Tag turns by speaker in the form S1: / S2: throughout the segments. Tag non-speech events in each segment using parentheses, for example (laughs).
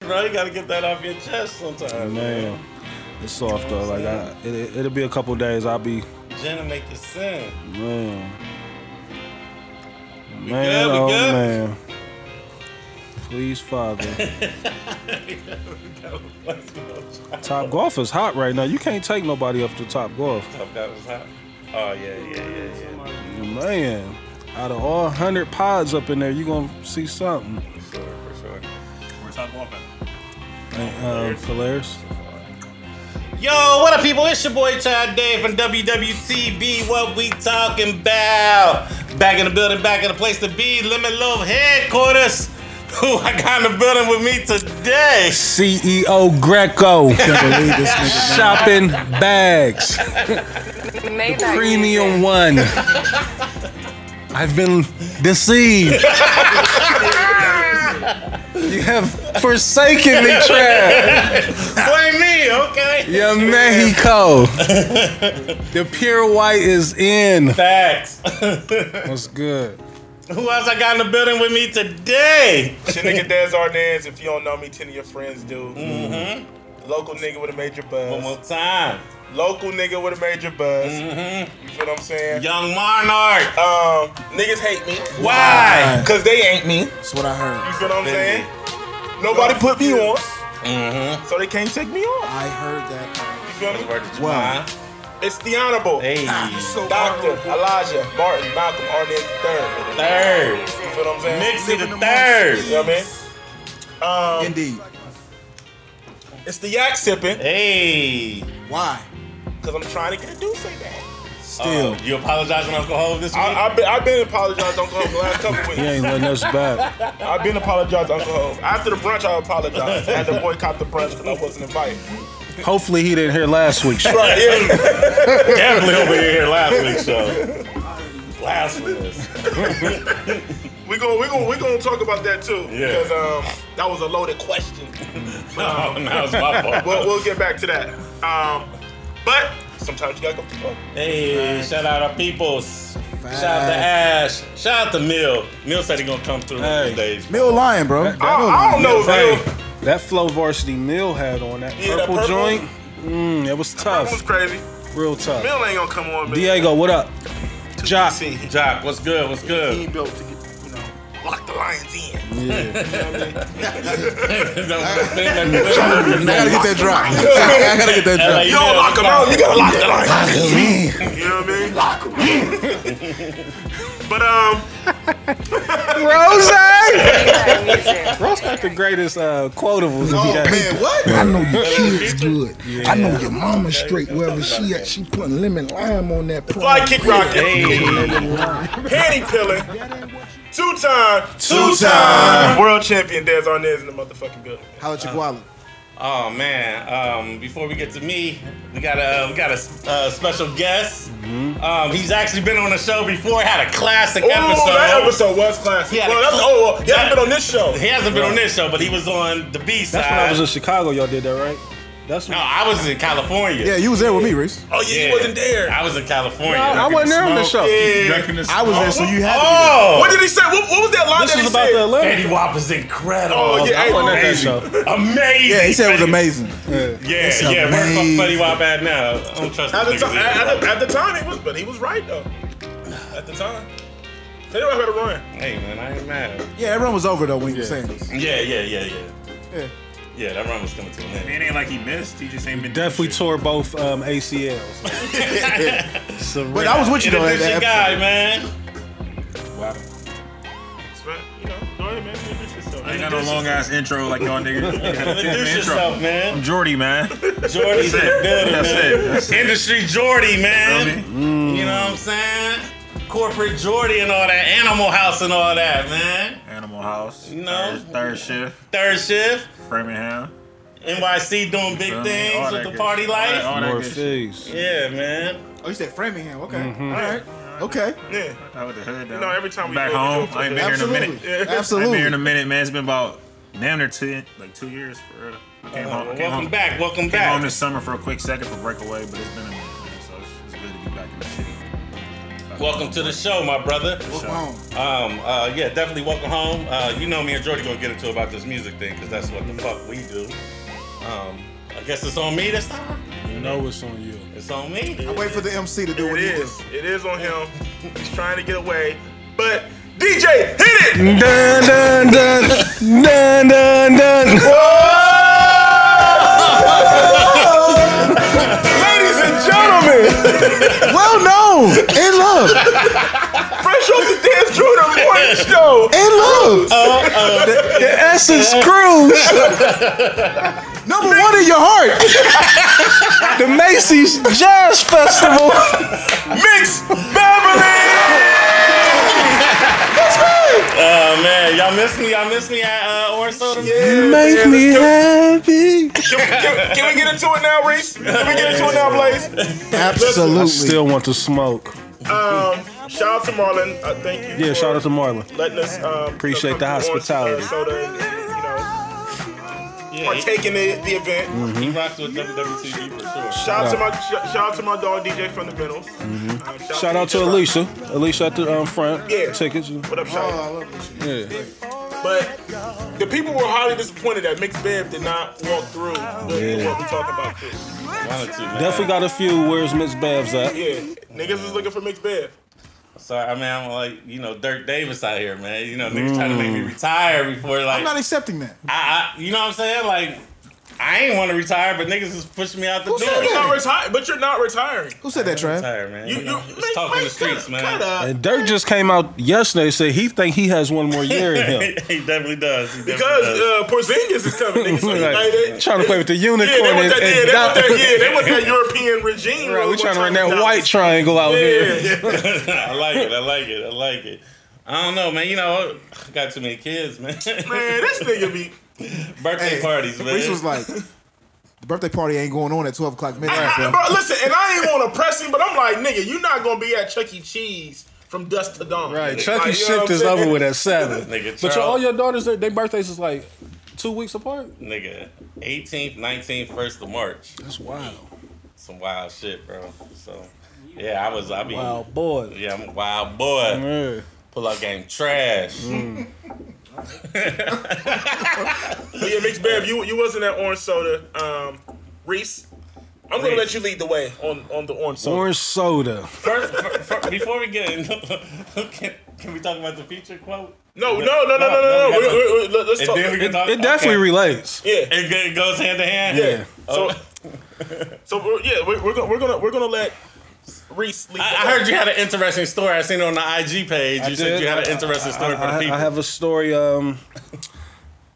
S1: bro. You gotta get that off your chest sometimes, man.
S2: Man, it's soft though. Like I, it, it'll be a couple days. I'll be
S1: Jenna make you (laughs) sin.
S2: man. Man,
S1: good, we
S2: oh
S1: good?
S2: man.
S1: (laughs)
S2: Please, Father.
S1: Let's go.
S2: top golf is hot right now. You can't take nobody up to top golf.
S1: Top Golf was hot. Oh yeah, yeah, yeah, yeah.
S2: Man, out of all hundred pods up in there, you gonna see something.
S1: For sure, for sure.
S3: We're top off at.
S2: Uh, Polaris.
S1: Yo, what up, people? It's your boy Chad Dave from WWTB. What we talking about? Back in the building, back in the place to be, Lemon Loaf headquarters. (laughs) Who I got in the building with me today? (laughs)
S2: CEO Greco. (laughs) Shopping bags.
S4: Maybach
S2: Premium
S5: (laughs)
S2: one. I've been
S5: (laughs)
S2: deceived. you have forsaken me, Trav.
S1: Blame me, okay?
S2: Your Mexico. the pure white is in.
S1: Facts. (laughs)
S2: What's good?
S1: Who else I got in the building with me today?
S5: Your nigga Dez Arnaz, if you don't know me, 10 of your friends do. Mm-hmm. Local nigga with a major
S1: One more
S5: buzz.
S1: time.
S5: Local nigga with a major buzz.
S1: Mm-hmm.
S5: You feel what I'm saying?
S1: Young Monarch.
S5: Um, niggas hate me.
S1: Why?
S5: Cause they ain't me. You
S2: That's what I heard.
S5: feel what I'm saying? Nobody put me on.
S1: Mm-hmm.
S5: So they can't take me on.
S6: I heard that.
S5: You feel me?
S1: Why? Ah,
S5: It's the honorable.
S1: Hey.
S6: So
S5: Doctor Elijah Martin Malcolm Arnaz III.
S1: Third.
S5: You feel what I'm saying?
S1: Mixie the third.
S5: You know
S2: uh,
S5: what I mean? Um,
S6: Indeed.
S5: it's the yak sipping.
S1: Hey.
S6: Why?
S5: Cause I'm trying to get a deuce like that.
S6: Still.
S1: Uh,
S5: Uh-huh.
S1: you apologizing, Uncle Ho, this week?
S5: I, I've been, I've been apologized, Uncle Hov, the last couple weeks.
S2: He ain't letting us back.
S5: I've been apologized, Uncle Hov. After the brunch, I apologized. I had to boycott the brunch because I wasn't invited.
S2: Hopefully he didn't hear last week's show.
S5: Right,
S1: (laughs)
S5: yeah.
S1: definitely over here last week, so. (laughs) Blasphemous.
S5: we gon' we gon' we gonna talk about that too
S1: Yeah.
S5: because um, that was a loaded question.
S1: Oh, now it's my fault.
S5: We'll, we'll get back to that. Um, but sometimes you gotta go. oh, fuck.
S1: Hey, shout out our peoples. Shout out to Ash. Shout out to Mill. Mill said he gonna come through one of these days.
S6: Mill
S2: (laughs)
S6: lying, bro.
S5: I, I don't know,
S1: Hey.
S5: Bill.
S2: That Flow Varsity Mill had on that
S5: Yeah, that
S2: purple,
S5: purple.
S2: joint. Mmm, it was
S5: That was
S2: tough.
S5: crazy.
S2: Real tough.
S5: Bill ain't gonna come on, man.
S2: Diego, what up? Jock.
S5: See, he
S1: Jock, what's good? What's good?
S5: ain't built to get you know lock the lions in.
S6: I gotta get that drop. I gotta get that drop.
S5: You don't lock them out. You gotta lock the line. You know what I mean? Lock (laughs) but um,
S2: Rose!
S4: Maybach music.
S2: Rose got the greatest uh, quotables.
S6: Oh
S2: in that.
S6: (laughs) man, what?
S7: I know your kids good. I know your mama's straight. Wherever she at, she putting lemon lime on that.
S5: fly
S7: prime
S5: kick
S7: rib.
S5: rocket, panty pilling, two time,
S6: Two time.
S5: world champion Des Arnaz in the motherfucking building.
S6: How about your guala?
S1: Oh man! Um, before we get to me, we got a we got a uh, special guest. Um, he's actually been on the show before. Had a classic
S5: Ooh,
S1: episode.
S5: that episode was classic.
S1: Yeah,
S5: well,
S1: the-
S5: that's, oh, well, you
S1: that-
S5: haven't been on this show.
S1: He hasn't been on this show, but he was on the B side.
S2: That's when I was in Chicago. Y'all did that, right? That's when
S1: no, I was in California.
S6: Yeah, you was there with me, Reese.
S5: Oh yeah,
S1: Yeah.
S5: he wasn't there.
S1: I was in California.
S2: I wasn't there on the show.
S5: Yeah.
S3: Drinking this.
S6: I was there, so you had to.
S1: Oh,
S5: What did he say? What, what was that line
S2: This
S5: that
S2: was
S5: he
S2: about the
S5: said?
S2: 11th.
S1: Eddie Wop is incredible.
S5: Oh, yeah,
S2: I wasn't at that
S1: amazing.
S2: show.
S1: amazing.
S6: Yeah, he said it was
S1: Eddie-
S6: amazing.
S1: Yeah,
S6: It's
S1: yeah. Where's
S6: amazing.
S1: Buddy Wop at now? I don't trust
S5: At the,
S1: this
S5: time,
S1: nigga
S5: at,
S1: anymore.
S5: the, at the time, he was, but he was right though. At the time, they don't have to run.
S1: Hey man, I ain't mad.
S6: Yeah, everyone was over though when you were saying this.
S1: Yeah, yeah, yeah, yeah.
S6: Yeah.
S1: Yeah, that run was coming to an end.
S3: It
S1: (laughs)
S3: ain't like he missed. He just ain't been.
S2: Definitely tore both um, ACLs. Surreal.
S6: But I was with you though. at
S1: Introduce your
S6: that
S1: guy, man.
S5: Man, you know, go ahead, man. Introduce yourself.
S3: I ain't got no long ass intro like y'all niggas. You got a 10
S1: Introduce
S3: minute intro.
S1: yourself, man.
S3: Jordy, (laughs) man.
S1: Jordy's in the building,
S3: That's
S1: man.
S3: it. That's it.
S1: Industry Jordy, man.
S3: Feel me?
S1: You know what I'm saying? Corporate Jordy and all that, Animal House and all that, man.
S3: Animal House.
S1: No.
S3: Third, third shift.
S1: Third shift,
S3: Framingham.
S1: NYC doing big
S3: Feel me? All
S1: things
S3: that
S1: with the
S3: good
S1: party
S3: shit. All that-
S1: life.
S3: all that
S2: More
S3: good shit.
S2: fees.
S1: Yeah, man.
S6: episode. Oh, you said Framingham. Okay. All right. Okay.
S5: Mm-hmm. Yeah.
S3: I with the hood down.
S5: know, every time we
S3: back
S5: go, we
S3: home,
S5: go to
S3: I ain't
S5: the-
S3: been here in a
S6: Absolutely.
S3: minute. (laughs)
S5: Yeah.
S3: I ain't been
S6: Absolutely.
S3: here in a minute, man. It's been about damn near two, like two years for real. I came home. I
S1: Well, Uh,
S3: came
S1: welcome
S3: home.
S1: back. Welcome
S3: Came home
S1: back.
S3: this summer for a quick second for breakaway, but it's been a minute, man. So it's, it's good to be back in the city. Back
S1: Welcome to the show, my brother. Um, uh, yeah, definitely welcome home. Uh, you know me and Jordy gonna get into about this music thing because that's what the fuck we do. Um, I guess it's on me this time.
S2: You know it's on you.
S1: It's on me.
S6: I wait for the MC to do
S5: It
S6: what he do.
S5: is. It is on him. He's trying to get away, but DJ, hit it!
S2: Dun dun dun dun dun
S6: (laughs)
S2: dun.
S5: Ladies and gentlemen,
S6: Well known in love,
S5: fresh off the dance Drew
S6: (laughs)
S5: the morning show.
S6: in love.
S2: The Essence
S5: (laughs)
S2: Cruise,
S6: Number one in your heart.
S2: the Macy's Jazz Festival.
S5: Mix Beverly.
S1: Oh man, y'all miss me. Y'all miss me at uh, Orange Soda.
S2: You make me happy.
S5: Can, can we get into it now, Reese? Can we get into it now, Blaze?
S2: I
S6: Absolutely.
S2: still want to smoke.
S5: Shout out to Marlon. Uh, thank you.
S2: Yeah,
S5: for
S2: shout out to Marlon.
S5: letting us. Um,
S2: Appreciate the
S5: come through Orange
S2: hospitality.
S5: Soda and, you
S1: Yeah,
S5: know,
S1: he,
S5: partaking in the event.
S2: Mm-hmm.
S1: he rocks with WWTG for sure.
S5: Shout out to my sh- shout out to my dog DJ Fundamentals. Uh,
S2: Mm-hmm. Shout out to Alicia. Alicia at the um, front.
S5: Yeah.
S2: Tickets.
S5: What up, shout
S6: Uh,
S5: out?
S2: Yeah.
S5: But the people were highly disappointed that Mixed Bev did not walk through with what we talking about. Too.
S1: Wanted to, man.
S2: Definitely got a few. Where's Miss Babs at? (laughs)
S5: Yeah, niggas is looking for Mixed Bev.
S1: Sorry, I mean I'm like you know Dirk Davis out here, man. You know niggas trying to make me retire before like
S6: Mm. I'm not e- accepting that.
S1: I, I, you know what I'm saying? Like, I ain't want to retire, but niggas is pushing me out the
S6: Who
S1: door.
S6: said
S5: You're
S6: that?
S1: I'm
S5: not retiring, but you're not retiring.
S6: Who said that, Trav?
S1: tired, man.
S5: You,
S1: You
S5: you,
S1: know,
S5: Mike,
S1: it's talk in
S5: Mike,
S1: the streets,
S5: cut-
S1: man.
S5: cut uh, up.
S2: And Dirk just came out yesterday. Said he think he has one more year in
S5: (laughs)
S2: him.
S1: (laughs) he definitely does. He definitely
S5: Because
S1: does.
S5: uh, Porzingis is
S2: (laughs)
S5: coming, niggas. So United.
S2: Like, trying to play with the unicorn
S5: Yeah, they want
S2: and,
S5: that. Yeah,
S2: and
S5: they want
S2: dot-
S5: that. Yeah, they want that European
S2: (laughs)
S5: regime.
S2: Right, we
S5: one
S2: trying to run
S5: time
S2: that
S5: down.
S2: white triangle out here.
S5: Yeah.
S1: (laughs) I like it. I like it. I like it. I don't know, man. You know, I got too many kids, man.
S5: Man, this
S2: (laughs)
S5: nigga be.
S1: (laughs) Birthday parties, man.
S6: Reese was like, the birthday party ain't going on at 12 o'clock
S5: (laughs)
S6: midnight,
S5: I,
S6: bro.
S5: bro, listen, and I ain't want to press him, but I'm like, nigga, you're not gonna be at Chuck E. Cheese from dusk to dawn.
S2: Right,
S5: Like,
S2: Chucky
S5: you know
S2: shift
S5: what
S2: is
S5: I'm saying?
S2: over with at seven.
S1: Nigga,
S2: but your,
S1: Charles-
S2: all your daughters, their, their birthdays is like two weeks apart.
S1: nigga, 18th, 19th, 1st of March.
S2: That's wild.
S1: Some wild shit, bro. So, yeah, I was, I mean,
S2: Wild boy.
S1: yeah, I'm a wild boy.
S2: Yeah.
S1: Pull up game trash.
S2: Mm.
S5: But yeah, Mixed Bev, you you wasn't at Orange Soda. Um, Reese, I'm gonna let you lead the way on, on the Orange Soda.
S2: Orange soda.
S1: First, fir- fir- before we get in, (laughs) can, can we talk about the feature quote?
S5: No, no, no, no, no, no,
S1: no,
S5: no.
S1: no.
S5: We- we- we- let- let's
S1: And
S5: talk.
S1: then we can
S2: It,
S1: talk.
S2: it definitely
S1: okay.
S2: relates.
S5: yeah,
S1: It, go- it goes hand to hand.
S5: yeah. So,
S1: Oh.
S5: so we're, yeah, we're, we're gonna we're gonna we're gonna let Reese
S2: Oh.
S5: lead.
S1: I, I heard you had an interesting story. I seen it on the IG page. You said
S2: did.
S1: you had an interesting story for the
S2: I,
S1: people.
S2: I have a story. Um,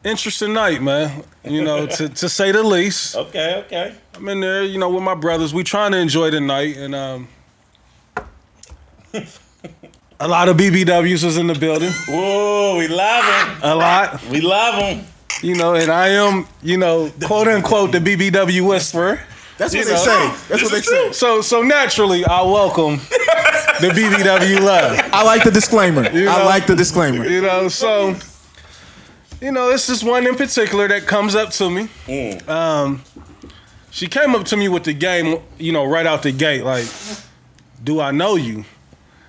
S2: interesting night, man. You know, to, to say the least.
S1: okay, okay.
S2: I'm in there, you know, with my brothers. We trying to enjoy the night, and um, a lot of BBWs was in the building.
S1: Whoa, we love him.
S2: A lot,
S1: We love him.
S2: you know, and I am, you know, quote unquote, the BBW whisperer.
S6: That's what
S1: You
S6: they
S1: know.
S6: say. That's what they say.
S2: So, so naturally, I welcome the BBW love.
S6: I like the disclaimer. I
S2: know.
S6: like the disclaimer.
S2: You know, so you know, it's this one in particular that comes up to me. Um, she came up to me with the game, you know, right out the gate, like, "Do I know you?"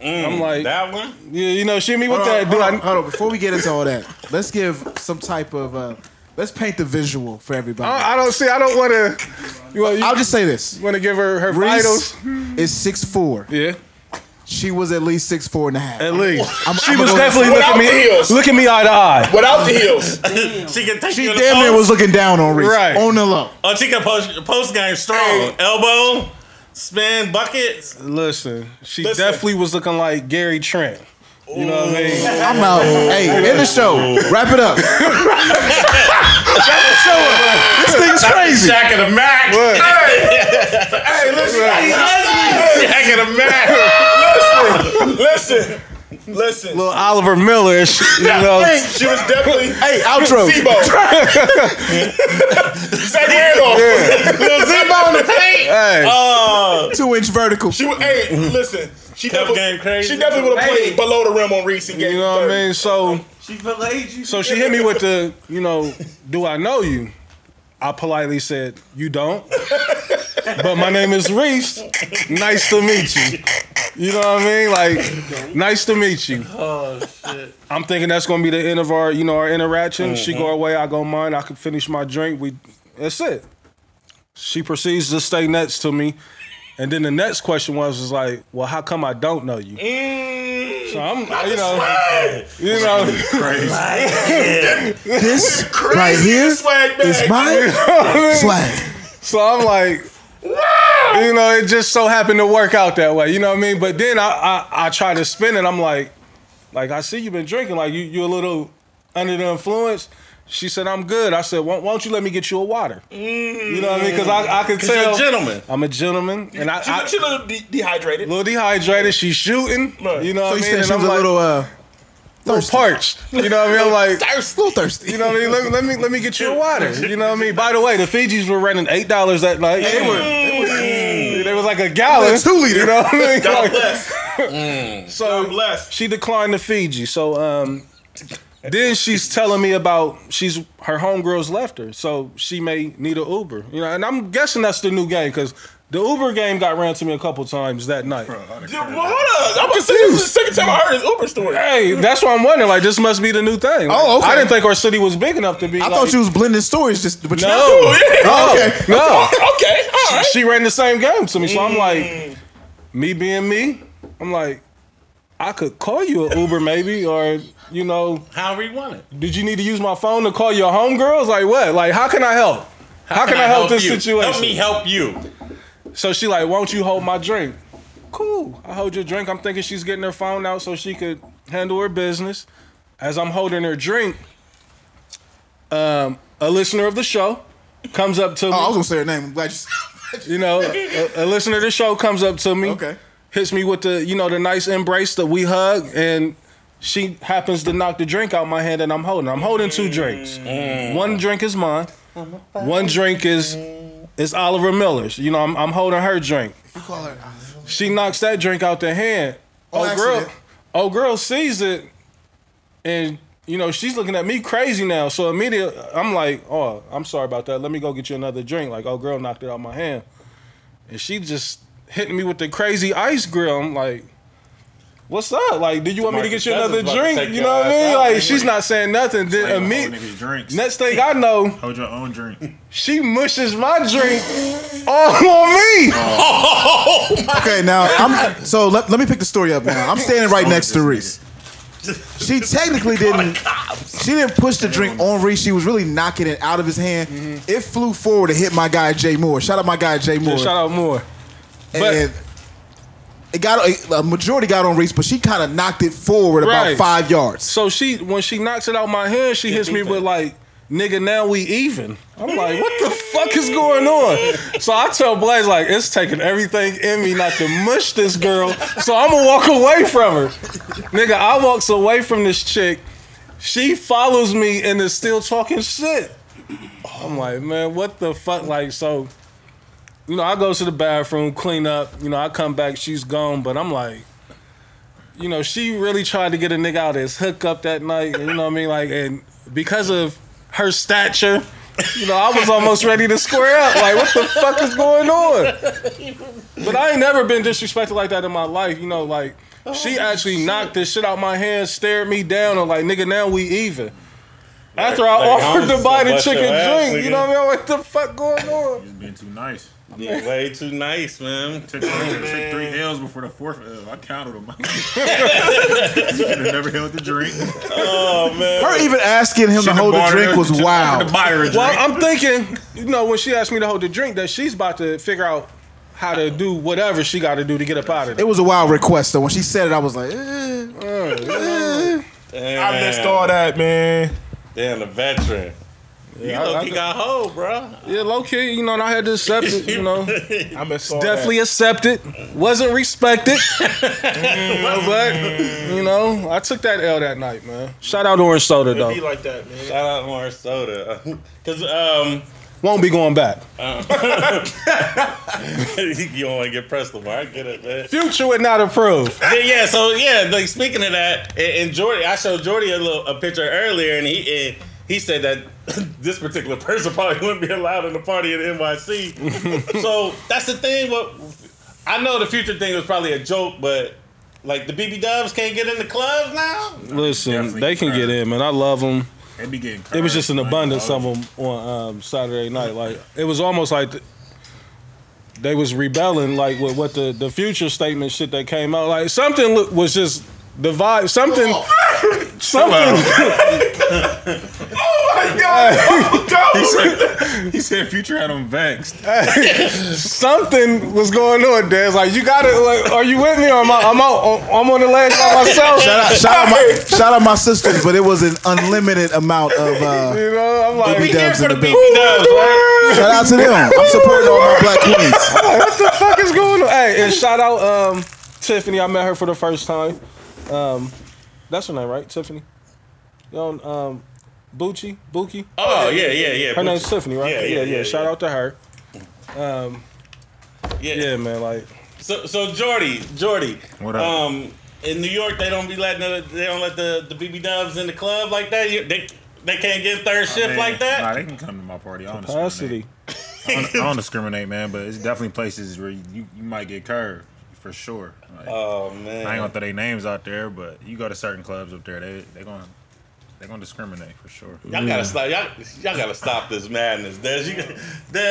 S2: I'm like,
S1: That one?
S2: yeah, you know, she me with
S6: Hold on,
S2: that. Do
S6: hold, on,
S2: I?
S6: hold on. Before we get into all that, let's give some type of uh, let's paint the visual for everybody.
S2: I I don't see. I don't want to. You want,
S6: I'll just say this:
S2: want to give her her
S6: Reese
S2: vitals?
S6: is six four.
S2: Yeah,
S6: She was at least six four and a half.
S2: at least
S6: I'm-
S2: she
S6: I'm
S2: was
S6: gonna-
S2: definitely
S5: Without
S2: looking me,
S5: heels.
S2: looking me eye to eye.
S5: without the heels.
S1: She can take
S6: She
S1: you to
S6: damn
S1: the
S6: near
S1: post.
S6: was looking down on Reese
S2: Right.
S6: on the low.
S1: Oh, she can post, post game strong.
S5: Hey.
S1: Elbow, spin, buckets.
S2: Listen, she
S5: Listen.
S2: definitely was looking like Gary Trent. You know what I mean?
S6: I'm out. Hey, end the show. Wrap it up. Wrap the show up. This thing's crazy.
S1: Jack of the Mac. What?
S5: Hey, listen,
S1: Jack of the Mac.
S5: listen, listen, listen.
S2: little Oliver Millerish, you know.
S6: Hey,
S5: She was definitely
S6: hey, outro.
S5: Tebow. Take your hand off.
S1: Little zip on the paint.
S2: Hey,
S1: Oh,
S6: Two inch vertical.
S5: (laughs) She was, hey, listen. She
S1: Cup
S5: definitely,
S1: game crazy.
S5: She definitely would have played below the rim on Reese and
S2: you
S5: game.
S2: know what I mean? So,
S1: she belayed you.
S2: so she hit me with the, you know, do I know you? I politely said, you don't. But my name is Reese. Nice to meet you. You know what I mean? Like, nice to meet you. Oh shit. Mm-hmm. I'm thinking that's gonna be the end of our, you know, our interaction. She go her way, I go mine. I can finish my drink. We, that's it. She proceeds to stay next to me, and then the next question was, was like, well, how come I don't know you? So I'm, you know, you know,
S6: (laughs) This right here is
S5: swag bag.
S6: (laughs) my swag.
S2: So I'm like, you know, it just so happened to work out that way. You know what I mean? But then I I, I try to spin it. I'm like, like I see you've been drinking. Like you you a little under the influence. She said, I'm good. I said, why, why don't you let me get you a water? You know what I mean? Because I, I
S6: Mm.
S2: could
S1: Cause you're
S2: tell.
S1: a gentleman.
S2: I'm a gentleman. And I,
S5: She,
S2: I
S5: look- she a little de- dehydradrated.
S2: a little dehydrated. She's shooting.
S5: Right.
S2: You know what
S6: So
S2: I mean?
S6: you said
S2: And
S6: she
S2: I'm
S6: was a
S2: like,
S6: little uh,
S2: little parched. You know what I mean? I'm like,
S6: thirsty. little thirsty.
S2: you know what I mean? Let, me- let me let me get you a water. You know what I mean? By the way, the Fijis were running eight dollars that night. They were they was like a gallon.
S6: It's two
S2: (laughs)
S6: liter.
S2: You know what I mean?
S5: God
S2: Like,
S5: bless. God
S2: so
S5: bless.
S2: she declined to Fiji. So um, then she's telling me about she's her homegirls left her, so she may need an Uber. You know, and I'm guessing that's the new game because the Uber game got ran to me a couple times that night.
S5: Dude, well, hold on. I'm about to say this is the second time I heard his Uber story.
S2: Hey, that's what I'm wondering. Like, this must be the new thing. Like,
S6: Oh, okay.
S2: I didn't think our city was big enough to be.
S6: I
S2: like-
S6: thought you was blending stories, just but you
S2: No.
S6: Oh, okay.
S2: No,
S5: Okay, all right.
S2: she ran the same game to me. So I'm like, me being me, I'm like, I could call you an Uber maybe, or you know,
S1: However you want it.
S2: did you need to use my phone to call your homegirls? Like what? Like how can I help? How, can, I help, this
S1: you?
S2: situation?
S1: Help me help you.
S2: So she like, won't you hold my drink? Cool. I hold your drink. I'm thinking she's getting her phone out so she could handle her business. As I'm holding her drink, um, a listener of the show comes up to me.
S6: Oh, I was gonna say her name. I'm glad you. said-
S2: You know, a, a listener to the show comes up to me.
S6: Okay.
S2: Hits me with the, you know, the nice embrace that we hug, and she happens to knock the drink out my hand that I'm holding. I'm holding two drinks. One drink is mine. One drink is is Oliver Miller's. You know, I'm, I'm holding her drink.
S6: You call her.
S2: She knocks that drink out the hand.
S6: Oh,
S2: Oh, girl,
S6: accident.
S2: oh girl sees it, and you know she's looking at me crazy now. So immediately I'm like, oh, I'm sorry about that. Let me go get you another drink. Like, oh girl knocked it out my hand, and she just hitting me with the crazy ice grill. I'm like. What's up? Like, do you want me to
S1: Marcus
S2: get you another
S1: Cousins about to
S2: drink?
S1: take
S2: You
S1: your
S2: know what I
S1: ass
S2: mean?
S1: out,
S2: Like,
S1: nigga.
S2: she's not saying nothing. Then
S3: Hold
S2: immediately,
S3: niggas drinks.
S2: next thing I know,
S3: Hold your own drink.
S2: she mushes my drink all on me. Oh.
S6: Okay, now I'm. So let, let me pick the story up now. I'm standing right next to Reese. She technically didn't. She didn't push the drink on Reese. She was really knocking it out of his hand. It flew forward and hit my guy Jay Moore. Shout out my guy Jay
S1: Oh.
S6: Moore.
S2: Mm-hmm. Shout out more.
S6: and it got a majority got on Reese, but she kind of knocked it forward
S2: Right.
S6: about five yards.
S2: So she when she knocks it out my hand, she hits me with like, nigga, now we even. I'm like, what the fuck is going on? So I tell Blaze like, it's taking everything in me not to mush this girl. So I'm gonna walk away from her. Nigga, I walks away from this chick. She follows me and is still talking shit. I'm like, man, what the fuck? Like, so, you know, I go to the bathroom, clean up, you know, I come back, she's gone, but I'm like, you know, she really tried to get a nigga out of his hookup that night. You know what I mean? Like, and because of her stature, you know, I was almost ready to square up. Like, what the fuck is going on? But I ain't never been disrespected like that in my life. You know, like
S1: Oh,
S2: she actually knocked this shit out my hand, stared me down, and like, nigga, now we even. After I
S1: like,
S2: offered
S1: I'm
S2: to buy the
S1: so
S2: chicken
S1: much your ass,
S2: drink, you know
S1: nigga.
S2: what I mean? I'm like, What the fuck going on?
S3: He's being too nice.
S1: You're way too nice, man.
S3: Took, took three L's before the fourth L. I
S6: (laughs)
S3: counted them. (laughs) never held the drink.
S6: Her even asking him to
S3: Should've
S6: hold the
S3: bought her-
S6: drink was
S3: should've offered
S6: wild.
S3: (laughs) to buy her a drink.
S2: Well, I'm thinking, you know, when she asked me to hold the drink, that she's about to figure out how to do whatever she got to do to get up out of there.
S6: It was a wild request though. When she said it, I was like, eh.
S1: Damn,
S5: I missed all that, man.
S1: Damn, the veteran.
S2: Yeah,
S1: you
S2: I-
S1: look,
S2: I
S1: he got
S2: got-
S1: hoe, bro.
S2: Yeah, low key, you know, and I had to accept it, you know.
S5: I missed all
S2: (laughs) Definitely accepted. Wasn't respected. (laughs) but, you know, I took that L that night, man. Shout out Orange Soda,
S5: that. Be
S2: though.
S5: like that, man.
S1: Shout out Orange Soda. (laughs) Because um, (laughs)
S2: Won't be going back.
S1: you don't want to get pressed tomorrow. I get it,
S2: (laughs)
S1: man.
S2: Future would not approve.
S1: yeah, yeah, so yeah, like speaking of that, and, and Jordy, I showed Jordy a little a picture earlier, and he and he said that (laughs) this particular (laughs)
S2: (laughs)
S1: person probably wouldn't be allowed in the party at NYC. so that's the thing. What I know the future thing was probably a joke, but like the BB Dubs can't get in the clubs now.
S2: Listen,
S3: Definitely
S2: they can get in, man. I love them.
S3: They be getting
S2: It was just an
S3: cards, like,
S2: abundance
S3: all
S2: of them on um, Saturday night. Like it was almost like th- they was rebelling, like with what the the future statement shit that came out. Like something lo- was just the vibe. Something, (laughs) something.
S3: He said Future had him vexed.
S2: something was going on, Dez. Like you got to like, are you with me? Or am I, I'm out. I'm on the ledge by myself.
S6: Shout out, shout out my, shout out my sisters, but it was an unlimited amount of. Uh,
S2: (laughs) You know, I'm
S1: We
S2: like,
S6: BB
S1: here
S6: Dubs
S1: for
S6: in
S1: the
S6: the
S1: BB
S6: building.
S1: Dubs, right?
S6: shout out to them. I'm supporting all my black queens.
S2: what the fuck is going on? Hey, and shout out um, Tiffany. I met her for the first time. Um, that's her name, right? Tiffany. You know, um, Bucci, Buki.
S1: Oh yeah, yeah, yeah.
S2: Her name's Tiffany, right?
S1: Yeah, yeah, yeah,
S2: Shout
S1: yeah.
S2: out to her. Um,
S1: Yeah.
S2: Yeah, man. Like,
S1: So, so Jordy, Jordy.
S3: What up?
S1: Um, in New York, they don't be letting the, they don't let the the BB Dubs in the club like that. You, they they can't get third shift
S3: Oh, Man,
S1: like
S3: Nah,
S1: that.
S3: they can come to my party. I don't discriminate.
S2: capacity.
S3: I don't, I
S2: (laughs)
S3: don't discriminate, man. But it's definitely places where you, you, might get curved for sure. Like,
S1: Oh
S3: I ain't
S1: man.
S3: gonna throw their names out there, but you go to certain clubs up there, they they gonna they gonna discriminate for sure.
S1: Y'all gotta stop. Y'all, y'all gotta stop this madness. Des, you, Des,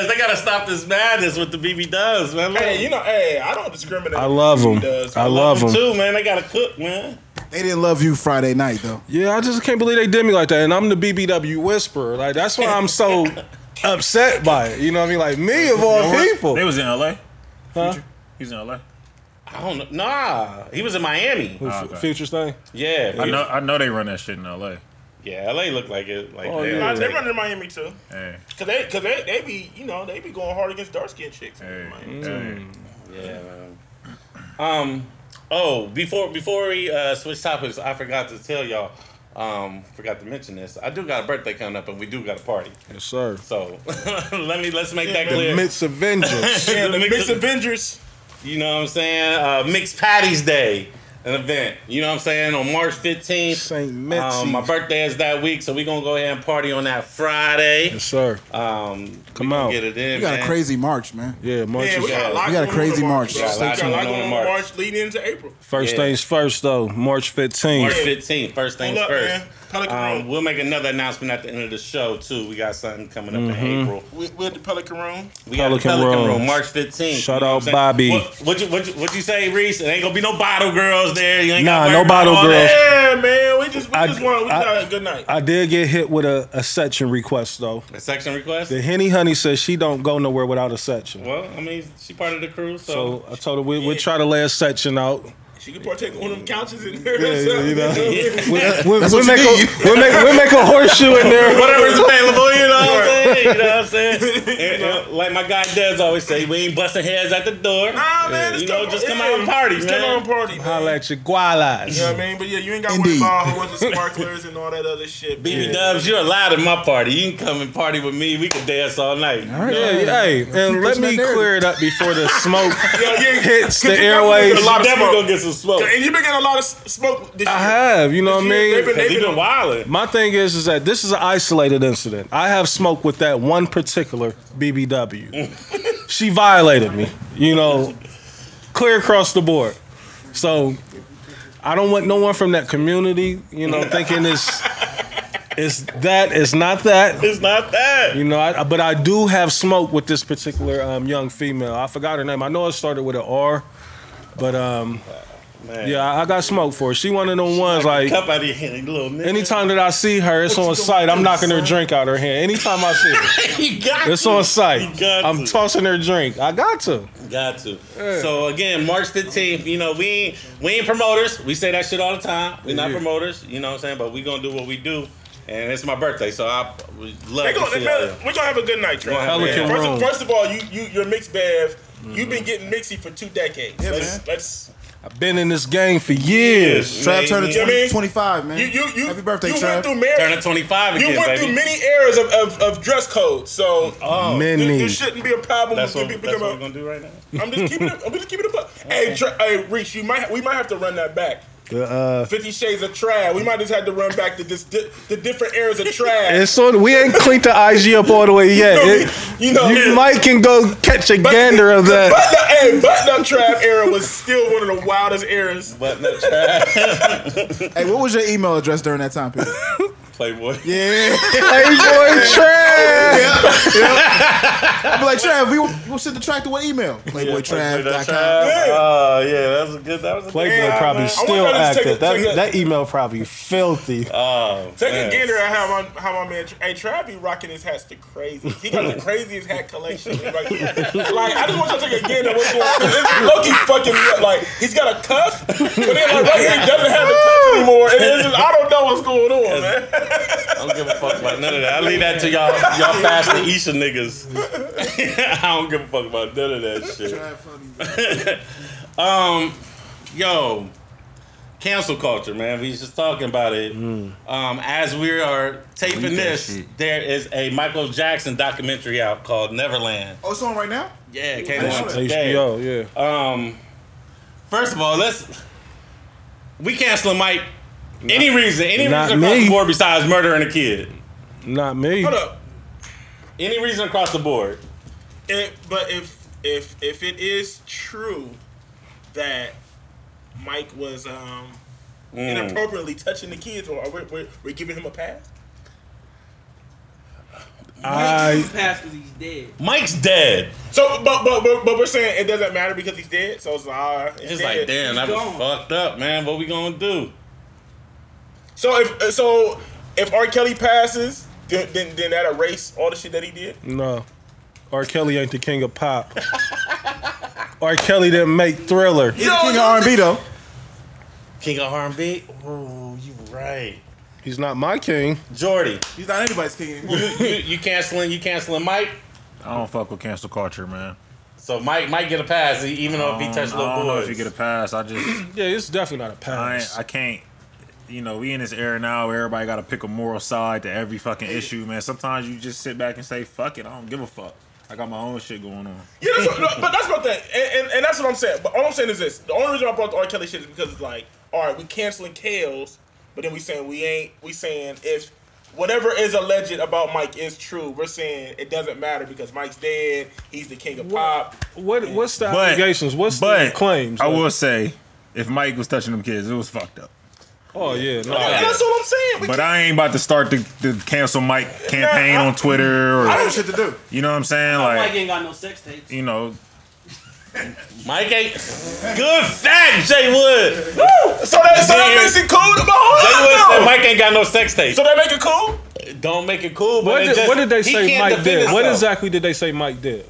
S1: they gotta stop this madness with the BB Dubs, man. Look,
S5: Hey, you know, hey, I don't discriminate.
S2: I love them.
S5: Does.
S2: I
S5: I
S2: love
S1: them
S2: them.
S1: too, man. They gotta cook, man.
S6: They didn't love you Friday night though.
S2: Yeah, I just can't believe they did me like that. And I'm the BBW whisperer. Like, that's why
S1: (laughs)
S2: I'm so upset by it. You know what I mean? Like, me of all people.
S3: They was in LA.
S2: Huh?
S3: Future? He's in LA.
S1: I don't know. Nah, he was in Miami.
S2: Who,
S3: Ah, okay.
S2: Future's thing.
S1: Yeah,
S3: I know I know they run that shit in LA.
S1: Yeah, LA looked like it. Like
S2: Oh,
S1: they-
S2: yeah.
S5: they run in Miami too,
S3: Hey,
S5: cause they, cause they, they be, you know, they be going hard against dark skinned chicks.
S3: hey,
S5: in Miami.
S2: Hmm.
S1: Yeah.
S3: hey.
S1: man. Um. Oh, before before we uh, switch topics, I forgot to tell y'all. Um, forgot to mention this. I do got a birthday coming up, and we do got a party.
S2: Yes, sir.
S1: So (laughs) let me let's make that
S2: The
S1: clear.
S2: midst of
S1: (laughs)
S2: vengeance.
S5: Yeah, the
S1: Mix
S5: mixed
S1: of-
S5: Avengers.
S1: you know what I'm saying? Uh, Mixed Patties Day, an event. You know what I'm saying? On March 15th.
S2: St.
S1: Um, my
S2: Mitzi.
S1: birthday is that week, so we're gonna go ahead and party on that Friday.
S2: Yes, Oh, sir.
S1: Um,
S2: Come
S1: we gonna
S2: out.
S1: get it in.
S6: We got a
S1: man.
S6: crazy March, man.
S2: Yeah, March
S5: Yeah,
S2: is
S5: we got a lot.
S6: We got a
S5: going on in
S6: crazy March.
S5: bro.
S1: Yeah, a lot
S5: We got a lot
S1: going on
S5: going
S1: in
S5: on in
S1: March.
S5: March leading into April.
S2: First
S1: Yeah.
S2: things first, though. March 15th.
S1: March 15th, first things
S5: Hold up,
S1: first.
S5: man. Pelican
S1: Um,
S5: Room.
S1: we'll make another announcement at the end of the show too. We got something coming up
S2: Mm-hmm.
S1: in April.
S5: With, with the Pelican Room.
S1: We got
S2: Pelican
S1: Pelican, Room.
S2: Room.
S1: March 15th.
S2: Shout
S1: what
S2: out
S1: I'm saying?
S2: Bobby.
S1: What, what, you, what, you, what you say, Reese? It ain't gonna be no bottle girls there. You ain't
S2: Nah,
S1: gotta
S2: no
S1: worry about
S2: bottle
S1: all
S2: girls.
S1: that.
S5: Yeah, man. We just, we
S2: I-
S5: just want, we
S2: I-
S5: got a good night.
S2: I did get hit with a, a section request though.
S1: A section request.
S2: The Henny Honey says she don't go nowhere without a section.
S1: Well, I mean, she part of the crew, so,
S2: So I told her we, we'll try to lay a section out.
S5: She could partake on one of them couches in there.
S2: Yeah, yeah, you know.
S5: (laughs) know.
S2: We'll, we'll-
S6: That's
S2: we'll
S6: what
S2: make
S6: you need.
S2: a, we'll, make, we'll make a horseshoe in there.
S1: whatever's available. You know what I'm saying? You know what I'm
S2: (laughs)
S1: saying? And, uh, like my guy Dez always say, we ain't busting heads at the door.
S5: Nah, man.
S1: you know, just come out and party,
S5: Just
S1: man.
S5: come out and party.
S2: Holla
S5: man.
S2: at your gualas.
S5: You know what I mean? But yeah, you ain't got to worry
S6: Indeed.
S5: about a whole bunch of sparklers and all that other shit.
S1: BB
S5: man.
S1: Dubs, you're allowed at my party. You can come and party with me. We can dance all night.
S6: All right.
S2: Yeah, yeah, hey, and let
S6: pushing
S2: me
S6: that narrative.
S2: clear it up before the smoke
S5: yeah.
S2: hits the
S5: Cause you got
S2: airways.
S5: a lot of
S1: Definitely
S5: smoke.
S1: gonna get some smoke.
S5: And you've been getting a lot of s- smoke this
S2: I
S5: year.
S2: have, you know what I
S5: This year,
S2: mean?
S5: they've been-
S1: Cause he been wildin'.
S2: My thing is, is that this is an isolated incident. I have smoked with that one particular (laughs) BBW. she violated me, you know, clear across the board. So I don't want no one from that community, you know, thinking it's it's that, it's not that.
S1: It's not that.
S2: You know, I, but I do have smoked with this particular um, young female. I forgot her name. I know it started with an R, but um,
S1: Man.
S2: yeah, I, I got smoked for it. She one of them ones like
S1: Cup out of your hand, you little nigga. (laughs)
S2: Anytime that I see her, it's on site. I'm knocking her drink out her hand. Anytime I see her,
S1: you got
S2: it's
S1: to.
S2: on
S1: You
S2: site.
S1: got
S2: I'm
S1: to.
S2: tossing her drink. I got to.
S1: Got to. So again, March 15th, you know, we ain't we ain't promoters. We say that shit all the time. We're not
S2: Yeah.
S1: promoters, you know what I'm saying? But we gonna do what we do. And it's my birthday, so I would love
S5: They
S1: to
S5: gonna-
S1: see
S5: they
S1: y'all.
S5: better-
S1: there.
S5: We're gonna have a good night, Trey.
S1: Gonna have a good Mm.
S5: Yeah.
S2: night.
S5: First, of-
S2: Wrong.
S5: first of all, you you you're mixed bath. You've been getting mixy for two decades.
S6: Yeah,
S5: let's,
S6: man.
S5: let's
S2: I've been in this game for years.
S6: Trav turned
S1: You know what I
S6: 20,
S5: mean?
S6: 25, man.
S5: you you you
S6: Happy birthday,
S5: you
S6: Trav.
S5: went through mar-
S1: Turning 25
S5: you
S1: again,
S5: went
S1: baby. Oh.
S5: through many eras of, of, of dress code, so there,
S2: Many.
S5: there shouldn't be a problem.
S1: that's
S5: with
S1: what,
S5: you
S1: that's what we're gonna
S5: becoming.
S1: do right now.
S5: I'm just keeping it. I'm just keeping
S2: (laughs)
S5: it. bu- Hey, Tra- hey, Reach, you might we might have to run that back.
S2: Uh,
S5: Fifty Shades of Trav. We might just have to run back to this di- the different eras of Trav.
S2: it's on. We ain't cleaned the IG up all the way yet.
S5: You know,
S2: It-
S5: we- You know,
S2: You
S5: and-
S2: Mike can go catch a gander of
S5: the
S2: that.
S5: Butler, hey, Butler Trap era was still one of the wildest eras.
S1: But no (laughs) trap,
S6: Hey, what was your email address during that time period?
S1: Playboy.
S6: Yeah.
S2: Playboy Trash.
S6: I'd be like, Trav, we will, we'll send the track to what email?
S1: Playboy.com.
S6: PlayboyTrav.com.
S1: Oh yeah, that was a good. That was a
S2: Playboy
S1: good-
S2: probably
S1: man.
S2: still
S5: y'all to take Uh,
S2: active.
S5: a- take
S2: That,
S5: a-
S2: that email probably filthy.
S1: Oh,
S5: Take
S1: man.
S5: a gander at how my how my man hey Trav be rocking his hats to crazy. He got the craziest hat collection. Like, like I just want you to take a gander at what's going on. 'cause This Loki fucking me up. Like he's got a cuff, but then like right here he doesn't have a cuff anymore. And it's just, I don't know what's going on, man.
S1: I don't give a fuck about none of that. I leave that to y'all, (laughs) y'all fast and Isha niggas. (laughs) I don't give a fuck about none of that shit. um, yo, cancel culture, man. We was just talking about it. Um, as we are taping this, there is a Michael Jackson documentary out called Neverland.
S6: Oh, it's on right now?
S1: Yeah, it came
S6: That's
S1: out
S6: right.
S1: today.
S2: HBO,
S5: Uh,
S2: yeah.
S1: Um, first of all, let's we canceling Mike. Any reason, any
S2: not
S1: reason across
S2: me.
S1: the board besides murdering a kid.
S2: Not me.
S5: Hold up.
S1: Any reason across the board.
S5: It, but if if if it is true that Mike was um, inappropriately touching the kids, or we're, we're, we're giving him a pass.
S2: I
S8: pass because he's dead.
S1: Mike's dead.
S5: So, but but but, but we're saying it doesn't matter because he's dead. So it's like, ah, he's
S1: It's
S5: dead.
S1: like, damn, that was
S8: gone.
S1: fucked up, man. What we gonna do?
S5: So if uh, so, if R. Kelly passes, then then, then that erase all the shit that he did.
S2: no. R. Kelly ain't the king of pop. R. Kelly didn't make Thriller.
S6: He's king of R&B, though.
S1: King of R&B. Ooh, you right,
S2: He's not my king.
S1: Jordy.
S6: He's not anybody's king anymore.
S1: You, you, you canceling? You canceling Mike?
S3: I don't fuck with cancel culture, man.
S1: So Mike might get a pass, e- even though Oh, if he touched
S3: Um, I don't, I
S1: little
S3: don't know
S1: boys.
S3: if you get a pass. I just,
S2: Yeah, it's definitely not a
S3: I,
S2: pass.
S3: ain't- I can't. You know, we in this era now where everybody got to pick a moral side to every fucking issue, man. Sometimes you just sit back and say, "Fuck it, I don't give a fuck." I got my own shit going on.
S5: Yeah, that's what, no, but that's my thing, and, and and that's what I'm saying. But all I'm saying is this: the only reason I brought the R. Kelly shit is because it's like, all right, we canceling Kales, but then we saying we ain't. We saying if whatever is alleged about Mike is true, we're saying it doesn't matter because Mike's dead. He's the king of pop.
S2: what what's the
S3: But
S2: allegations? What's
S3: but
S2: the claims?
S3: I
S2: Like,
S3: will say, if Mike was touching them kids, it was fucked up.
S2: Oh yeah, no.
S1: Yeah.
S5: And that's what I'm saying. We
S3: But I ain't about to start the, the cancel Mike campaign
S5: Nah, I-
S3: on Twitter
S6: I
S3: or
S6: don't shit to do.
S3: you know what I'm saying?
S8: Mike
S3: Like
S8: ain't got no sex tapes.
S3: you know,
S1: Mike ain't good fact, Jay Wood.
S5: Woo! So that so that
S1: Yeah.
S5: makes it cool. But hold
S1: Jay Wood
S5: on,
S1: said
S5: though.
S1: Mike ain't got no sex tape.
S5: Oh! So that make it cool.
S1: Don't make it cool. But
S2: What
S1: it
S2: did,
S1: just-
S2: what did
S1: he
S2: they say
S1: can't
S2: Mike
S1: defend
S2: did? What
S1: himself.
S2: exactly did they say Mike did?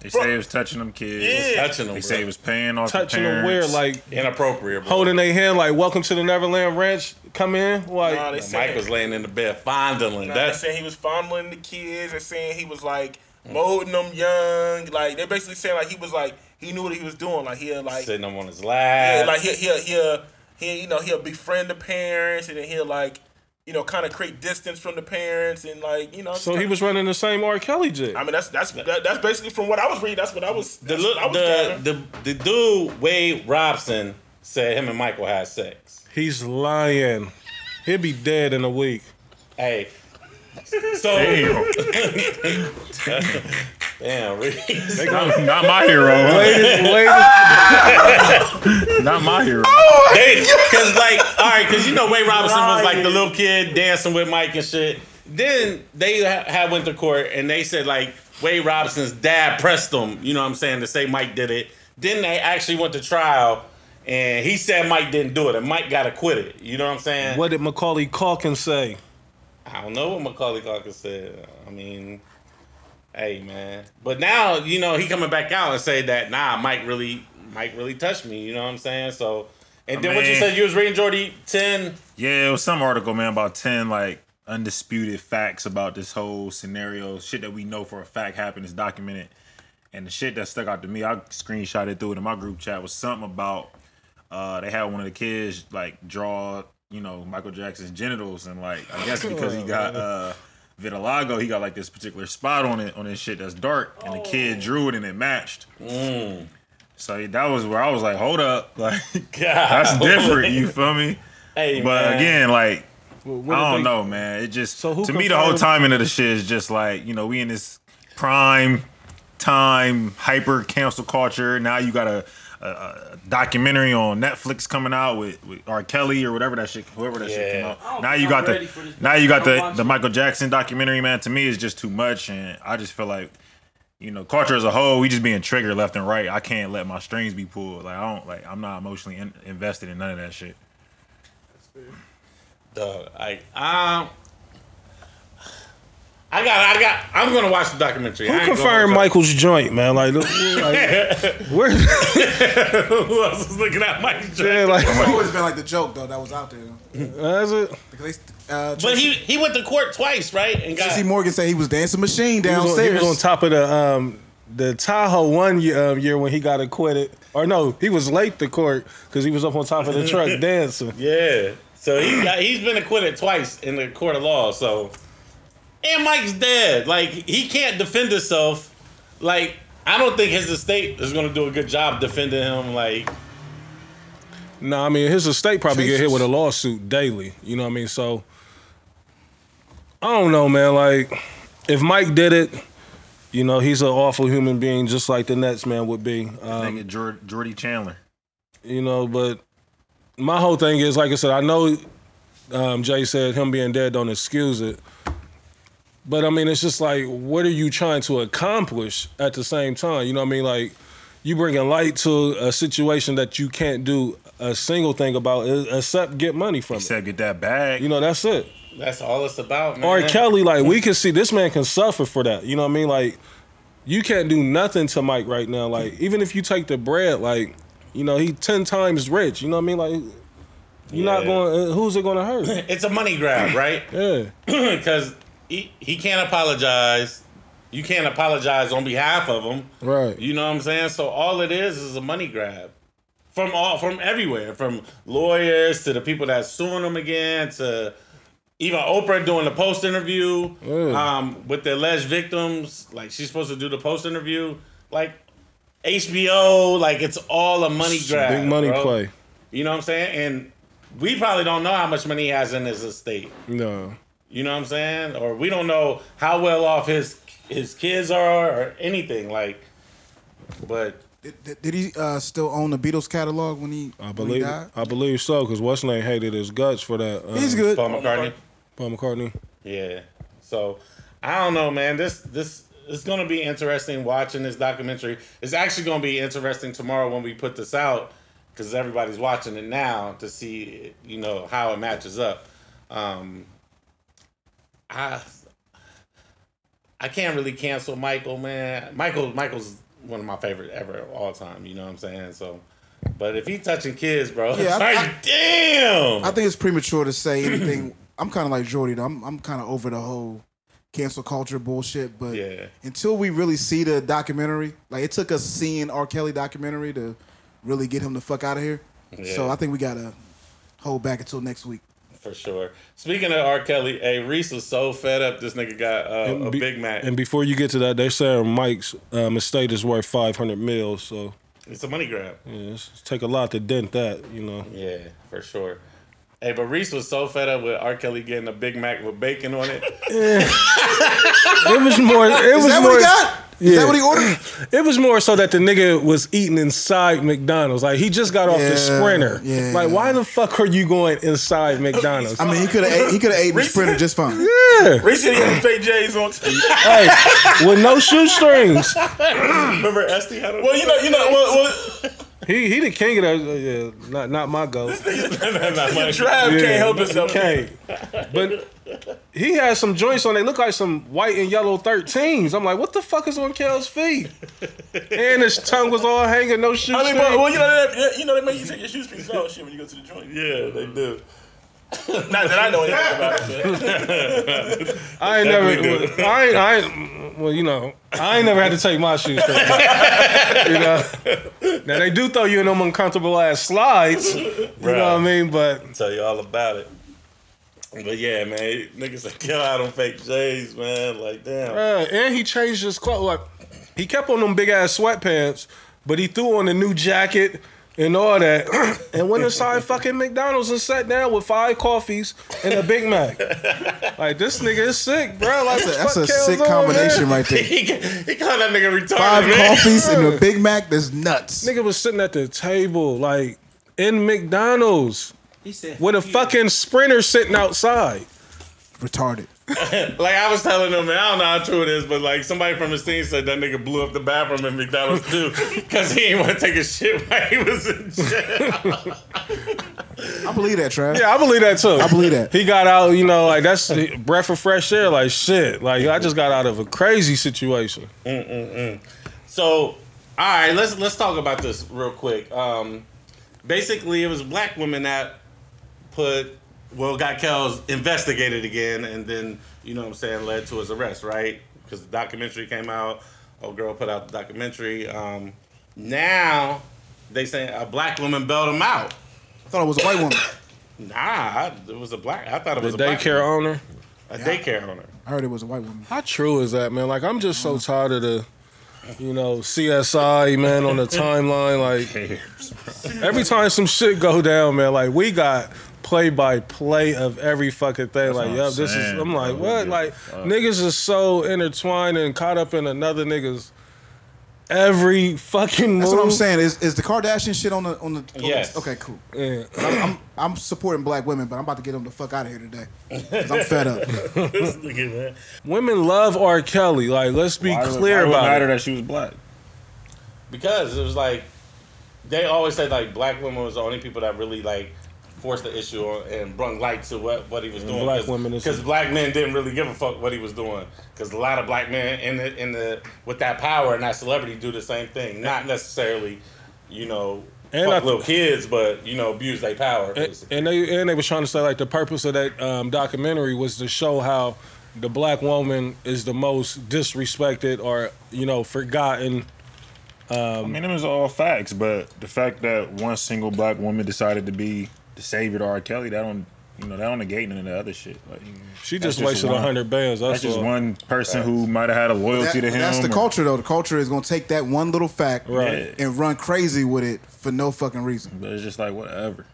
S3: they say it was touching them kids.
S5: Yeah.
S1: Touching him,
S3: They say it
S1: bro.
S3: was paying off
S2: Touching
S3: the
S2: them
S3: parents.
S2: where, like
S1: inappropriate. Bro.
S2: holding their hand, like "Welcome to the Neverland Ranch." Come in, like
S5: Nah, they
S1: Mike
S5: said,
S1: was laying in the bed fondling.
S5: nah, they
S1: That's
S5: saying he was fondling the kids and saying he was like molding them young. Like they're basically saying like he was like he knew what he was doing. Like he'll like
S1: sitting him on his
S5: yeah,
S1: lap.
S5: like he'll he'll he'll he you know he'll befriend the parents and then he'll like you know kind of create distance from the parents and like you know.
S2: so
S5: kinda-
S2: he was running the same R. Kelly jig.
S5: I mean that's that's that, that's basically from what I was reading. That's what I was.
S1: The,
S5: That's
S1: look,
S5: what I was gathering.
S1: the, the, the dude Wade Robson said him and Michael had sex.
S2: He's lying. He'll be dead in a week.
S1: Hey, so damn, (laughs) Reese.
S3: Damn. (laughs) not my hero.
S2: Ladies, ladies,
S3: Not my hero.
S1: because like all right, because you know Wade Robson was like the little kid dancing with Mike and shit. Then they ha- had went to court and they said like Wade Robson's dad pressed them. You know what I'm saying to say Mike did it. Then they actually went to trial and he said Mike didn't do it and Mike got acquitted. You know what I'm saying?
S2: what did Macaulay Culkin say?
S1: I don't know what Macaulay Culkin said. I mean, hey man. But now you know he coming back out and say that nah, Mike really, Mike really touched me. You know what I'm saying? So, and then what you
S3: mean-
S1: said you was reading Jordy ten.
S3: Yeah, it was some article, man, about ten like undisputed facts about this whole scenario, shit that we know for a fact happened is documented. And the shit that stuck out to me, I screenshotted through it in my group chat was something about uh they had one of the kids like draw, you know, Michael Jackson's genitals and like I guess because he got uh vitiligo, he got like this particular spot on it on this shit that's dark and the kid drew it and it matched. So that was where I was like, hold up, (laughs) like
S1: God, (laughs)
S3: that's different, you feel me?
S1: Hey
S3: But
S1: man.
S3: again, like
S2: Well, what
S3: I
S2: did
S3: don't
S2: they-
S3: know, man. It just
S2: So who
S3: to me the whole
S2: confirmed-
S3: timing of the shit is just like you know we in this prime time hyper cancel culture. Now you got a, a, a documentary on Netflix coming out with, with R. Kelly or whatever that shit, whoever that shit came
S1: Yeah.
S3: out. Now you got the now you got the the Michael Jackson documentary, man. To me, it's just too much, and I just feel like you know culture as a whole, we just being triggered left and right. I can't let my strings be pulled. Like I don't like I'm not emotionally in, invested in none of that shit.
S1: Dog, I um, I got, I got, I'm gonna watch the documentary. I
S2: Who
S1: ain't gonna
S2: confirmed
S1: watch-
S2: Michael's joint, man? Like, look, like
S1: (laughs)
S2: where?
S1: Who else is looking at Mike
S2: yeah,
S1: Jackson?
S2: like,
S6: It's always been like the joke though that was out there. though.
S2: that's it.
S6: Because they, uh,
S1: But he he went to court twice, right? And got
S6: Tracy Morgan said he was dancing machine
S2: He was, on, he
S6: downstairs.
S2: was on top of the um, the Tahoe one year, um, year when he got acquitted, or no, he was late to court because he was up on
S1: (laughs)
S2: top of the truck dancing.
S1: yeah. So he got, he's been acquitted twice in the court of law. So and Mike's dead. Like he can't defend himself. Like I don't think his estate is gonna do a good job defending him. Like
S2: No, I mean his estate probably get hit
S6: Jesus.
S2: with a lawsuit daily. You know what I mean? So I don't know, man. Like if Mike did it, you know he's an awful human being, just like the next man would be. Um,
S3: Nigga Jord- Jordy Chandler.
S2: you know, but my whole thing is, like I said, I know um, Jay said him being dead don't excuse it, but I mean, it's just like, what are you trying to accomplish at the same time? You know what I mean? Like, you bringing light to a situation that you can't do a single thing about e- except get money from it.
S3: Except get that bag.
S2: You know, that's it.
S1: that's all it's about, man.
S2: R. Kelly, like we can see this man can suffer for that. You know what I mean? Like you can't do nothing to Mike right now. Like even if you take the bread, like you know he ten times rich. You know what I mean? Like you're not
S1: Yeah.
S2: going. Who's it going
S1: (laughs)
S2: to hurt?
S1: It's a money grab, right?
S2: Yeah.
S1: because he, he can't apologize. You can't apologize on behalf of him.
S2: Right.
S1: You know what I'm saying? So all it is is a money grab from all from everywhere, from lawyers to the people that's suing him again to even Oprah doing the post interview
S2: Yeah.
S1: um, with the alleged victims. Like she's supposed to do the post interview. Like HBO, like it's all a money grab.
S2: Big money
S1: bro.
S2: play.
S1: You know what I'm saying? And we probably don't know how much money he has in his estate.
S2: No.
S1: You know what I'm saying? Or we don't know how well off his his kids are or anything like. But
S6: Did- did, did he uh, still own the Beatles catalog when he,
S2: I
S6: when he
S2: believe.
S6: died?
S2: I believe so because what's name hated his guts for that. Um,
S6: He's good.
S1: Paul McCartney,
S2: Paul McCartney.
S1: yeah. So I don't know, man. This this it's gonna be interesting watching this documentary. It's actually gonna be interesting tomorrow when we put this out because everybody's watching it now to see you know how it matches up. Um, I I can't really cancel Michael, man. Michael Michael's one of my favorite ever of all time. You know what I'm saying? So, but if he touching kids, bro, (laughs)
S6: Yeah,
S1: it's
S6: I-
S1: like
S6: I-
S1: damn.
S6: I think it's premature to say anything. (clears throat) I'm kind of like Jordy. Though. I'm I'm kind of over the whole cancel culture bullshit. But
S1: Yeah.
S6: until we really see the documentary, like it took us seeing R. Kelly documentary to really get him the fuck out of here. So
S1: Yeah.
S6: I think we gotta hold back until next week.
S1: For sure. Speaking of R. Kelly, hey Reese was so fed up. This nigga got uh, a
S2: Be-
S1: Big Mac.
S2: And before you get to that, they're saying Mike's um, estate is worth five hundred mil. So
S1: It's a money grab.
S2: yeah, it's, it's take a lot to dent that. You know.
S1: Yeah, for sure. Hey, but Reese was so fed up with R. Kelly getting a Big Mac with bacon on it.
S2: It was (laughs) more. It was
S6: Is that
S2: more.
S6: what he got? Is
S2: yeah.
S6: that what he ordered?
S2: It was more so that the nigga was eating inside McDonald's. Like he just got off
S6: Yeah,
S2: the sprinter.
S6: yeah.
S2: Like why the fuck are you going inside McDonald's?
S6: I mean, he could have ate, he could have ate the sprinter
S2: (laughs)
S6: just fine.
S5: Recently, he had fake
S1: (laughs)
S5: J's on.
S2: hey, with no shoestrings.
S1: Remember Esty had a
S5: well, you know, you know, well, well
S2: He he the king of that. uh, Yeah, not not my goat.
S1: Not money.
S5: Trav can't help himself.
S2: Okay, but he has some joints on. They look like some white and yellow thirteens. I'm like, what the fuck is on Kel's feet? And his tongue was all hanging, no
S5: I mean, but, well,
S2: shoestrings.
S5: you know, they, you know, they make you take your shoes pieces off shit when you go to the joint.
S1: (laughs) Yeah, they do.
S5: Not that I know anything about it. man.
S2: I ain't never. I ain't, I ain't, well, you know, I ain't never had to take my shoes. off. you know, now they do throw you in them uncomfortable ass slides. You know what I mean? But
S1: Tell you all about it. But yeah, man, niggas like kill out on fake J's, man. Like damn.
S2: Uh, and he changed his clothes. Like he kept on them big ass sweatpants, but he threw on a new jacket and all that, (clears throat) and went inside fucking McDonald's and sat down with five coffees and a Big Mac. like this nigga is sick, bro. Like what the
S6: That's a
S2: fuck goes on,
S6: sick
S2: man?
S6: combination right there.
S1: he, he called that nigga retarded.
S6: Five
S1: man.
S6: coffees and a Big Mac. That's nuts.
S2: Nigga was sitting at the table, like in McDonald's,
S8: He said,
S2: with a fucking sprinter sitting outside.
S6: Retarded.
S1: Like I was telling them, man, I don't know how true it is, but like somebody from the scene said that nigga blew up the bathroom at McDonald's too, (laughs) cause he didn't want to take a shit while he was in jail.
S6: I believe that, Trav.
S2: Yeah, I believe that too.
S6: I believe that.
S2: He got out, you know, like that's the breath of fresh air. Like shit, like I just got out of a crazy situation.
S1: So, all right, let's let's talk about this real quick. Um, basically, it was black women that put well got Kells investigated again, and then you know what I'm saying led to his arrest, right? Because the documentary came out. Old girl put out the documentary. Um, now they saying a black woman bailed him out.
S6: I thought it was a white woman.
S1: Nah, I, it was a black. I thought it
S2: The
S1: was a black
S2: daycare
S1: woman.
S2: owner.
S1: a daycare owner.
S6: I heard it was a white woman.
S2: How true is that, man? Like I'm just
S3: Uh-huh.
S2: so tired of the, you know, CSI man
S3: (laughs)
S2: on the timeline. Like every time some shit go down, man. Like we got play by play of every fucking thing. like
S3: what
S2: yup,
S3: I'm
S2: this is.
S3: saying,
S2: I'm like
S3: bro.
S2: what?
S3: Yeah,
S2: Like
S3: fuck.
S2: niggas is so intertwined and caught up in another niggas. Every fucking move.
S6: That's what I'm saying. Is is the Kardashian shit on the on the? on the-
S1: Yes.
S6: Okay, cool.
S2: Yeah.
S6: I'm, I'm I'm supporting black women, but I'm about to get them the fuck out of here
S2: (laughs)
S6: today. 'Cause I'm fed up.
S2: Women love R. Kelly. Like, let's be
S3: Why- why
S2: clear
S3: would
S2: about
S3: matter
S2: it.
S3: that she was black.
S1: because it was like they always said like black women was the only people that really like forced the issue on and brought light to what, what he was doing.
S2: black women is-
S1: because black men didn't really give a fuck what he was doing. Because a lot of black men in the in the with that power and that celebrity do the same thing. Not necessarily, you know,
S2: And I
S1: fuck
S2: th-
S1: little kids, but you know, abuse their power.
S2: And,
S1: basically.
S2: and they and they was trying to say like the purpose of that um, documentary was to show how the black woman is the most disrespected or you know forgotten.
S3: I mean, it was all facts, but the fact that one single black woman decided to be the savior to R. Kelly, that don't, you know, that don't negate none of the other shit. Like,
S2: She
S3: That's
S2: just,
S3: just
S2: wasted
S3: one.
S2: a hundred bands. Mm. That's,
S3: that's just
S2: all.
S3: one person who might have had a loyalty
S6: That-
S3: to him.
S6: that's the
S3: or-
S6: culture, though. The culture is gonna take that one little fact
S2: Right.
S6: and run crazy with it for no fucking
S3: (laughs)
S6: reason.
S3: But it's just like whatever.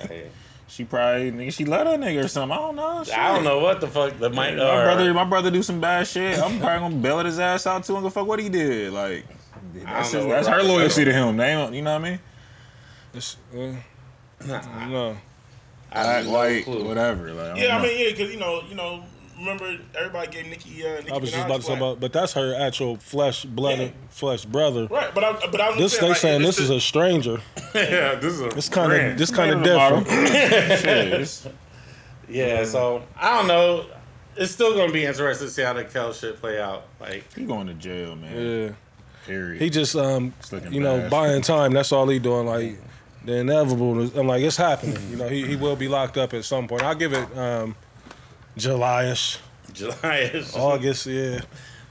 S1: Hey.
S3: She probably nigga, she let her nigga or something. I don't know. Shit.
S1: I don't know what the fuck the mic.
S3: My
S1: or- (laughs)
S3: brother, my brother do some bad shit. I'm probably gonna bail his ass out too and go fuck what he did. Like that's,
S1: know
S3: his-
S1: what
S3: that's her
S1: Robert
S3: loyalty to him. They don't, you know what I mean?
S2: It's- eh, no,
S3: Like, like
S1: clue.
S3: whatever. Like,
S5: Yeah, I
S3: don't know.
S5: mean, yeah, because you know, you know, remember everybody gave Nicki. Uh, Nicki
S2: I was just
S5: Minaj
S2: about to say
S5: flack.
S2: about, but that's her actual flesh blood
S5: Yeah.
S2: flesh brother.
S5: Right, but I, but I was
S2: This
S5: saying,
S2: they
S5: like,
S2: saying
S5: it's
S2: this is
S5: the-
S2: a stranger.
S1: yeah, this is a
S2: It's kind of
S1: brand.
S2: this kind of
S3: Later tomorrow.
S2: different.
S3: (laughs) Shit, it's-
S2: (laughs) Mm-hmm.
S1: Yeah, so I don't know. It's still gonna be interesting to see how the Kel shit play out. Like,
S3: he going to jail, man.
S2: Yeah.
S3: Period.
S2: He just um,
S3: looking
S2: you know,
S3: bad. (laughs)
S2: buying time. That's all he doing. Like the inevitable. is- I'm like, it's happening. You know, he, he will be locked up at some point. I'll give it um, July-ish,
S1: July is
S2: August. Yeah,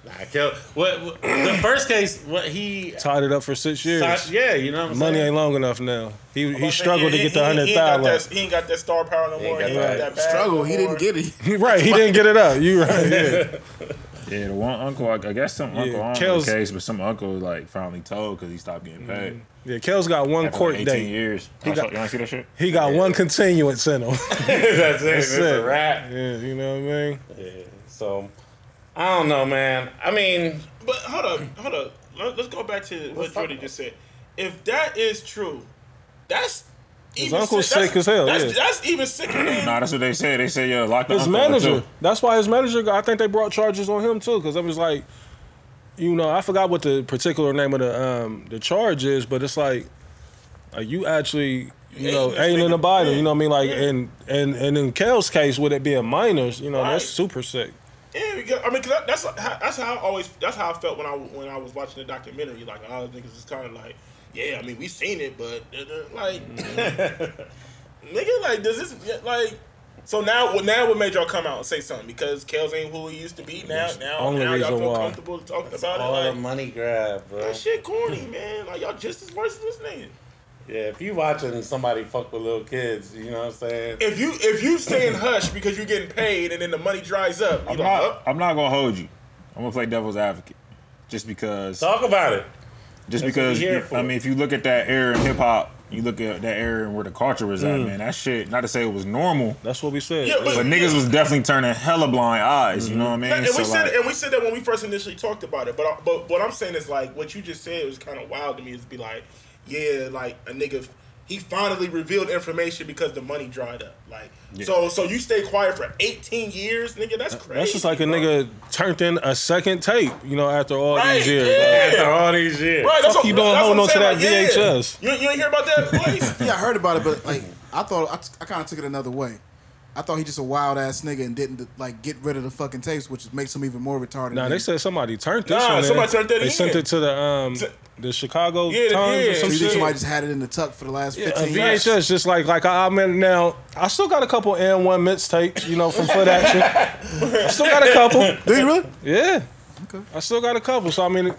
S1: Nah, Kel. What, what- the first case? What he?
S2: tied it up for six years.
S1: yeah, you know what I'm
S2: Money
S1: saying.
S2: ain't long enough now. He
S5: I'm
S2: he
S5: saying,
S2: struggled to
S5: yeah,
S2: get
S5: he-
S2: the
S5: he-
S2: hundred
S5: he ain't got
S2: thousand.
S5: that- He ain't got that star power no more.
S1: got
S5: He ain't
S1: that
S5: got that bag
S6: Struggle.
S5: no
S6: He didn't
S5: more.
S6: get
S2: (laughs)
S6: it.
S2: Right, he didn't get it up. You right? Yeah.
S3: yeah, the one uncle, I, I guess some uncle on
S2: Kel's-
S3: the case, but some uncle like finally told because he stopped getting paid.
S2: Yeah, Kel's got one
S3: After,
S2: court
S3: like, 18
S2: date.
S3: years.
S2: He
S3: I
S2: got-
S3: saw- you want to see that shit?
S2: He got one continuance in
S1: (laughs)
S2: him. (laughs)
S1: that's it. It's
S2: it.
S1: a wrap.
S2: yeah, you know what I mean.
S1: Yeah, So I don't know, man. I mean,
S5: But hold up, hold up. Let, us go back to what
S1: talk
S5: Jordy just said. If that is true, that's his
S2: uncle's sick as hell,
S5: That's,
S2: yeah.
S5: that's even
S2: (clears throat)
S5: sicker than
S3: Nah, that's what they said. They said, yeah, lock the
S2: His
S3: uncle up,
S2: manager.
S3: too.
S2: That's why his manager. got- I think they brought charges on him too, because I was like, you know, I forgot what the particular name of the um the charge is, but it's like, are you actually, you know,
S5: Aiding this
S2: aiding
S5: nigga.
S2: the body? You know what I mean? Like,
S5: Yeah.
S2: and and and in Kel's case, with it being minors, you know,
S5: Right.
S2: that's super sick.
S5: Yeah, because, I mean, cause that, that's how- that's how I always that's how I felt when I when I was watching the documentary. Like a lot of niggas is kind of like, yeah, I mean, we seen it, but uh, uh, like,
S2: Mm-hmm.
S5: (laughs) nigga, like, does this yeah, like? So now, well, now what made y'all come out and say something? Because Kels ain't who he used to be now. Now,
S2: Only
S5: now y'all
S2: reason
S5: feel
S2: why.
S5: comfortable talking about
S1: all
S5: it.
S1: the
S5: Like,
S1: money grab, bro.
S5: that shit corny, man. Like y'all just as worse as this nigga.
S1: Yeah, if you watching somebody fuck with little kids, you know what I'm saying.
S5: If you if you stay in hush because you're getting paid and then the money dries up, you
S3: I'm
S5: like,
S3: not,
S5: oh,
S3: I'm not gonna hold you. I'm gonna play devil's advocate, just because
S1: Talk about it. That's
S3: Just
S1: what
S3: because
S1: we here
S3: if-
S1: for.
S3: I mean, if you look at that era in hip hop, you look at that era and where the culture was at, man. That shit. Not to say it was normal,
S2: That's what we said.
S5: Yeah,
S3: but niggas was definitely turning hella blind eyes. You know what I mean?
S5: And, we
S3: So,
S5: said
S3: like,
S5: and we said that when we first initially talked about it. But I, but what I'm saying is like what you just said was kind of wild to me. Is be like, yeah, like a nigga, he finally revealed information because the money dried up. Like so so you stay quiet for 18 years, nigga. That's crazy.
S2: That's just like a
S5: bro.
S2: nigga turned in a second tape, you know, after all
S5: Right,
S2: these years.
S5: yeah.
S1: After all these years.
S5: Right, that's
S2: Fuck
S5: what
S2: you doing
S5: that's
S2: holding
S5: what I'm
S2: on to that
S5: saying, like, yeah.
S2: VHS?
S5: You, you ain't hear about that
S2: (laughs)
S5: place?
S6: Yeah, I heard about it, but like I thought I, I kind of took it another way. I thought he just a wild ass nigga and didn't like get rid of the fucking tapes, which makes him even more retarded.
S2: Nah,
S6: than
S2: they
S6: he-
S2: said somebody turned this
S5: Nah,
S2: one in.
S5: somebody turned that
S2: They
S5: in.
S2: sent it to the um the Chicago
S5: Yeah, the-
S2: Times
S5: yeah.
S2: or some
S6: So you think
S2: shit.
S6: somebody just had it in the tuck for the last
S2: A
S6: fifteen years? (laughs)
S2: VHS, just like like I, I mean now, I still got a couple N one mixtapes, you know, from Foot Action. I still got a couple.
S6: Do you really?
S2: Yeah. I still got a couple. So I mean,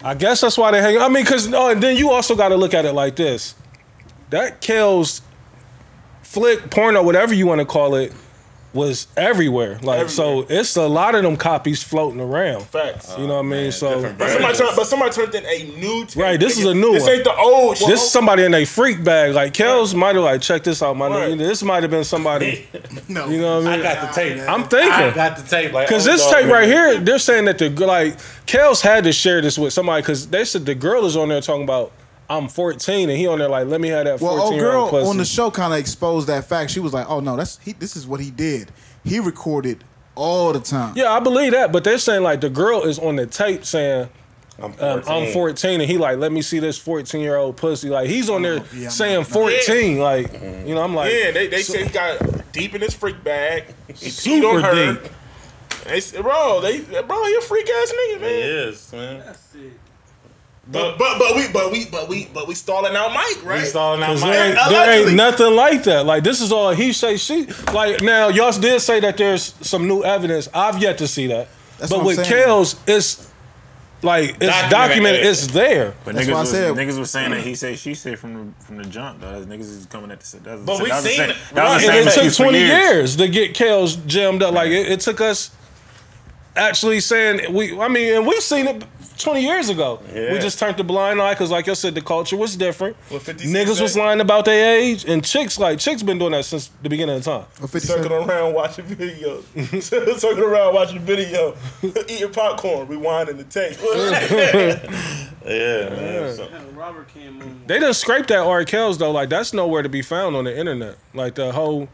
S2: I guess that's why they hang. I mean, cause oh, and then you also got to look at it like this. That kills flick porno, whatever you want to call it, was everywhere. Like so, it's a lot of them copies floating around.
S5: Facts.
S2: You know what I mean? so.
S1: different
S5: But somebody, turned, but somebody turned in a new tape.
S2: Right, this
S5: nigga.
S2: is a new
S5: This
S2: one.
S5: ain't the old.
S2: This is somebody in a freak bag. Like Kels might have like check this out, my
S5: Right.
S2: nigga. This might have been somebody.
S6: No.
S2: You know what I
S1: I
S2: mean?
S1: got the tape.
S2: I'm thinking.
S1: I got the tape. Like
S2: Cause
S1: oh,
S2: this
S1: dog,
S2: tape
S1: man.
S2: right here, they're saying that the gr- like Kels had to share this with somebody because they said the girl is on there talking about I'm 14 and he on there like let me have that 14
S6: Well, old
S2: year
S6: girl
S2: old pussy.
S6: on the show kind of exposed that fact. She was like, "Oh no, that's he. This is what he did. He recorded all the time."
S2: yeah, I believe that, but they're saying like the girl is on the tape saying
S1: I'm
S2: um, I'm 14 and he like let me see this 14 year old pussy. Like he's on there
S6: Oh, yeah, I'm
S2: saying
S6: not-
S2: 14. Like you know I'm like
S5: Yeah, they, they said he got deep in his freak bag. He peed
S2: super
S5: on her.
S2: deep.
S5: They said, bro, they bro, you a freak ass nigga,
S1: It
S5: man.
S1: is, man.
S5: But but but we but we but we but we stalling out Mike, right?
S1: He's stalling out
S2: 'Cause
S1: my
S2: There ain't, there ain't nothing like that. Like this is all he say she like now y'all did say that there's some new evidence. I've yet to see that.
S6: That's
S2: but
S6: what I'm
S2: with
S6: saying.
S2: Kels, it's like it's
S1: Documented.
S2: documented, it's there.
S3: But
S6: That's
S3: niggas
S6: why I
S3: was,
S6: said-
S3: niggas was saying that he said she said from the, from the jump. Though. Niggas is coming at the. That was,
S1: But
S3: that
S1: we
S3: was the
S1: seen
S3: same-
S1: it.
S3: That was the
S2: And
S3: same
S2: it took
S3: excuse for
S2: 20 years to get Kels jammed up. Like it, it took us actually saying we I mean, and we've seen it 20 years ago.
S1: Yeah.
S2: We just turned the blind eye because like you said, the culture was different.
S5: What 50 Cent
S2: Niggas was
S5: said?
S2: lying about their age and chicks like chicks been doing that since the beginning of time.
S6: Or 50
S5: Circling
S6: Cent.
S5: around watching videos. (laughs) Circling around watching video. (laughs) Eating popcorn, rewinding the tape. (laughs)
S1: Yeah, man. So-
S8: Robert came on.
S2: They done scraped that R. Kells though. Like that's nowhere to be found on the internet. Like the whole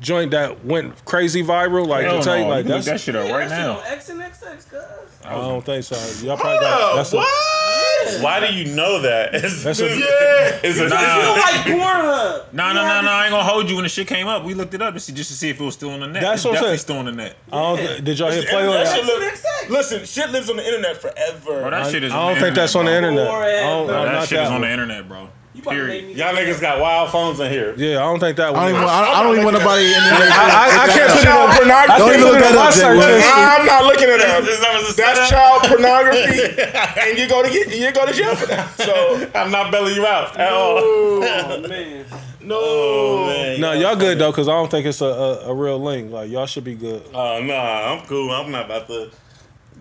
S2: joint that went crazy viral. Like
S3: Hell
S2: the tape.
S3: no,
S2: Like
S3: you can
S2: that's.
S3: look that shit up right now.
S8: X and XX, cuz.
S2: I don't think so. Y'all probably
S5: Hold
S2: got.
S5: up,
S2: That's a,
S5: what?
S1: Why do you know that?
S2: That's a-
S5: Yeah.
S1: It's a
S3: Nah.
S8: You
S3: (laughs)
S8: like Pornhub.
S3: No, no, no, no! I ain't gonna hold you when the shit came up. We looked it up to see, just to see if it was still on the net.
S2: That's
S3: It's
S2: what I'm
S3: definitely
S2: saying.
S3: still on the net.
S2: I don't. thi- Did y'all hit play on
S5: That shit
S2: that?
S5: look-
S8: XX.
S5: Listen, shit lives on the internet forever.
S3: Bro, that
S2: I, I
S3: shit is.
S2: don't think that's on the internet. I don't,
S8: Forever.
S2: no,
S3: Bro. That
S2: not
S3: shit
S2: that
S3: is on
S2: one.
S3: the internet, bro.
S8: You about to make
S3: Period.
S8: me.
S1: Y'all niggas got wild phones in here.
S2: Yeah, I don't think that
S6: I don't
S2: one.
S6: even.
S2: I,
S6: I don't, I don't even want nobody in there.
S2: I, I can't put it on.
S5: Child pornography.
S2: I
S6: Don't
S2: can't
S6: even
S2: put
S6: look
S2: it on
S6: that
S2: my
S6: up, Jay.
S2: search
S6: Look,
S2: history.
S5: I'm not looking at
S1: That
S5: that.
S1: was- that was a
S5: That's
S1: setup.
S5: child pornography,
S2: (laughs)
S5: and you go to get you go to jail for that. So
S1: I'm not bailing you out at all.
S8: Oh man.
S5: no,
S2: No, y'all good though, cause I don't think it's a, a, a real link. Like y'all should be good.
S1: Oh no, I'm cool. I'm not about to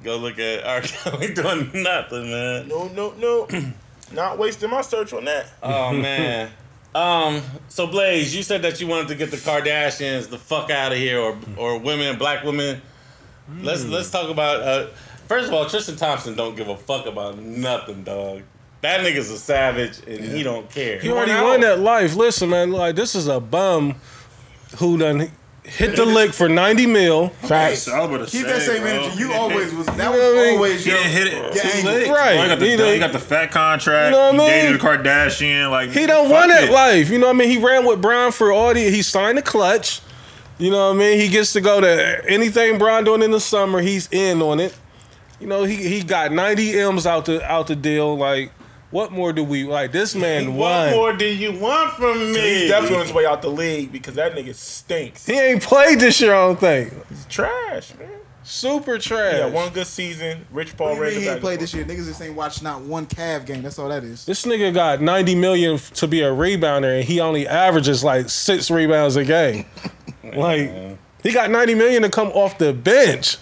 S1: go look at (laughs) R. Kelly doing nothing, man.
S5: no, no, no. (clears throat) Not wasting my search on that.
S1: (laughs) Oh man. Um. So Blaze, you said that you wanted to get the Kardashians the fuck out of here, or or women, black women. Let's let's talk about. Uh, first of all, Tristan Thompson don't give a fuck about nothing, dog. That nigga's a savage, and he don't care.
S2: You already
S5: out.
S2: won that life. Listen, man, like this is a bum who done hit the lick for ninety mil.
S6: Facts.
S3: Keep
S6: Keep that same energy. You always was. That
S2: what
S6: was
S2: I mean?
S6: always
S3: He
S6: your.
S3: didn't hit it.
S6: Yeah,
S3: Too
S6: ain't-
S3: late.
S2: Right.
S3: Bro, He got the,
S2: He done-
S3: he got the fat contract.
S2: You know what I
S3: he
S2: mean?
S3: dated a Kardashian. Like
S2: He don't
S3: fuck
S2: want that
S3: it.
S2: life. You know what I mean? He ran with Brian for all the he signed the clutch. You know what I mean? He gets to go to anything Brian doing in the summer, he's in on it. You know, he he got 90 M's out the out the deal. Like, what more do we like? This
S1: (laughs)
S2: man
S1: what
S2: won.
S1: more do you want from me?
S5: He's definitely on his way out the league because that nigga stinks.
S2: He ain't played this year, I don't think.
S5: He's trash, man.
S2: Super trash.
S5: Yeah, one good season. Rich Paul
S6: What do you
S5: ran
S6: mean
S5: the
S6: he ain't
S5: back.
S6: played this year? Niggas just ain't watched not one Cav game. That's all that is.
S2: This nigga got 90 million f- to be a rebounder and he only averages like six rebounds a game. like, he got 90 million to come off the bench.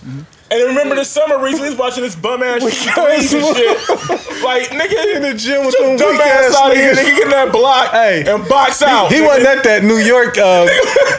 S5: And remember the summer reason we was watching this bum
S6: (laughs)
S5: ass shit, Grease and shit. Like nigga
S2: in the gym with them
S5: Just dumb
S2: weak
S5: ass
S2: ass
S5: out of here,
S2: niggas.
S5: nigga. Get in that block
S2: Hey.
S5: and box out.
S2: He wasn't at that New York. Uh,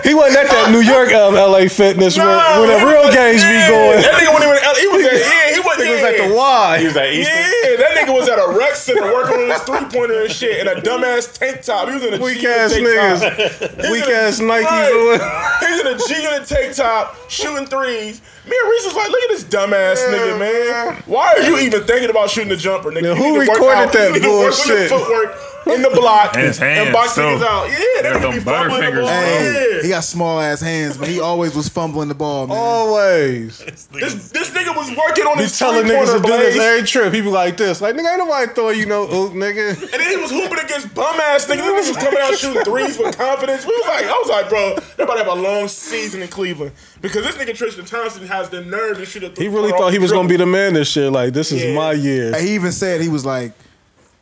S2: he wasn't at that New York um, LA Fitness where,
S5: Nah,
S2: where the
S5: he
S2: real
S5: was-
S2: games
S5: yeah,
S2: be going.
S5: That nigga wasn't even. uh, He was at. Yeah, he wasn't.
S2: It was
S5: yeah.
S2: at the Y.
S1: was at Eastern.
S5: Yeah, that nigga was at a rec center working on his three pointer and shit, and a dumbass tank top. He was in a
S2: Weak
S5: G
S2: ass (laughs)
S5: tank top.
S2: niggas, weak ass Nikes. or what-
S5: Right. He's in a G unit tank top, shooting threes. Me and Reese was like, look at this dumbass nigga, man. Why are you even thinking about shooting a jumper, nigga?
S2: Now,
S5: You
S2: who
S5: need to work
S2: recorded
S5: out.
S2: that
S5: You need to work on your
S2: bullshit?
S5: footwork in the block
S3: And his hands,
S5: box
S3: too.
S5: niggas out. Yeah, that
S3: Got
S5: nigga
S3: them
S5: be fumbling the
S3: butterfingers,
S5: ball.
S6: Hey, he
S5: Yeah.
S6: got small ass hands, but he always was fumbling the ball, man.
S2: Oh. Always.
S5: This, this nigga was working on
S2: Be
S5: his
S2: telling niggas
S5: three-pointer
S2: to do this
S5: blaze,
S2: every trip. He be like this. Like, nigga, ain't nobody throwing you no oop, nigga.
S5: and then he was hooping against bum ass niggas. Niggas was coming out shooting threes with confidence. We was like, I was like, bro, they about to have a long season in Cleveland because this nigga Tristan Thompson has the nerve to shoot a.
S2: He really thought he was gonna be the man this year. Like, this is
S5: Yeah.
S2: my year.
S6: He even said he was like,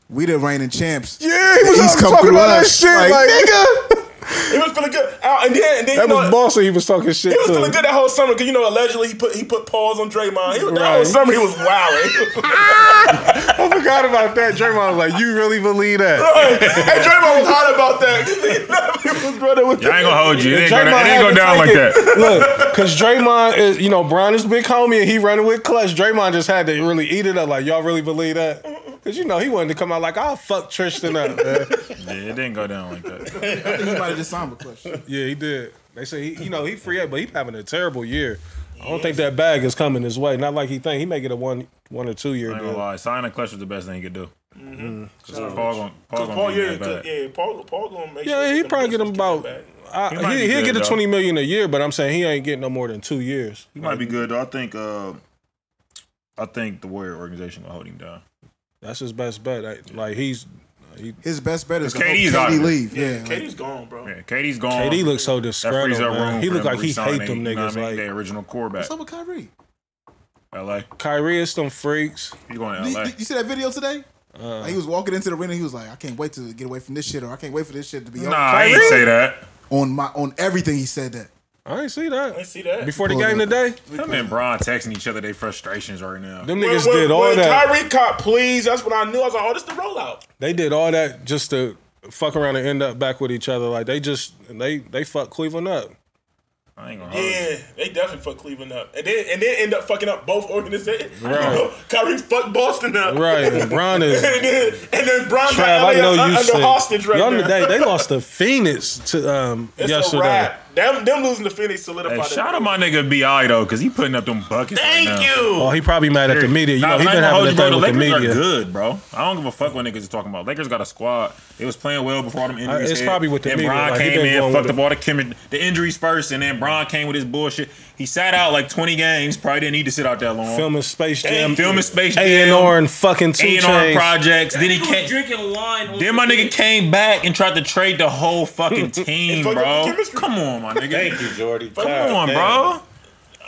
S6: "We the reigning champs."
S2: Yeah, he was
S6: He's
S2: out
S6: come
S2: talking
S6: through
S2: about that
S6: us.
S2: shit. Like,
S6: Like,
S2: nigga,
S5: He was feeling good. Out, and then, and then
S2: that
S5: you know,
S2: was Boston. He was talking shit
S5: He was feeling
S2: to.
S5: good that whole summer because you know allegedly he put he put paws on Draymond. He, was That whole
S2: Right.
S5: summer he was wilding.
S2: I forgot about that. Draymond was like, you really believe that? (laughs)
S5: and (laughs) Draymond was hot about that. he was running with
S3: Y'all ain't gonna hold you. It ain't, gonna,
S2: Draymond
S3: it
S2: had
S3: ain't go
S2: to
S3: down
S2: take
S3: like
S2: it.
S3: that. (laughs)
S2: Look, because Draymond is, you know, Bron is big homie and he running with clutch. Draymond just had to really eat it up. Like, y'all really believe that? Because, you know, he wanted to come out like, I'll fuck Tristan up,
S3: (laughs)
S2: man.
S3: Yeah, it didn't go down like that.
S6: He might have just signed a question.
S2: Yeah, he did. They say he, you know, he free up, but he having a terrible year. I don't think that bag is coming his way. Not like he think he may get a one, one or two year
S3: I ain't gonna
S2: deal.
S3: lie. Signing a clutch was the best thing he could do. Because Paul gonna, Paul
S5: Paul,
S3: gonna
S5: Paul
S3: be
S5: yeah,
S3: that bad.
S5: yeah, Paul, Paul gonna make sure
S2: Yeah, he
S5: the
S2: probably get him
S5: business
S2: about.
S5: get back.
S2: I,
S3: might
S2: he
S3: be
S2: he'll
S3: good,
S2: get a
S3: though.
S2: twenty million a year, but I'm saying he ain't getting no more than two years.
S3: He might be good though. I think. Uh, I think the Warrior organization gonna hold him down.
S2: That's his best bet. I- Like he's
S6: His best bet is to hope
S3: KD's out
S6: KD
S3: of it.
S6: leave. Yeah, like,
S5: KD's gone, bro.
S3: Yeah, KD's gone.
S2: KD looks so
S3: That frees
S2: disgruntled.
S3: up room.
S2: man. He
S3: for
S2: look
S3: them
S2: like
S3: to
S2: he
S3: re-sign
S2: hate them
S3: they- you know what
S2: niggas.
S3: I mean?
S2: Like
S3: their original core back.
S6: what's up with Kyrie?
S3: LA.
S2: Kyrie is them freaks.
S3: He's going to
S6: Did-
S3: LA.
S6: did you see that video today?
S3: Uh.
S6: he was walking into the arena. He was like, "I can't wait to get away from this shit, or I can't wait for this shit to be
S3: Nah, I ain't
S2: Kyrie?
S3: say that.
S6: over." On my on everything, he said that.
S2: I ain't see
S5: I
S2: that
S5: see that.
S2: before the
S6: Pull
S2: game
S6: up.
S2: today.
S3: Him and Bron texting each other their frustrations right now.
S2: Them
S5: When,
S2: niggas
S5: when,
S2: did all
S5: when
S2: that.
S5: Kyrie caught, please. That's when I knew. I was like, oh, this the rollout.
S2: They did all that just to fuck around and end up back with each other. Like they just they they fucked Cleveland up.
S3: I ain't gonna hold you.
S5: Yeah, they definitely fucked Cleveland up, and then and then end up fucking up both organizations. (laughs)
S2: Right.
S5: Kyrie fucked Boston up.
S2: Right, and Bron is.
S5: (laughs) and then and then Bron's
S2: Trav, I
S5: like
S2: know you
S5: under
S2: sick.
S5: hostage right
S2: Y'all
S5: now.
S2: today they lost
S5: (laughs)
S2: to Phoenix to um
S5: It's a
S2: yesterday.
S5: wrap. Them, them losing to Phoenix solidified.
S3: Hey,
S5: it.
S3: shout out my nigga Bi though, cause he putting up them buckets.
S1: Thank
S3: right now.
S1: you.
S2: Oh, he probably mad at the media. You
S3: Nah,
S2: know, he
S3: I ain't
S2: been
S3: gonna hold
S2: having a
S3: you, bro.
S2: thing with
S3: The
S2: the
S3: Lakers are
S2: media.
S3: good, bro. I don't give a fuck what niggas is talking about. Lakers got a squad. It was playing well before all them injuries.
S2: it's
S3: hit.
S2: probably with the
S3: Then
S2: media,
S3: Bron
S2: like, he
S3: came
S2: been
S3: in,
S2: going
S3: fucked
S2: with
S3: up all the chemi- the injuries first, and then Bron came with his bullshit. He sat out like 20 games. Probably didn't need to sit out that long.
S2: Filming Space Jam,
S3: filming Space Jam,
S2: A and R and fucking two
S3: A&R
S2: chains.
S3: projects. Then he
S8: was
S3: came.
S8: drinking wine. on
S3: Then my
S8: the
S3: nigga
S8: beach.
S3: came back and tried to trade the
S1: (laughs)
S3: whole fucking team,
S5: fucked up the
S3: bro.
S5: chemistry.
S3: Come on, my nigga.
S1: Thank you, Jordy.
S3: Come on, bro.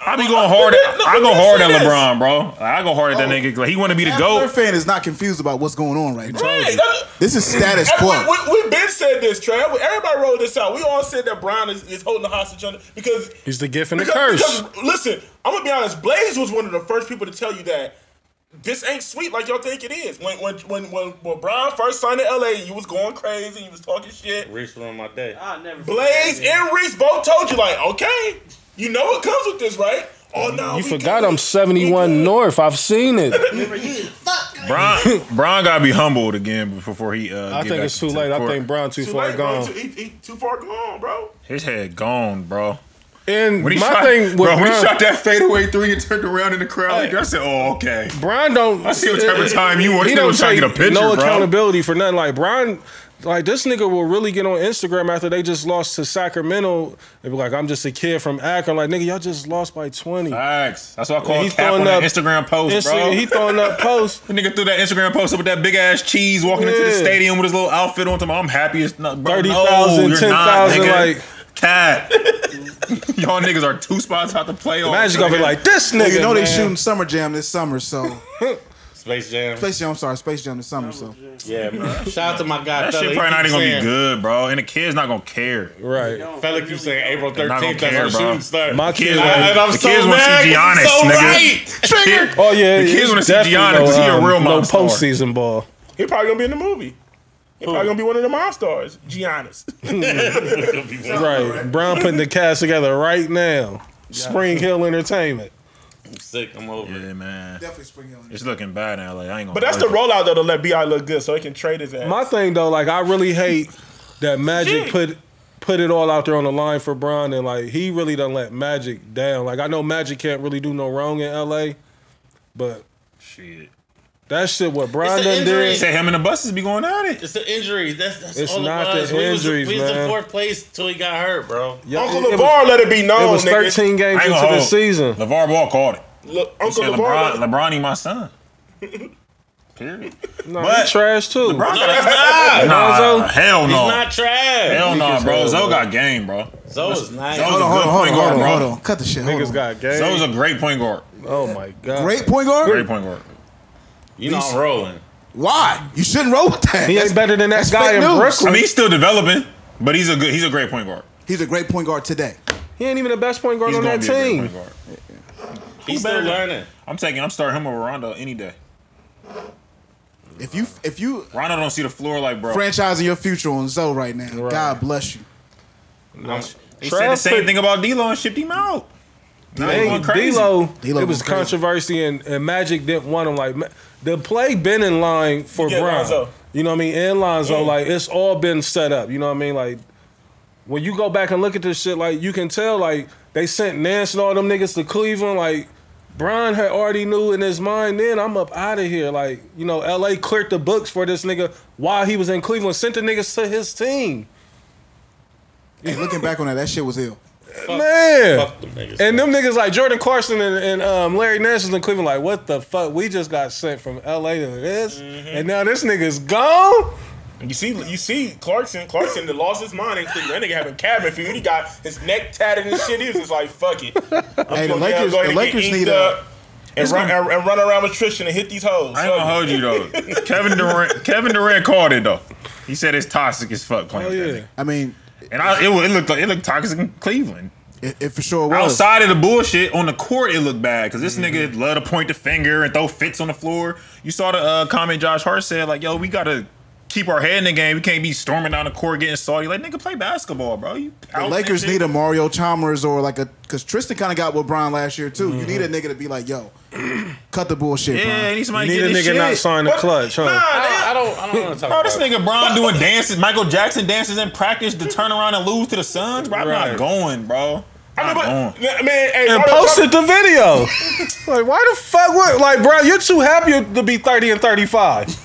S3: I be going
S1: (laughs)
S3: hard. At, I go hard at LeBron, bro. I go
S1: Oh.
S3: hard at that nigga. Like, he want to be the
S1: (laughs)
S6: Their
S3: goat.
S6: fan is not confused about what's going on right now.
S5: Hey, that-
S6: This is status
S5: Hey,
S6: quo.
S5: We, we, we been said this, Trav. Everybody rolled this out. We all said that Brown is, is holding the hostage on because
S2: He's the gift and the
S5: because,
S2: curse.
S5: because- listen, I'm gonna be honest. Blaze was one of the first people to tell you that this ain't sweet like y'all think it is. When when when when, when Brown first signed to LA, you was going crazy. You was talking shit.
S1: Reese ruined my day.
S8: I never.
S5: Blaze and Reese both told you like, okay, you know what comes with this, right? Oh no, (laughs)
S2: You
S5: we
S2: forgot
S5: good.
S2: I'm 71 North. I've seen it.
S3: Bron, Bron gotta be humbled again before he. Uh,
S2: I
S3: get
S2: think
S3: back
S2: it's too
S3: into
S2: late.
S3: the
S2: I
S3: court.
S2: think Brown too,
S5: Too
S2: far
S5: late, bro.
S2: gone.
S5: Too, he, he too far gone, bro.
S3: his head gone, bro.
S2: And my
S3: When he shot,
S2: thing with
S3: bro,
S2: Bron,
S3: when he shot that fadeaway three and turned around in the crowd, like, I said, "Oh, okay."
S2: Bron don't.
S3: I see what type of time you want.
S2: he
S3: He was
S2: don't
S3: trying to
S2: take
S3: get a picture,
S2: no
S3: bro.
S2: accountability for nothing. Like Brian, like this nigga will really get on Instagram after they just lost to Sacramento. They be like, "I'm just a kid from Akron." Like nigga, y'all just lost by twenty.
S3: Facts. That's why I call
S2: He's
S3: Cap
S2: throwing
S3: on
S2: up-
S3: that Instagram post,
S2: Insta-
S3: bro.
S2: he throwing up
S3: (laughs)
S2: posts.
S3: The nigga threw that Instagram post up with that big ass cheese walking into the
S2: Yeah.
S3: stadium with his little outfit on. Tomorrow, I'm happy as not, bro.
S2: 30,000,
S3: no, you're
S2: 10,000,
S3: not, nigga.
S2: like-
S3: cat. (laughs) Y'all niggas are two spots out the playoffs.
S2: Magic gonna be
S3: nigga.
S2: like, "This nigga."
S6: you know
S2: man.
S3: (laughs)
S6: they shooting summer jam this summer, so
S1: Space Jam.
S6: Space Jam. I'm sorry, Space Jam this summer. So
S1: Yeah, man. Shout out to my guy.
S3: That
S1: fella.
S3: shit
S1: He
S3: probably not
S1: keep
S3: even gonna be
S1: saying-
S3: good, bro. And the kid's not gonna care.
S2: Right.
S1: Fella keep saying April
S3: not gonna
S1: 13th. That's
S3: care,
S1: when
S3: bro.
S1: shooting start.
S2: My
S3: Kids
S2: kid.
S1: I-
S3: want-
S1: and I'm
S3: the
S1: so
S3: kids wanna see
S1: mad 'cause
S3: Giannis,
S1: I'm so
S3: nigga.
S1: right. Trigger.
S2: Oh yeah,
S3: The kids
S2: it's
S3: wanna see
S2: definitely
S3: Giannis 'cause he a
S2: no
S3: real monster.
S2: postseason ball.
S5: He probably gonna be in the movie. He probably gonna be one of the mob stars, Giannis.
S2: Right. Brown putting the cast together right now. Spring Hill Entertainment.
S1: I'm sick. I'm over. it.
S3: Yeah, man.
S6: definitely Spring Hill.
S3: It's looking bad now. Like I ain't gonna.
S5: But that's the
S3: lie.
S5: rollout though to let Bi look good, so he can trade his ass.
S2: My thing though, like I really hate that Magic
S5: Shit.
S2: put put it all out there on the line for Bron, and like he really done let Magic down. Like I know Magic can't really do no wrong in LA, but
S3: shit.
S2: that shit what Bron
S1: an
S2: done
S1: injury.
S2: did.
S3: Say him and the buses be going at it.
S1: It's the injury. That's, that's
S2: It's
S1: all
S2: not
S1: it
S2: the
S1: was. We was-
S2: injuries,
S1: we was
S2: man.
S1: in fourth place till he got hurt, bro.
S2: Yeah,
S5: Uncle
S2: it- it was-
S5: LeVar let it be known.
S2: It was
S5: nigga.
S2: 13
S3: I
S2: games
S3: ain't
S2: into
S3: gonna
S2: the
S3: hold.
S2: season.
S3: Levar Ball called it.
S5: Look,
S3: He
S5: Uncle
S3: said,
S5: LeVar.
S3: LeBron,
S5: let-
S3: LeBron ain't my son. Period.
S2: No,
S3: But-
S2: he trash too.
S3: LeBron
S1: No,
S6: (laughs)
S3: got
S1: he's not.
S3: Nah,
S2: Lonzo?
S3: hell
S1: He's
S3: no.
S1: not trash.
S3: Oh. Hell no,
S2: Weak as
S3: bro.
S2: hell,
S3: Zoe
S2: bro.
S3: got game, bro.
S1: So is nice.
S3: Zoe's
S6: Hold
S3: a
S6: on, hold on,
S3: good
S6: hold
S3: point
S6: on,
S3: guard,
S6: hold on,
S3: bro.
S6: hold on. Cut the shit. Hold
S2: Niggas
S6: on.
S2: got
S3: Zoe's
S2: game.
S3: a great point guard.
S2: Oh my god.
S6: Great point guard.
S3: Great point guard.
S1: You know I'm rolling.
S6: Why? You shouldn't roll with that.
S2: He ain't better than that
S6: that's
S2: guy in
S6: fake news.
S2: Brooklyn.
S3: I mean, he's still developing, but he's a good. He's a great point guard.
S6: He's a great point guard today.
S2: he ain't even the best point guard
S3: He's
S2: on
S3: gonna
S2: that
S3: be a
S2: team.
S3: great point guard.
S1: He's still
S3: better than-
S1: learning.
S3: I'm taking. I'm starting him over Rondo any day.
S6: If you if you
S3: Rondo don't see the floor like bro.
S6: franchising your future on Zoe right now,
S2: Right.
S6: God bless you.
S3: He said the same
S2: Traffic-
S3: thing about D'Lo and shipped him out. Now he
S2: Hey,
S3: going crazy.
S2: D'Lo,
S6: D-Lo
S2: it was
S6: going crazy.
S2: controversy and, and Magic didn't want him. Like ma- the play been in line for
S5: get
S2: Brown.
S5: Lonzo.
S2: You know what I mean? And Lonzo, like it's all been set up. You know what I mean? Like when you go back and look at this shit, like you can tell, like they sent Nance and all them niggas to Cleveland. Like Brian had already knew in his mind. Then I'm up out of here. Like you know, L.A. cleared the books for this nigga while he was in Cleveland. Sent the niggas to his team.
S6: Hey, looking back on that, that shit was ill.
S2: Man,
S1: Fuck them niggas.
S2: And them niggas like Jordan Carson and, and um, Larry Nance is in Cleveland like, what the fuck? We just got sent from LA to this, and now this nigga's gone.
S5: You see, you see Clarkson. Clarkson that lost his mind in Cleveland. That nigga having cabin fever. He got his neck tatted and shit. He was just like, "Fuck it."
S6: (laughs) Hey, the
S5: Go ahead- go
S6: Lakers, the
S5: ahead and get
S6: Lakers
S5: inked
S6: need a.
S5: up and run, and, and run around with Tristan and hit these hoes.
S3: I ain't gonna
S5: Fuck
S3: hold you (laughs) though. Kevin Durant. Kevin Durant called it though. He said it's toxic as fuck playing.
S2: Oh
S3: with that
S2: yeah,
S3: nigga.
S6: I mean,
S3: And I, it, wa- it looked like- it looked toxic in Cleveland.
S6: it, it for sure was.
S3: Outside of the bullshit on the court, it looked bad because this nigga love to point the finger and throw fits on the floor. You saw the uh, comment Josh Hart said like, "Yo, we gotta keep our head in the game. We can't be storming down the court getting salty. Like, nigga, play basketball, bro. You
S6: The Lakers need a Mario Chalmers or like a because Tristan kind of got with Brian last year too. You need a nigga to be like, yo, cut the bullshit.
S3: Yeah,
S6: Brian.
S3: I need somebody
S2: need
S3: to
S2: a
S3: get
S2: nigga
S3: this shit.
S2: not sign the clutch, huh?
S1: I don't. I don't want to talk
S3: Bro,
S1: about
S3: this
S1: it.
S3: nigga Bron doing dances, Michael Jackson dances in practice to turn around and lose to the Suns, bro. I'm
S2: Right.
S3: not going, bro.
S5: I
S3: I'm
S5: mean,
S3: not
S5: but,
S3: going.
S5: man, hey,
S2: And
S5: Rondo-
S2: posted the video. (laughs) like, why the fuck? What? Like, bro, you're too happy to be thirty and thirty-five.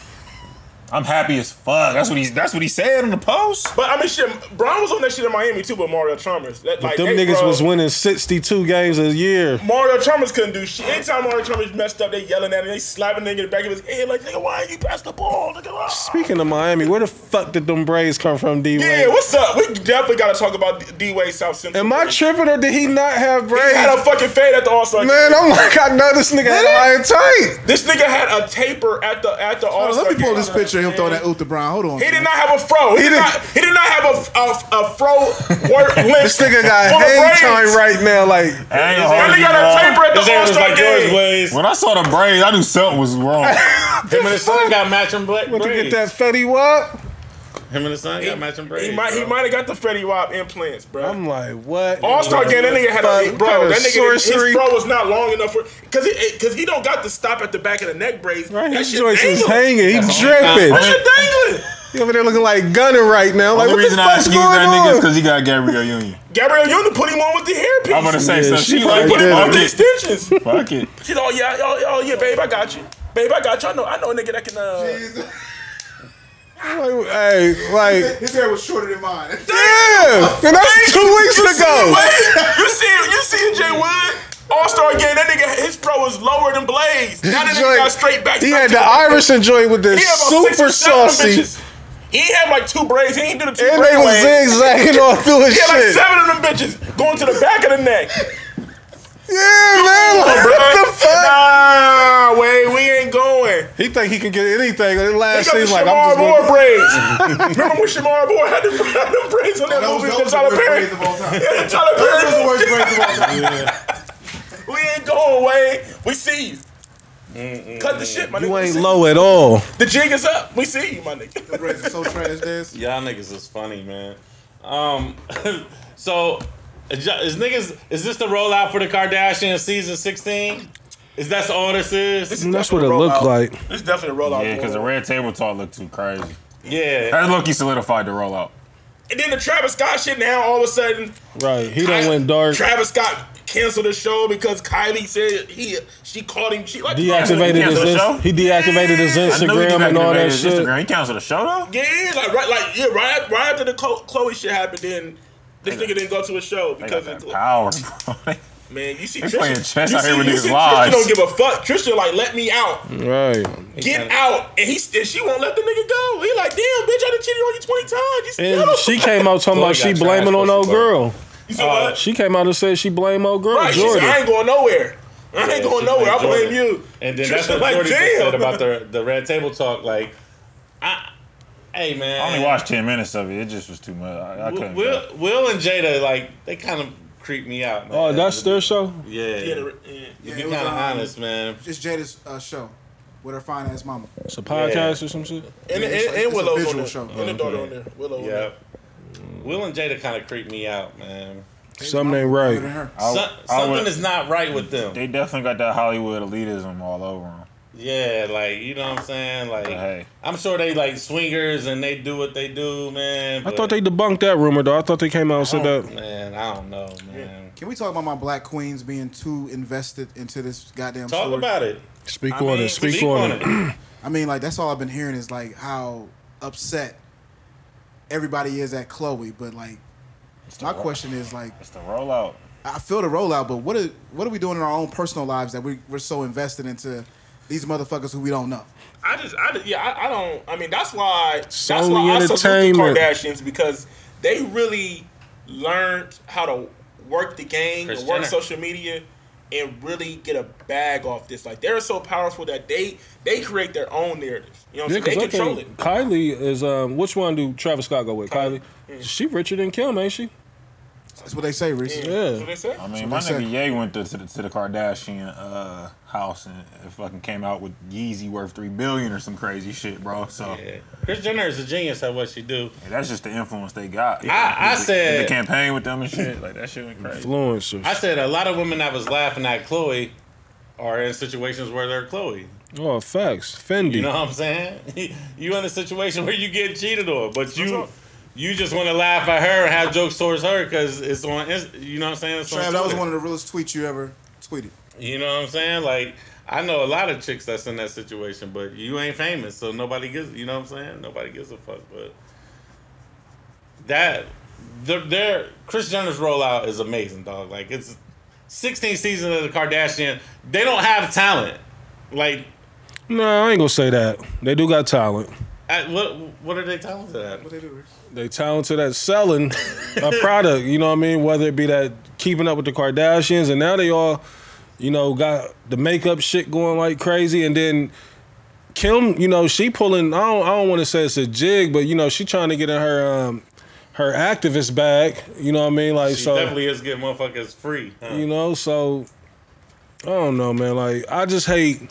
S3: I'm happy as fuck. That's what he's. That's what he said on the post.
S5: But I mean, shit, Brown was on that shit in Miami too with Mario Chalmers. That, like,
S2: Them
S5: they,
S2: niggas
S5: bro,
S2: was winning sixty-two games a year.
S5: Mario Chalmers couldn't do shit. Anytime Mario Chalmers messed up, they yelling at him, they slapping nigga in the back of his head, like, nigga, why ain't you pass the ball? Nigga, ah.
S2: Speaking of Miami, where the fuck did them braids come from, D Wade?
S5: Yeah, what's up? We definitely got to talk about D Wade South Central.
S2: Am I tripping or did he not have
S5: He
S2: braids?
S5: had a fucking fade at the All Star.
S2: Man, I'm like, I know this nigga had a high and tight.
S5: This nigga had a taper at the at the All
S6: Hold on,
S5: Star.
S6: let me pull this picture. of Him throwing that oop to Brian. Hold on.
S5: He did not have a fro. He, did
S2: didn't-
S5: not. He did not have a a, a fro work
S2: (laughs) This
S5: length.
S2: nigga
S5: (laughs)
S2: got hang time right now, like.
S3: I
S5: He
S3: ain't gonna hold
S5: really
S3: you,
S5: got a
S3: bro.
S5: taper at
S1: This
S5: the
S1: nigga
S5: All
S1: was
S5: Star
S1: like George
S5: game.
S1: Ways. Him
S3: When I saw the braids, I knew something was wrong.
S1: and his son got matching black
S2: Would you get
S1: braids.
S2: that Fetty Wap?
S1: Him and his son got matching braids.
S5: He might he
S1: bro.
S5: might have got the Fetty Wap implants, bro.
S2: I'm like, what?
S5: All Star game, that nigga had a
S2: Fuck,
S5: bro.
S2: kinda
S5: That nigga,
S2: sorcery.
S5: his fro was not long enough for because because he don't got the stop at the back of the neck braids.
S2: Right,
S5: that
S2: his
S5: shit
S2: joints is
S5: dangling.
S2: hanging. He dripping.
S5: That shit dangling.
S2: He over there looking like Gunner right now. Like,
S3: the
S2: what the
S3: reason I
S2: fuck's
S3: excuse
S2: going
S3: that nigga is
S2: on?
S3: because he got Gabrielle Union.
S5: Gabrielle Union put him on with the hairpiece.
S3: I'm gonna say
S2: Yeah,
S3: so.
S2: she
S3: She
S2: probably
S3: like,
S5: put him on
S3: fuck
S5: with the
S3: it,
S5: extensions.
S3: fuck it.
S5: She's oh yeah, oh, oh yeah, babe, I got you. Babe, I got you. I know, I know a nigga that can. Uh,
S2: Like, hey, like,
S6: His hair was shorter than mine. (laughs)
S2: yeah. And that's two weeks ago.
S5: Wait, (laughs) you see, you see Jay Wood All Star game. That nigga, his pro was lower than Blaze. Now that nigga got straight back.
S2: He had the Irish enjoy with the
S5: He had about six
S2: super
S5: or seven
S2: saucy,
S5: bitches. He had like two braids. He ain't do the two
S2: and
S5: braids.
S2: they was zigzagging all through his
S5: He had like
S2: shit.
S5: seven of them bitches going to the back of
S2: (laughs)
S5: the neck.
S2: Yeah, man. Like,
S5: Bruh.
S2: what the fuck?
S5: Nah, wait, we ain't going. bread.
S2: He think he can get anything. and It last
S5: Pick up the
S2: seems like I'm
S5: Shamar
S2: just
S5: Moore
S2: gonna,
S5: braids.
S6: (laughs)
S5: Remember when Shamar Moore had the, had the braids on that
S6: That was,
S5: movie
S6: that
S5: with
S6: was the
S5: Tyler
S6: worst
S5: Perry?
S6: braids of all time.
S5: Yeah, Tyler
S6: That was the
S5: Perry.
S6: worst braids of all time.
S5: (laughs) We ain't going away. We see you. Cut the shit, my nigga.
S2: you
S5: We
S2: ain't
S5: see
S2: low at all.
S5: The jig is up. We see you, my nigga. (laughs)
S6: The braids are so trash, Dez.
S1: Y'all niggas is funny, man. Um, so is y- is niggas is this the rollout for the Kardashians season sixteen? Is that's all this is?
S2: That's what it looked like.
S5: This is definitely a rollout.
S3: Yeah, because the
S5: boy.
S3: red table talk looked too crazy.
S1: Yeah.
S3: That Loki solidified the rollout.
S5: and then the Travis Scott shit. Now all of a sudden,
S2: Right. He done went dark.
S5: Travis Scott canceled the show because Kylie said he she called him. She like
S2: Deactivated his
S3: Cancel the
S2: Inst-
S3: show?
S2: he deactivated his
S3: I know he
S2: Instagram and all
S3: deactivated
S2: that
S3: his
S2: shit.
S3: Instagram. He canceled the show though.
S5: Yeah, like right, like yeah, right, right after the Chloe shit happened, then this nigga didn't go to a show
S3: They
S5: because
S3: got
S5: of,
S3: that power, bro. (laughs)
S5: man, you see,
S3: They
S5: Trisha,
S3: playing chess
S5: you
S3: out here
S5: see,
S3: with
S5: you
S3: these
S5: see Trisha
S3: lies.
S5: don't give a fuck. Trisha like let me out,
S2: Mm, Right.
S5: get out, and he and she won't let the nigga go. He like, damn, bitch, I done cheated on you twenty times. You still
S2: And she came out talking
S1: Boy
S2: about she
S1: got
S2: blaming
S1: trashed
S2: on
S1: for
S2: old
S1: some
S2: girl.
S5: you said what?
S2: She came out and said she blame old girl
S5: Right, she said, I
S2: Jordan.
S5: ain't going nowhere. I ain't
S1: Yeah,
S5: going
S1: she
S5: nowhere. I
S1: blamed Jordan.
S5: blame you.
S1: And then that's
S5: Trisha
S1: what
S5: like,
S1: Jordan just
S5: damn.
S1: said about the the red table talk. Like, I, hey man,
S3: I only watched ten minutes of it. It just was too much. I, I
S1: Will,
S3: couldn't.
S1: Will,
S3: do it.
S1: Will and Jada like they kind of creep me out. Man.
S2: Oh, that's their show.
S1: yeah.
S5: Yeah, the- yeah.
S1: To
S6: Yeah,
S1: be
S6: it
S1: kind
S6: was,
S1: of
S6: um,
S1: honest, man.
S6: It's Jada's uh, show with her fine ass mama.
S2: It's a podcast or some shit.
S5: And,
S6: Yeah, it's
S5: and,
S6: like-
S5: and
S6: it's a
S5: Willow's on
S6: visual
S5: there.
S6: show.
S5: And the daughter on there. Willow. on
S1: Yeah.
S5: there.
S1: Will and Jada kind of creep me out, man.
S2: Something ain't
S6: Better than
S2: right.
S6: her.
S3: I-
S1: So,
S3: I
S1: something
S3: would-
S1: is not right with them.
S3: They definitely got that Hollywood elitism all over them.
S1: Yeah, like you know what I'm saying. Like
S3: hey.
S1: I'm sure they like swingers and they do what they do, man.
S2: I
S1: but-
S2: thought they debunked that rumor though. I thought they uh, came out and
S1: I
S2: said
S1: don't-
S2: that.
S1: Man, I don't know, man.
S6: Can we talk about my black queens being too invested into this goddamn
S1: Talk
S6: story?
S1: about it.
S2: Speak
S5: I
S2: on
S5: mean,
S2: it. Speak, on, it.
S6: I mean, like that's all I've been hearing is like how upset everybody is at Chloe. But like, my question is like,
S3: It's the rollout.
S6: I feel the rollout, but what are what are we doing in our own personal lives that we we're so invested into these motherfuckers who we don't know?
S5: I just, I just- yeah, I, I don't. I mean, that's why. That's
S2: Sony
S5: why I salute the
S2: Entertainment.
S5: Kardashians because they really learned how to work the game
S1: Kris
S5: and work
S1: Jenner.
S5: social media and really get a bag off this. Like they're so powerful that they they create their own narrative. You know, what
S2: Yeah,
S5: I'm saying?
S2: because
S5: they
S2: I
S5: control it.
S2: think Kylie is um. Which one do Travis Scott go with? Kylie. She richer than Kim, ain't she?
S6: That's what they say, Reese.
S5: Yeah.
S2: Yeah.
S5: That's what they say.
S3: I mean, my
S6: That's what they
S3: nigga Ye went to, to, the, to the Kardashian uh, house and it fucking came out with Yeezy worth three billion or some crazy shit, bro. So
S1: Yeah. Chris Jenner is a genius at what she do.
S3: yeah, that's just the influence they got.
S1: I- I
S3: the,
S1: said-
S3: the campaign with them and shit. Like that shit went crazy.
S2: Influencers.
S1: I said a lot of women that was laughing at Chloe are in situations where they're Chloe.
S2: Oh, facts. Fendi.
S1: You know what I'm saying? (laughs) you in a situation where you get cheated on, but you you just want to laugh at her and have jokes towards her because it's on. Inst- You know what I'm saying? It's on
S6: Trav, that was
S1: Twitter.
S6: one of the realest tweets you ever tweeted.
S1: You know what I'm saying? Like I know a lot of chicks that's in that situation, but you ain't famous, so nobody gives. You know what I'm saying? Nobody gives a fuck. But that their, their Chris Jenner's rollout is amazing, dog. Like it's 16 seasons of the Kardashian. They don't have talent. Like
S2: No, I ain't gonna say that. They do got talent.
S1: at, what what are they talented at?
S6: What they do, Reese?
S2: They talented
S1: (laughs)
S2: at selling a product. You know what I mean? Whether it be that keeping up with the Kardashians, and now they all, you know, got the makeup shit going like crazy, and then. Kim, you know, she pulling. I don't. I don't want to say it's a jig, but you know, she trying to get in her um, her activist bag. You know what I mean? Like
S1: She
S2: so,
S1: definitely is getting motherfuckers free. huh?
S2: You know, so I don't know, man. Like I just hate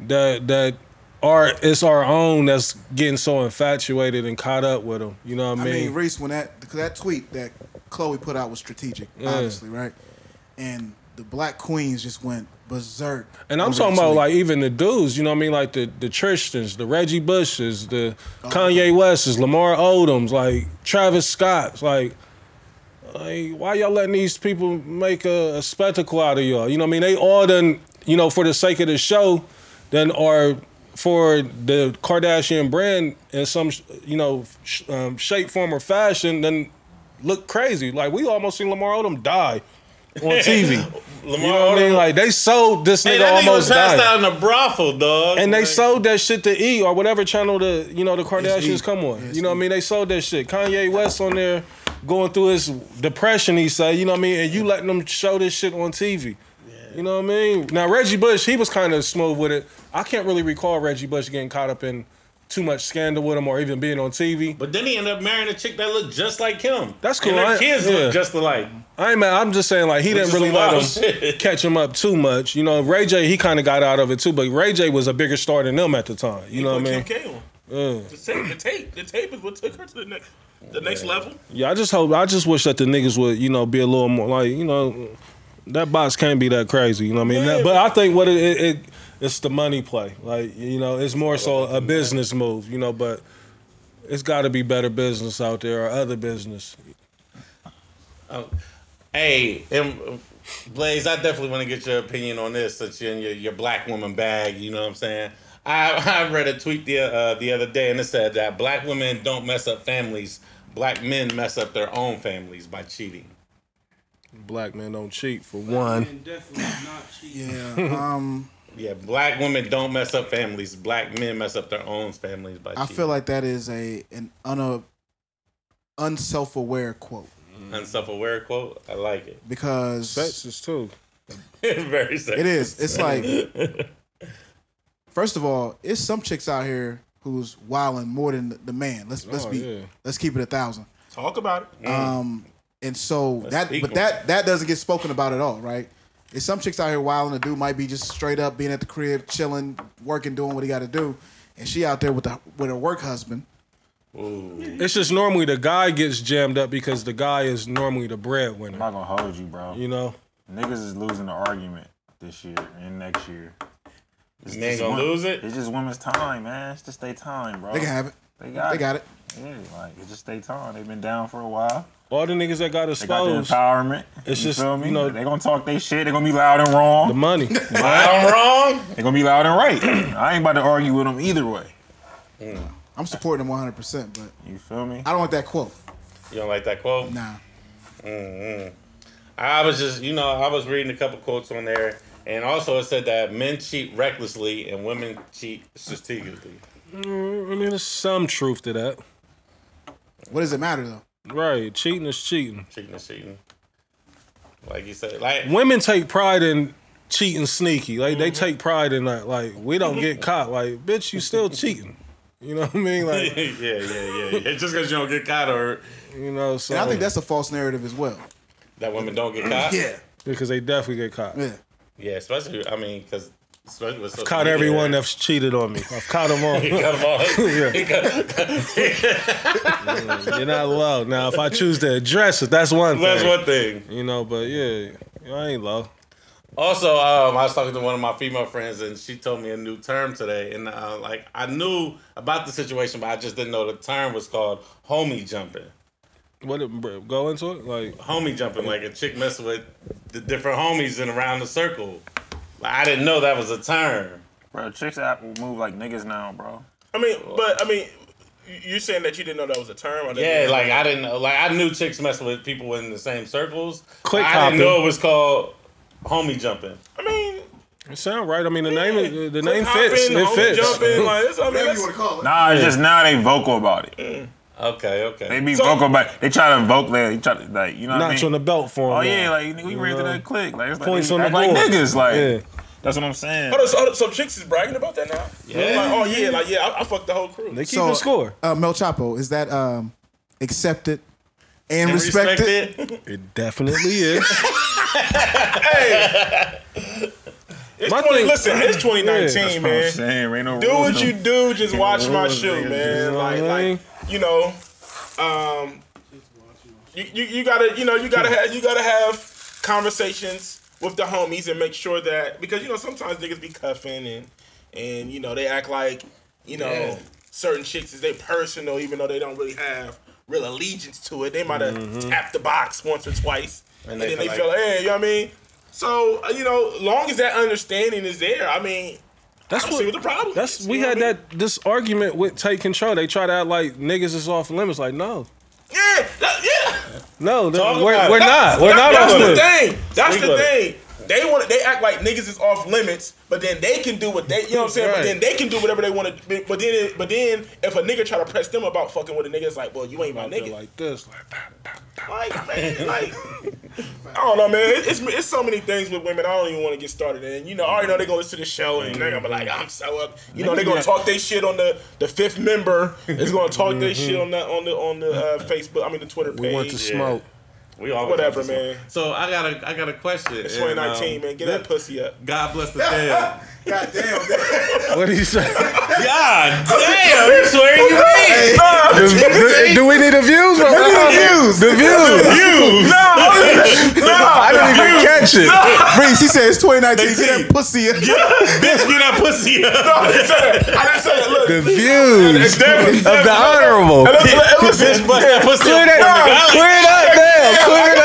S2: that that our it's our own that's getting so infatuated and caught up with them. You know what
S6: I
S2: I mean?
S6: mean, Reese, when that cause that tweet that Chloe put out was strategic, obviously, right? And the black queens just went berserk.
S2: and I'm
S6: over
S2: talking
S6: the
S2: about
S6: tweet.
S2: like even the dudes. You know what I mean? Like the the Tristans, the Reggie Bushes, the Kanye Wests, Lamar Odoms, like Travis Scotts, like. Like, why y'all letting these people make a, a spectacle out of y'all? You know what I mean? They all done, you know, for the sake of the show, then are for the Kardashian brand in some, you know, sh- um, shape, form, or fashion, then look crazy. Like, we almost seen Lamar Odom die on TV.
S1: Lamar
S2: you know what I mean?
S1: Odom-
S2: Like, they sold this
S1: hey,
S2: nigga
S1: that nigga was
S2: almost
S1: passed
S2: died.
S1: out in a brothel, dog.
S2: And they
S1: Like-
S2: sold that shit to E or whatever channel the you know the
S6: It's E.
S2: Kardashians come on.
S6: It's
S2: you know what I mean? They sold that shit. Kanye West on there going through his depression. He say, you know what I mean? And you letting them show this shit on TV. You know what I mean? Now Reggie Bush, he was kind of smooth with it. I can't really recall Reggie Bush getting caught up in too much scandal with him or even being on TV.
S1: But then he ended up marrying a chick that looked just like him.
S2: That's cool.
S1: And their
S2: I-
S1: kids
S2: yeah.
S1: look just alike.
S2: I ain't mad. I'm just saying like he
S1: Which is
S2: didn't really
S1: some
S2: let
S1: wild
S2: him
S1: shit. (laughs)
S2: catch him up too much. You know, Ray J he kind of got out of it too, but Ray J was a bigger star than them at the time. You know what I mean?
S5: Kim K on. The tape, the tape, the tape is what took her to the next, the next level.
S2: Yeah, I just hope. I just wish that the niggas would you know be a little more like you know that box can't be that crazy. You know what I mean?
S5: Yeah.
S2: but I think what it, it, it it's the money play. Like you know, it's more so a business move. You know, but it's got to be better business out there or other business.
S1: Um, Hey, and Blaze, I definitely want to get your opinion on this since you're in your, your black woman bag. You know what I'm saying? I, I read a tweet the uh, the other day and it said that black women don't mess up families, black men mess up their own families by cheating.
S2: Black men don't cheat for one.
S8: And definitely not cheating.
S6: Yeah. (laughs) Um,
S1: Yeah, black women don't mess up families, black men mess up their own families by
S6: I
S1: cheating.
S6: feel like that is a an un, unself aware quote
S1: unself aware quote. I like it. (laughs)
S6: because
S2: Sexist too.
S1: Very sexy.
S6: It is. It's like, first of all, it's some chicks out here who's wilding more than the- the man. Let's let's
S2: Oh,
S6: be
S2: yeah.
S6: let's keep it a thousand.
S5: Talk about it.
S6: Um, and so that
S1: speak
S6: but
S1: on
S6: that that doesn't get spoken about at all, right? It's some chicks out here wilding. A dude might be just straight up being at the crib, chilling, working, doing what he got to do, and she out there with the with her work husband.
S2: It's just normally the guy gets jammed up because the guy is normally the
S3: I'm
S2: breadwinner.
S3: not gonna hold you, bro.
S2: You know.
S3: Niggas is losing the argument this year and next year. It's
S1: They
S3: just
S1: gonna
S3: women-
S1: lose it?
S3: It's just women's time, man. It's just their time, bro.
S6: They can have it.
S3: They got
S6: They got it.
S3: Yeah, like it's just their time. They've been down for a while.
S2: All the niggas that got
S3: They got their
S2: exposed,
S3: empowerment.
S2: It's
S3: you
S2: just,
S3: feel me?
S2: you know-
S3: they gonna talk their shit. They gonna be loud and wrong.
S2: the money.
S1: I'm wrong.
S3: They gonna be loud and right. (clears throat) I ain't about to argue with them either way.
S6: I'm supporting them 100, percent but
S3: You feel me?
S6: I don't want that quote.
S1: You don't like that quote?
S6: Nah,
S1: I was just, you know, I was reading a couple quotes on there, and also it said that men cheat recklessly and women cheat strategically.
S2: Mm, (laughs) I mean, there's some truth to that.
S6: what does it matter though?
S2: Right, cheating is cheating.
S1: Cheating is cheating. Like you said, like
S2: Women take pride in cheating sneaky. Like they take pride in that. Like we don't get caught. Like bitch, you still cheating. You know what I mean?
S1: (laughs) yeah,
S2: Like
S1: yeah, yeah, yeah. Just because you don't get caught, or
S2: you know, so
S6: And I think that's a false narrative as well.
S1: that women don't get caught.
S6: Yeah,
S2: because they definitely get caught.
S6: yeah.
S1: yeah. Especially, I mean, because especially with social
S2: Caught
S1: media.
S2: everyone
S1: (laughs)
S2: that's cheated on me. I've caught them
S1: He
S2: all.
S1: cut 'em off. (laughs) He cut-
S2: You're not allowed. Now, if I choose to address it, that's one thing.
S1: That's one thing.
S2: You know, but yeah, I ain't low.
S1: Also, um, I was talking to one of my female friends, and she told me a new term today. And uh, like, I knew about the situation, but I just didn't know the term was called homie jumping.
S2: What it- bro, go into it? Like
S1: Homie jumping, like a chick messing with the different homies and around the circle. Like, I didn't know that was a term.
S3: Bro, chicks app will move like niggas now, bro.
S5: I mean, but I mean, you- you saying that you didn't know that was a term? Or that
S1: Yeah,
S5: you-
S1: like I didn't know. Like I knew chicks messing with people in the same circles.
S2: Click
S1: I
S2: hopping.
S1: didn't know it was called homie jumping.
S5: I mean,
S2: it sound right. I mean, the name is, the
S5: click
S2: name fits.
S5: hopping,
S2: It
S5: homie
S2: fits. (laughs)
S5: Jumping, like, it's, I mean,
S6: Whatever
S5: that's,
S6: you want to call it.
S3: Nah, it's just now they vocal about it.
S1: Okay,
S3: They
S1: okay.
S3: be
S5: So-
S3: vocal about. They try to vocal They try to like you know what (laughs) I
S2: Notch
S3: mean?
S2: on the belt for him.
S3: Oh
S2: now.
S3: yeah, like nigga, we ran to
S2: know?
S3: that click. Like it's like,
S2: Points
S3: they
S2: on the
S3: act like
S2: board.
S3: niggas. Like
S2: Yeah.
S3: that's what I'm saying.
S5: hold on, so, hold on, so chicks is bragging about that now?
S1: Yeah.
S5: Like, oh yeah, like yeah, I, I fucked the whole crew.
S2: They keep the score.
S6: Uh, Mel Chapo, is that um, accepted and,
S1: And
S6: respected?
S1: respected.
S2: It definitely is.
S5: It's
S2: My
S5: 20,
S2: thing-
S5: listen, it's
S2: That's
S5: 2019,
S3: That's what I'm
S5: man.
S3: saying. Ain't no
S5: Do
S3: rules,
S5: what
S3: no-
S5: you do, just watch my shoe,
S2: know
S5: man.
S2: what
S5: Like,
S2: I mean?
S5: like you know, um, you, you you gotta you know you gotta have you gotta have conversations with the homies and make sure that because you know sometimes niggas be cuffing and and you know they act like you know
S1: Yeah.
S5: certain chicks is they personal even though they don't really have real allegiance to it. They might have
S2: Mm-hmm.
S5: tapped the box once or twice and,
S1: they
S5: then they
S1: feel
S5: feel like, hey, you know what I mean. So uh, you know, long as that understanding is there, I mean.
S2: (laughs) That's
S5: I don't see what the problem is,
S2: That's
S5: you
S2: we
S5: know
S2: had
S5: what I mean?
S2: that this argument with take control. They try to act like niggas is off limits. Like no,
S5: Yeah, that- yeah.
S2: no, th-
S1: Talk
S2: we're,
S1: about
S2: we're
S1: it.
S2: not. We're not
S5: That- that's
S2: off
S5: the
S2: limits.
S5: thing. That's
S1: Speak
S5: the
S1: of
S5: thing. They want. They act like niggas is off limits, but then they can do what they. You know what I'm saying?
S2: Right.
S5: But then they can do whatever they want to. But then, but then, if a nigga try to press them about fucking with a nigga, it's like, well, you ain't my
S2: They're
S5: nigga.
S2: Like this, like,
S5: Like, man, like, (laughs) I don't know, man. It, it's it's so many things with women. I don't even want to get started. And you know, I already know they're gonna listen to the show and they're gonna be like, I'm so up. You know, they're gonna talk their shit on the the fifth member. Is gonna talk their shit on the on the on the uh, Facebook. I mean, the Twitter page.
S2: Mm-hmm. We want to smoke.
S1: We all
S5: Whatever, man.
S1: So I got a I got a question. It's
S5: 2019, man. Get that pussy up.
S1: God bless the
S5: (laughs)
S1: dead.
S6: God damn.
S2: What do you
S1: God
S2: say? (laughs)
S1: (laughs) damn, you swear you mean?
S2: do, do- do we need the views? Or we need
S6: views.
S2: The views.
S1: You
S2: (laughs) I didn't
S5: (laughs)
S2: even catch it.
S6: (laughs) Reese, he said it's 2019.
S1: They
S6: Get that
S1: did.
S6: pussy. up.
S1: bitch, get that (laughs) pussy up.
S5: I didn't say that. I didn't say that. Look,
S2: The views of the honorable.
S5: look, look,
S1: Bitch,
S5: listen.
S1: bust that pussy
S2: Clear that
S1: up.
S2: Clear it up, man. Clear it up.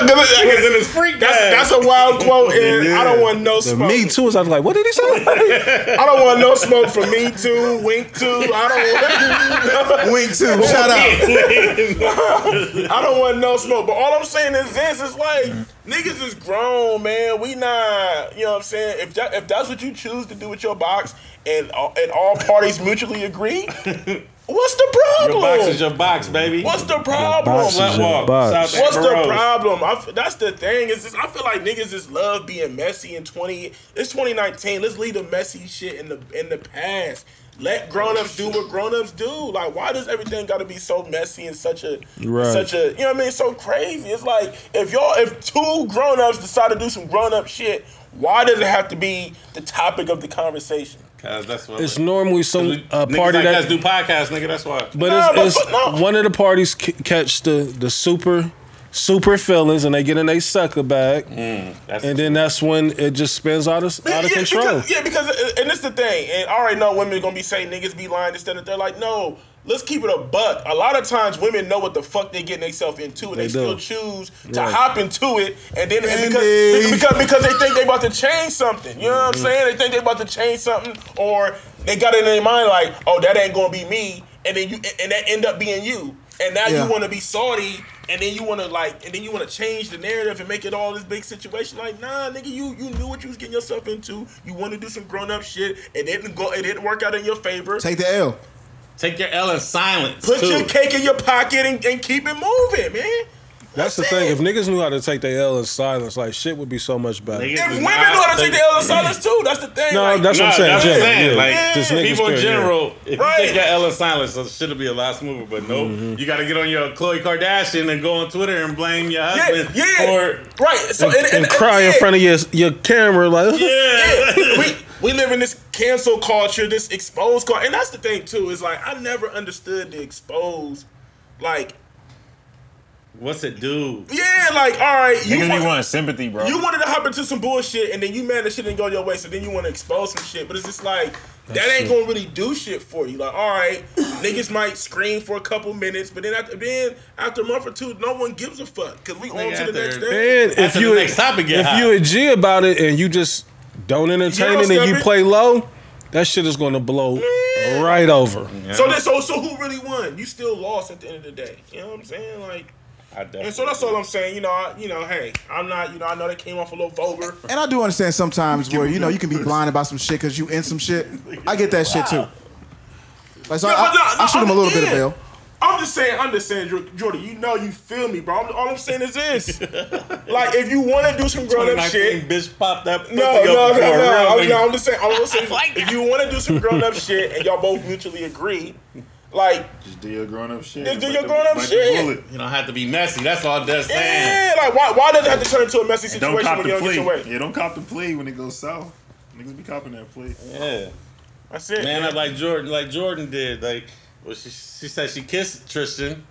S1: Niggas in his freak
S5: That's,
S1: bag.
S5: that's a wild quote, and I don't want no
S2: The
S5: smoke.
S2: Me too. is- I was like, what did he say?
S5: I don't want no smoke from me too, wink
S2: (laughs)
S5: too. I don't want.
S6: Wink too. Shout out.
S5: I don't want no smoke. But all I'm saying is this: it's like niggas is grown, man. We not, you know what I'm saying. If that, if that's what you choose to do with your box, and all- and all parties mutually agree, (laughs) what's the
S1: Your box is
S5: problem?
S1: your box, baby.
S5: What's the problem?
S2: is
S1: Let
S2: your
S1: walk.
S2: box.
S1: South
S5: What's
S1: Amber
S5: the
S1: Rose.
S5: problem? I f that's the thing. Is just, I feel like niggas just love being messy in twenty. It's twenty nineteen. Let's leave the messy shit in the in the past. Let grown ups do what grown ups do. Like, why does everything got to be so messy and such a
S2: Right.
S5: such a you know what I mean? So crazy. It's like if y'all if two grown ups decide to do some grown up shit, why does it have to be the topic of the conversation?
S1: 'Cause that's what
S2: It's normally some uh,
S1: Niggas
S2: party
S1: like us
S2: that
S1: do podcasts, nigga. That's why.
S2: But
S5: Nah, but
S2: it's, it's
S5: fuck no.
S2: one of the parties c- catch the the super super feelings and they get in a sucker bag,
S1: That's
S2: and then that's when it just spins out of out of
S5: yeah,
S2: control.
S5: Because, yeah, because uh, and it's the thing, and I already know women gonna be saying niggas be lying instead of they're like, no, let's keep it a buck. A lot of times women know what the fuck they getting themselves into, and they,
S2: They
S5: still
S2: do.
S5: choose to
S2: Right.
S5: hop into it, and then and because,
S6: Andy.
S5: because because they think they about to change something. You know what I'm saying? They think they about to change something, or they got it in their mind like, oh, that ain't gonna be me, and then you and that end up being you, and now
S6: Yeah.
S5: you want to be salty. And then you want to like, and then you want to change the narrative and make it all this big situation. Like, nah, nigga, you you knew what you was getting yourself into. You want to do some grown up shit. It didn't go. It didn't work out in your favor.
S6: Take the L.
S1: Take your L in silence.
S5: Put
S1: too.
S5: your cake in your pocket and, and keep it moving, man.
S2: that's the thing. If niggas knew how to take their L in silence, like shit would be so much better.
S1: Niggas
S5: If
S1: is
S5: women know
S1: not
S5: how to take the
S1: taking-
S5: other silence too, that's the thing.
S2: No,
S5: like,
S2: that's what I'm
S1: Nah,
S2: saying.
S1: that's what I'm
S2: yeah,
S1: saying.
S2: yeah.
S1: Like,
S2: Just niggas
S1: people in
S2: scared, yeah.
S1: general, if you
S5: Right.
S1: take your L in silence, so shit'll be a lot smoother. But no,
S2: Mm-hmm.
S1: you got to get on your Khloe Kardashian and go on Twitter and blame your
S5: yeah,
S1: husband
S5: yeah,
S1: for
S5: right. So
S2: And, and cry in front of your your camera like
S1: yeah.
S5: (laughs) we we live in this cancel culture, this exposed culture, and that's the thing too. Is like I never understood the expose, like
S1: What's it do?
S5: yeah, like all right, you
S3: Niggas be
S5: want,
S3: wanting sympathy, bro.
S5: you wanted to hop into some bullshit, and then you mad that shit didn't go your way, so then you want to expose some shit, but it's just like. that ain't gonna really do shit for you. Like, all (coughs) right, niggas might scream for a couple minutes, but then after then after a month or two, no one gives a fuck because we on
S1: Nigga,
S5: to the
S1: after-
S5: next day.
S2: And if
S1: After the
S2: you
S1: next topic get
S2: if
S1: hot.
S2: you a G about it and you just don't entertain
S5: You don't
S2: it and you
S5: stop it.
S2: play low, that shit is going to blow
S5: Yeah.
S2: right over.
S5: So then, so so who really won? You still lost at the end of the day. You know what I'm saying? Like,
S1: I definitely-
S5: And so that's all I'm saying. You know, I, you know, hey, I'm not, you know, I know that came off a little vulgar.
S6: And I do understand sometimes where you know you can be blind about some shit because you in some shit. I get that shit too. Like, so
S5: No,
S6: I,
S5: but no, no,
S6: I shoot him a little bit of
S5: yeah.
S6: L.
S5: I'm just saying, I'm just saying, Jor- Jordan, you know, you feel me, bro. I'm, all I'm saying is (laughs) this: like, if you want to do some grown up
S1: 2019
S5: shit,
S1: bitch popped up.
S5: no, no, no, no, I'm, no. I'm just saying, (laughs) I'm just saying,
S1: like
S5: if you want to do some grown up shit and y'all both mutually agree, like,
S3: Just do your grown up shit.
S5: Just do
S3: Bite
S5: your
S3: the-
S5: grown-up
S3: bite the
S5: shit.
S3: bullet.
S1: You don't have to be messy. That's all that's saying.
S5: yeah, like, why, why does it have to turn into a messy
S3: And don't
S5: situation
S3: cop
S5: when you
S3: the
S5: don't get your
S3: plea.
S5: way?
S3: Yeah, don't cop the plea when it goes south. Niggas be copping that plea.
S1: Yeah.
S5: That's it.
S1: Man, I like Jordan, like Jordan did. Like, well, she she said she kissed Tristan.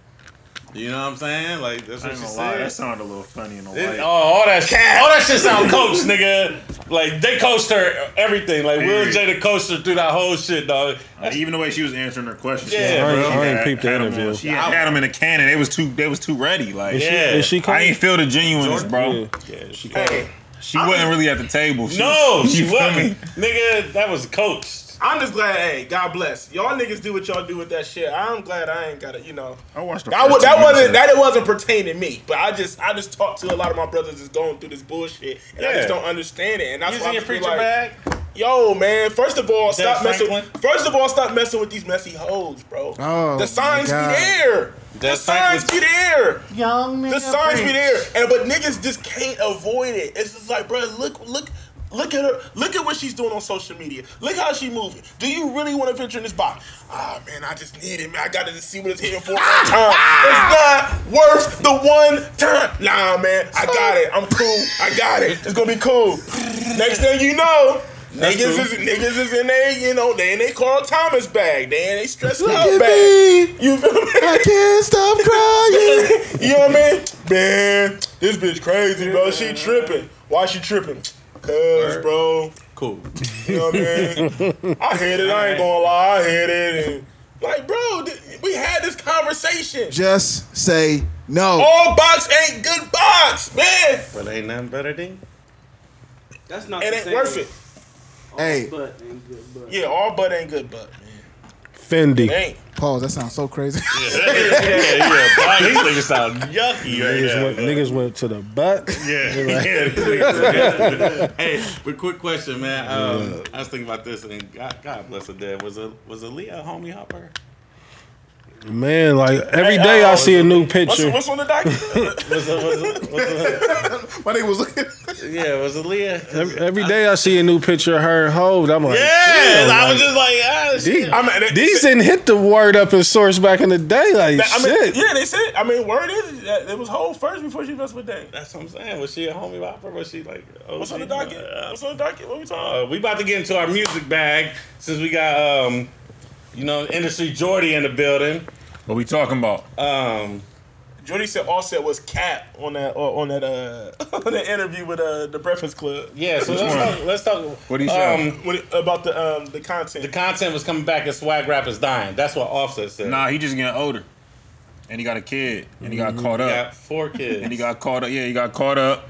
S1: You know what I'm saying? Like, that's
S3: I
S1: what she
S3: ain't gonna lie, that
S1: said.
S3: sounded a little funny in the
S1: It-
S3: light.
S1: oh, all that, all that shit sound coached, nigga. Like they coached her everything. Like Will
S3: Period.
S1: J the coached her through that whole shit, dog.
S3: Like, even the way she was answering her questions,
S1: Yeah,
S3: yeah,
S1: I
S2: ain't-
S3: bro.
S2: I ain't
S3: Had-
S2: peeped the
S3: had 'em
S2: interview.
S3: on- She had, had 'em in a cannon. They was too. They was too ready. Like,
S1: Yeah.
S2: Is she
S3: I
S2: coming?
S3: ain't feel the genuineness,
S1: Jordan?
S3: bro.
S1: Yeah, she
S5: Hey,
S3: She wasn't really at the table. She
S1: No,
S3: was-
S1: she
S3: you feel me?
S1: wasn't, nigga. That was coached.
S5: I'm just glad. Hey, God bless y'all niggas. Do what y'all do with that shit. I'm glad I ain't got it. You know.
S3: I watched the
S5: That, was,
S3: first
S5: that
S3: two
S5: wasn't
S3: minutes
S5: that it wasn't pertaining to me, but I just I just talked to a lot of my brothers that's going through this bullshit, and I
S1: Yeah.
S5: just don't understand it, and that's
S1: Using
S5: why I
S1: your
S5: just be
S1: preacher
S5: like,
S1: bag.
S5: Yo, man. First of all, stop messing.
S1: Franklin?
S5: First of all, stop messing with these messy hoes, bro.
S6: Oh,
S5: the signs be
S6: my God.
S5: there. The
S1: That
S5: signs be there.
S6: Young
S5: The signs be there. And but niggas just can't avoid it. It's just like, bro, look, look. Look at her. Look at what she's doing on social media. Look how she moving. Do you really want a picture in this box? Ah, man, I just need it, man. I got to see what it's here
S6: (laughs)
S5: for one time. It's not worth the one time. Nah, man, I got it. I'm cool. I got it. It's gonna be cool. Next thing you know, niggas is, niggas is in they, you know, they in they Carl Thomas bag. They in they stressed
S6: Look
S5: out
S6: at
S5: bag.
S6: me.
S5: You feel me?
S6: I can't stop crying.
S5: you know what I mean? Man, this bitch crazy, bro. She tripping. Why she tripping? Cuz, bro.
S1: Cool.
S5: You know what
S1: (laughs)
S5: I mean? I hit it. I ain't gonna lie. I hit it. And, like, bro, th- we had this conversation.
S6: Just say no.
S5: All box ain't good box, man.
S1: But ain't nothing better than
S8: That's not.
S5: It
S8: the
S5: ain't
S8: same.
S5: worth it.
S6: Hey.
S8: But ain't good, but.
S5: Yeah, all butt ain't good butt, man. It
S2: Fendi.
S5: ain't.
S6: Pause. That sounds so crazy.
S1: yeah, yeah. Black, these niggas sound yucky right
S2: Niggas
S1: now.
S2: went, niggas went to the butt. (laughs)
S1: Yeah, yeah, these niggas are- (laughs) hey, but quick question, man. Um, I was thinking about this, and God, God bless her dead. Was a was Aaliyah a homie hopper?
S2: Man, like every
S5: Hey,
S2: day I
S5: uh,
S2: see a new
S5: What's,
S2: picture.
S5: what's on the document?
S1: Was a, was a, was
S6: My nigga was looking.
S1: a, (laughs) yeah, was Aaliyah?
S2: Every, every day I see a new picture of her and Hov. I'm like,
S1: Yes,
S2: damn,
S1: I was
S2: like,
S1: just like, ah, shit.
S2: these,
S5: I mean, they-
S2: these didn't hit the word up in source back in the day. Like
S5: I mean,
S2: shit.
S5: yeah, they said. I mean, word is that it was whole first before she messed with Dave.
S1: That's what I'm saying. Was she a homie hopper? Was she like? Oh,
S5: What's on the
S1: she-
S5: docket? What's on the docket? What we talking?
S1: Uh, we about to get into our music bag since we got um, you know, industry Jordy in the building.
S3: What we talking about?
S1: Um,
S5: Jordy said Offset was cap on that on that uh (laughs) on that interview with uh the Breakfast Club.
S1: yeah. So
S3: Which
S1: let's
S3: one?
S1: talk, let's talk.
S3: What'd he say?
S1: um,
S5: When it, about the um the content.
S1: the content was coming back and swag rap is dying. That's what Offset said.
S3: Nah, he just getting older, and he got a kid, and he got caught up,
S1: got four kids.
S3: and he got caught up. Yeah, he got caught up.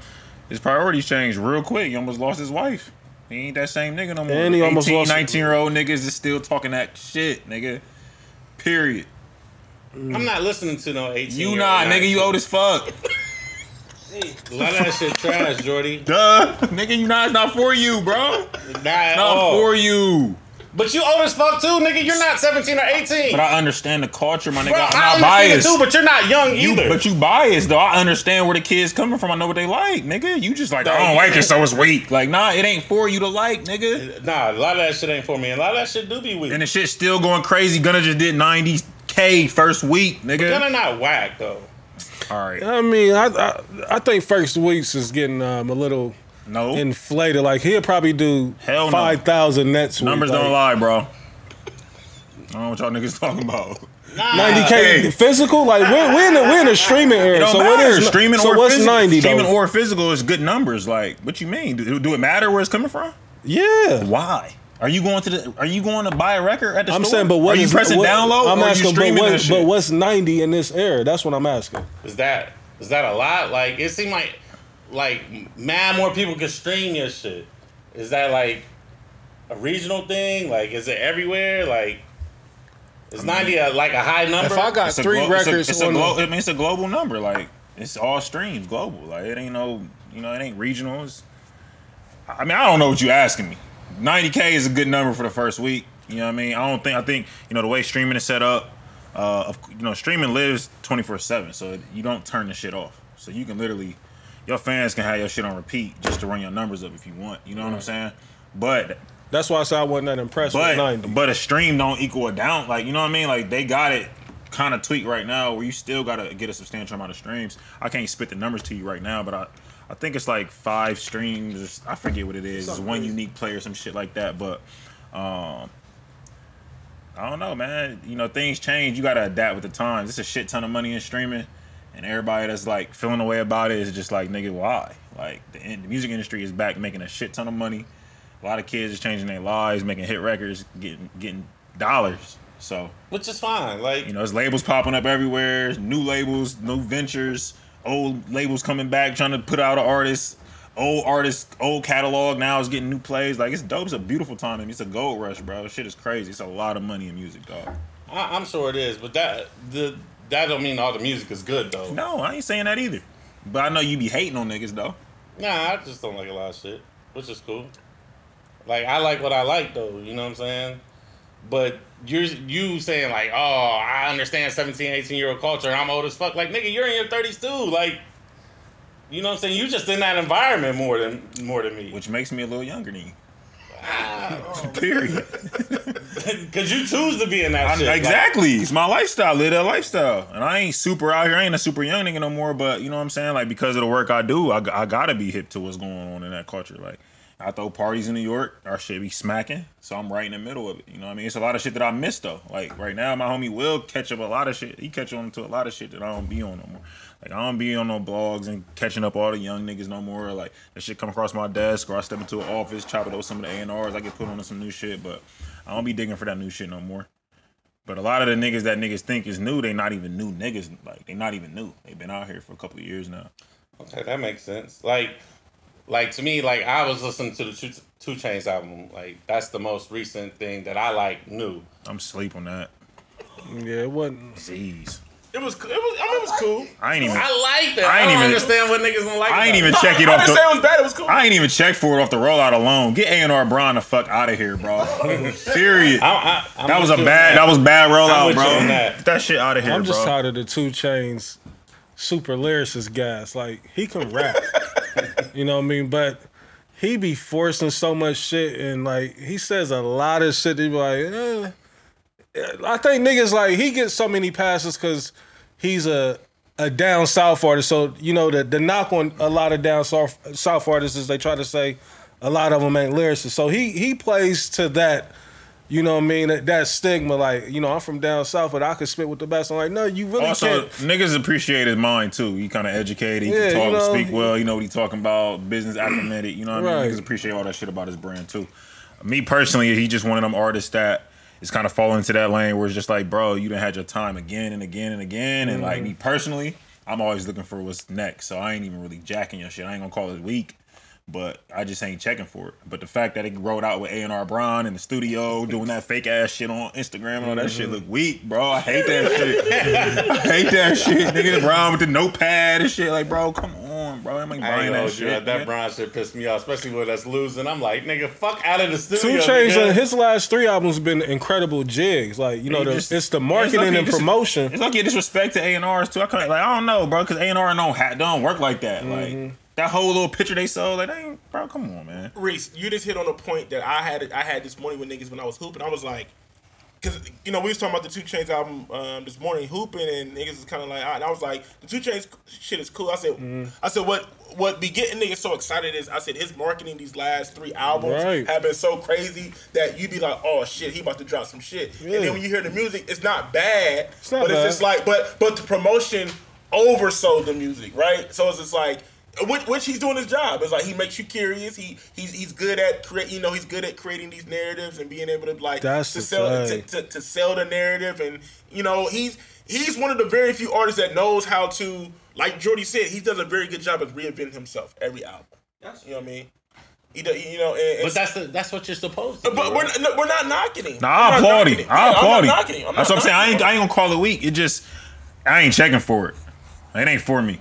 S3: His priorities changed real quick. He almost lost his wife. He ain't that same nigga no more.
S2: And he almost
S3: 18,
S2: lost-
S3: 19 year old niggas is still talking that shit, nigga. Period.
S1: I'm not listening to no 18.
S3: You not, nigga. You old as (laughs) fuck.
S1: A lot of that shit trash,
S3: (laughs)
S1: Jordy.
S3: Duh, nigga. You not. It's not for you, bro.
S1: Not at
S3: Not
S1: all.
S3: for you.
S1: But you old as fuck too, nigga. You're not 17 or 18.
S3: But I understand the culture, my nigga.
S1: Bro,
S3: I'm
S1: I
S3: not
S1: understand it
S3: biased.
S1: too, but you're not young
S3: You-
S1: either.
S3: but you biased though. I understand where the kids coming from. I know what they like, nigga. You just like I don't like it, so it's weak. Like nah, it ain't for you to like, nigga.
S1: nah, a lot of that shit ain't for me. And a lot of that shit do be weak.
S3: And the shit's still going crazy. Gunna just did 90k first week,
S1: Kinda
S3: nigga.
S1: not whack though.
S3: All right,
S2: I mean, I, I I think first weeks is getting um, a little
S3: no
S2: inflated. Like he'll probably do
S3: Hell no.
S2: five thousand next week.
S3: numbers
S2: like,
S3: don't lie, bro. I don't know what y'all niggas (laughs) talking about.
S2: Ninety k
S3: Hey.
S2: physical. Like we're, we're in a we're in a streaming
S3: It
S2: era.
S3: don't
S2: So what
S3: matter.
S2: is
S3: streaming
S2: so
S3: or
S2: what's
S3: physical,
S2: ninety
S3: streaming
S2: though?
S3: or physical is good numbers. Like what you mean? Do, do it matter where it's coming from?
S2: yeah.
S3: Why? Are you going to the? Are you going to buy a record at the
S2: I'm
S3: store?
S2: saying, but what
S3: are you
S2: is-
S3: pressing
S2: what-
S3: download?
S2: I'm
S3: or
S2: asking,
S3: are you streaming
S2: but, what-
S3: that shit?
S2: but what's 90 in this era? That's what I'm asking.
S1: Is that is that a lot? Like it seemed like like mad more people could stream your shit. Is that like a regional thing? Like is it everywhere? Like is ninety a, like a high number?
S2: If I got
S3: It's a
S2: three
S3: glo- it's a-
S2: records
S3: It's a,
S2: on
S3: glo- I mean, it's a global number. Like it's all streams, global. Like it ain't no, you know, it ain't regional. It's, I mean, I don't know what you asking me. 90k is a good number for the first week. You know what I mean? I don't think. I think you know the way streaming is set up. Uh, of, you know, streaming lives 24 seven, so you don't turn the shit off. So you can literally, your fans can have your shit on repeat just to run your numbers up if you want. You know what I'm saying? But
S2: That's why I said I wasn't that impressed with
S3: but
S2: 90.
S3: but a stream don't equal a down. Like you know what I mean? Like they got it kind of tweaked right now, where you still gotta get a substantial amount of streams. I can't spit the numbers to you right now, but I I think it's like five streams. or- I forget what it is. It's one unique player, some shit like that. But um. I don't know, man. You know, things change. You gotta adapt with the times. It's a shit ton of money in streaming, and everybody that's like feeling the way about it is just like, nigga, why? Like the, in- the music industry is back making a shit ton of money. A lot of kids is changing their lives, making hit records, getting getting dollars. So
S1: which is fine. Like
S3: you know, there's labels popping up everywhere, new labels, new ventures, old labels coming back, trying to put out an artist, old artist, old catalog. Now it's getting new plays. Like it's dope. It's a beautiful time. I mean, it's a gold rush, bro. Shit is crazy. It's a lot of money in music, dog.
S1: I, I'm sure it is, but that the that don't mean all the music is good though.
S3: No, I ain't saying that either. But I know you be hating on niggas though.
S1: Nah, I just don't like a lot of shit, which is cool. Like I like what I like though, you know what I'm saying? But you're you saying like, oh, I understand 17, 18 year old culture, and I'm old as fuck. Like nigga, you're in your 30s too. Like, you know what I'm saying? You just in that environment more than more than me. Ah.
S3: which makes me a little younger than you. Period.
S1: (laughs) Cause you choose to be in that
S3: I-
S1: shit. Like,
S3: exactly. it's my lifestyle. Live that lifestyle. And I ain't super out here. I ain't a super young nigga no more. But you know what I'm saying? Like, because of the work I do, I, g- I gotta be hip to what's going on in that culture. Like, I throw parties in New York. Our shit be smacking. So I'm right in the middle of it. You know what I mean? It's a lot of shit that I miss, though. Like, right now, my homie will catch up a lot of shit. He catch on to a lot of shit that I don't be on no more. Like, I don't be on no blogs and catching up all the young niggas no more. Like, that shit come across my desk or I step into an office, chop it over some of the A&Rs. I get put on to some new shit, but I don't be digging for that new shit no more. But a lot of the niggas that niggas think is new, they not even new niggas. Like they not even new. They been out here for a couple of years now.
S1: Okay, that makes sense. Like, like to me, like I was listening to the Two, Two Chains album. Like that's the most recent thing that I like new.
S3: I'm sleep on that.
S2: Yeah, it wasn't.
S3: Jeez.
S5: It was, it was. I mean, it was cool.
S3: I ain't even.
S1: I
S3: I,
S1: like that. I,
S3: I ain't
S1: don't
S3: even-
S1: understand what niggas don't like. about
S3: ain't even
S1: it.
S3: check it
S5: I
S3: off
S5: didn't say it
S3: the.
S5: was bad. It was cool.
S3: I ain't even check for it off the rollout alone. Get A and R Brown the fuck out of
S1: (laughs)
S3: here, bro. Period.
S1: I, I, I'm
S3: That was a
S1: with you on
S3: bad. That was
S1: I'm
S3: bad rollout,
S1: with you
S3: bro.
S1: on that.
S3: Get that shit out of here,
S2: I'm just
S3: bro.
S2: tired of the two chains super lyricist guys. Like he can
S3: (laughs)
S2: rap. you know what I mean? But he be forcing so much shit and like he says a lot of shit that you be like, eh. I think niggas like he gets so many passes cause he's a a down south artist. So, you know, the the knock on a lot of down south south artists is they try to say a lot of them ain't lyricists. So he he plays to that you know what I mean? That, that stigma, like, you know, I'm from down south, but I could spit with the best. I'm like, no, you really
S3: Also,
S2: can't.
S3: niggas appreciate his mind too. He kind of educated. He
S2: Yeah,
S3: can talk,
S2: you know,
S3: speak well. You know what he talking about. Business acumen. You know what I
S2: Right.
S3: mean? Niggas appreciate all that shit about his brand too. Me personally, he just one of them artists that is kind of falling into that lane where it's just like, bro, you done had your time again and again and again. And like me personally, I'm always looking for what's next. So I ain't even really jacking your shit. I ain't gonna call it weak. But I just ain't checking for it. But the fact that it rolled out with A and R Brown in the studio doing that fake ass shit on Instagram and all that shit look weak, bro. I hate that shit. I hate that shit. Nigga Brown with the notepad and shit. Like, bro, come on, bro. I'm like
S1: I ain't gonna
S3: buying that
S1: hold you
S3: shit.
S1: up. That Bron shit pissed me off, especially with us losing. I'm like, nigga, fuck out of the studio.
S2: Two Chainz,
S1: nigga.
S2: uh, his last three albums been incredible jigs. Like, you know,
S3: You
S2: the,
S3: just-
S2: it's the marketing
S3: lucky
S2: and
S3: this is-
S2: promotion.
S3: It's like your disrespect to A and R's too. I kind of like I don't know, bro, because A and R don't ha- don't work like that. Like that whole little picture they sold, like, they ain't, bro, come on, man.
S5: Reese, you just hit on a point that I had. I had this morning with niggas when I was hooping. I was like, because you know we was talking about the Two Chains album um, this morning hooping, and niggas was kind of like, ah, and I was like, the Two Chains shit is cool. I said,
S2: Mm-hmm.
S5: I said what what be getting niggas so excited is I said his marketing these last three albums
S2: Right.
S5: have been so crazy that you be like, oh shit, he about to drop some shit, and
S2: Yeah.
S5: then when you hear the music, it's not bad,
S2: not
S5: but
S2: bad.
S5: it's just like, but but the promotion oversold the music, right? So it's just like, which, which he's doing his job. It's like he makes you curious. He he's he's good at create. You know, he's good at creating these narratives and being able to like
S2: That's
S5: to
S2: the
S5: sell to,
S2: thing.
S5: to, to sell the narrative. And you know, he's he's one of the very few artists that knows how to, like Jordy said, he does a very good job of reinventing himself every album.
S8: That's
S5: You know what I mean? He does, you know, and,
S1: But that's the, that's what you're supposed to. do,
S5: but we're,
S1: right?
S5: no, we're not knocking him.
S3: Nah, I
S5: We're not knocking
S3: applaud him.
S5: him.
S3: I
S5: Yeah,
S3: applaud
S5: I'm not knocking him.
S3: him.
S5: I'm
S3: That's
S5: not
S3: what I'm saying. I
S5: knocking
S3: ain't
S5: him.
S3: I ain't gonna call it weak. It just I ain't checking for it. It ain't for me.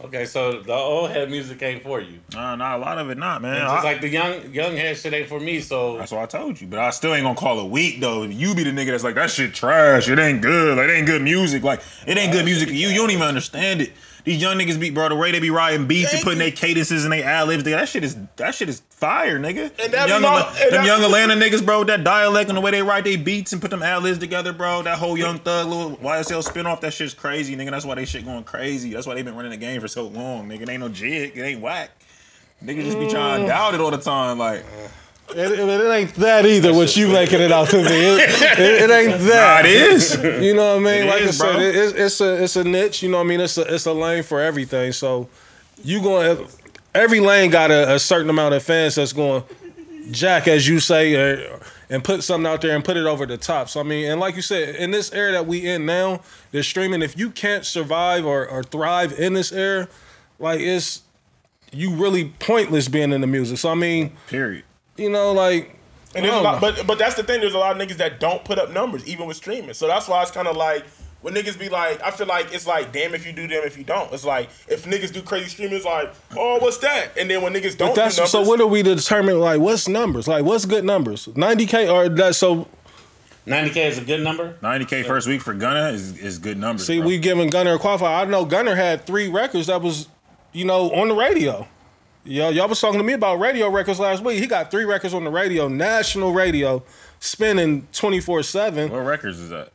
S1: okay, so the old head music ain't for you.
S3: Nah, nah, a lot of it not, man.
S1: Just
S3: I-
S1: like the young young head shit ain't for me. So
S3: That's what I told you. But I still ain't gonna call it weak though. You be the nigga that's like that shit trash. It ain't good. Like, it ain't good music. Like it ain't good music to you. You don't even understand it. These young niggas be bro the way they be riding beats and
S5: Thank
S3: putting
S5: you.
S3: their cadences and they ad libs. That shit is that shit is fire, nigga.
S5: And that
S3: them young,
S5: be my-
S3: Ala-
S5: and
S3: them
S5: that-
S3: young Atlanta niggas, bro, with that dialect and the way they write their beats and put them ad libs together, bro. That whole young thug little YSL spinoff, that shit's crazy, nigga. That's why they shit going crazy. That's why they been running the game for so long, nigga. It ain't no jig. It ain't whack. Niggas just be trying to doubt it all the time, like.
S2: It, it- it ain't that either, what you making it out to be. It, it- it ain't that.
S3: (laughs) Nah, it is.
S2: You know what I mean?
S3: It
S2: like
S3: is,
S2: I
S3: bro.
S2: said, it, it's, it's a it's a niche. You know what I mean? It's a it's a lane for everything. So you going to every lane got a, a certain amount of fans that's going jack as you say or, and put something out there and put it over the top. So I mean, and like you said, in this era that we in now, the streaming. If you can't survive or, or thrive in this era, like it's you really pointless being in the music. So I mean,
S3: Period.
S2: you know, like
S5: And there's a
S2: I don't
S5: lot, but but that's the thing. There's a lot of niggas that don't put up numbers, even with streaming. So that's why it's kind of like When niggas be like, I feel like it's like, damn if you do, damn if you don't. It's like if niggas do crazy streaming, it's like, oh, what's that? And then when niggas don't,
S2: But that's
S5: do numbers,
S2: so. What are we to determine? Like, what's numbers? Like, what's good numbers? Ninety k or that? So
S1: 90K is a good number.
S3: 90k first week for Gunna is, is good numbers.
S2: see,
S3: bro.
S2: we giving Gunner a qualifier. I know Gunner had three records that was, you know, on the radio. Yo, y'all was talking to me about radio records last week. He got three records on the radio, national radio, spinning twenty four seven.
S3: what records is that?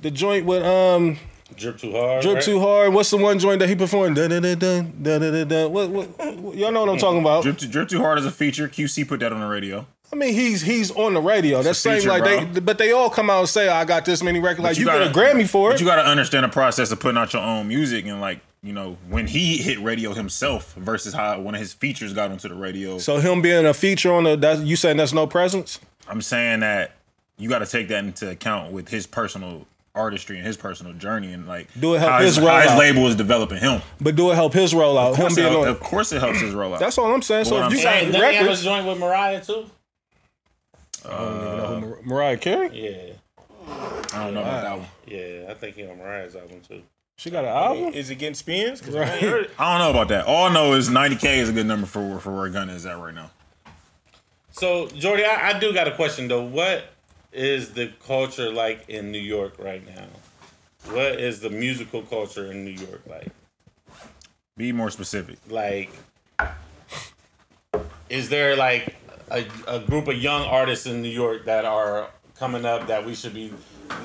S2: The joint with um
S1: Drip too hard.
S2: Drip
S1: right?
S2: Too Hard. What's the one joint that he performed? Dun, dun, dun, dun, dun, dun, dun, dun. What, what, what- y'all know what I'm talking about.
S3: Drip too, drip too hard is a feature. QC put that on the radio.
S2: I mean, he's he's on the radio. That's
S3: a
S2: same
S3: feature,
S2: like
S3: bro.
S2: they, but they all come out and say, "I got this many records." Like
S3: you
S2: you, get a
S3: gotta-
S2: Grammy for
S3: But
S2: it.
S3: you got to understand the process of putting out your own music and like you know when he hit radio himself versus how one of his features got onto the radio.
S2: so him being a feature on the that you saying that's no presence.
S3: I'm saying that you got to take that into account with his personal artistry and his personal journey and like
S2: Do it help
S3: how
S2: his
S3: how
S2: rollout?
S3: label is
S2: (laughs)
S3: developing him.
S2: But do it help his rollout?
S3: Of
S2: Him
S3: course,
S2: being
S3: it,
S2: on.
S3: of course it helps his rollout.
S2: that's all I'm saying. So
S3: What
S2: if
S1: Hey,
S2: you got
S3: I'm
S1: did he have a
S2: records,
S1: joint with Mariah too?
S2: Mar- Mariah Carey,
S1: Yeah,
S3: I don't know about that one.
S1: yeah. I think he on Mariah's album too.
S2: she got an album.
S5: is it getting spins? 'Cause I
S2: Right.
S5: ain't heard it.
S3: I don't know about that. All I know is 90k is a good number for for where Gunna is at right now.
S1: So Jordy, I, I do got a question though. What is the culture like in New York right now? What is the musical culture in New York like?
S3: Be more specific.
S1: Like, is there like a, a group of young artists in New York that are coming up that we should be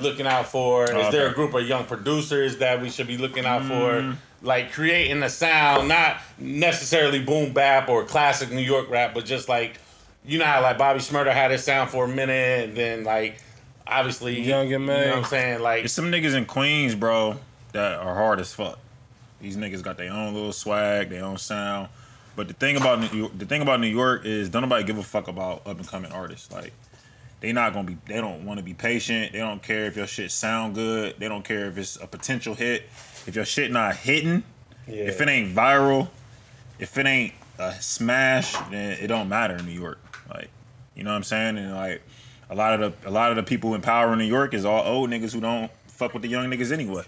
S1: looking out for? Is
S3: Okay.
S1: there a group of young producers that we should be looking out
S2: Mm.
S1: for? Like creating a sound, not necessarily boom bap or classic New York rap, but just like you know how like Bobby Smurder had his sound for a minute, and then like obviously
S2: Young and
S1: You
S2: May.
S1: know what I'm saying? Like
S3: There's some niggas in Queens, bro, that are hard as fuck. These niggas got their own little swag, their own sound. But the thing about New York, the thing about New York is don't nobody give a fuck about up and coming artists. Like they not gonna be, they don't want to be patient. They don't care if your shit sound good. They don't care if it's a potential hit. If your shit not hitting,
S1: yeah.
S3: if it ain't viral, if it ain't a smash, then it don't matter in New York. Like, you know what I'm saying? And like, a lot of the a lot of the people in power in New York is all old niggas who don't fuck with the young niggas anyway.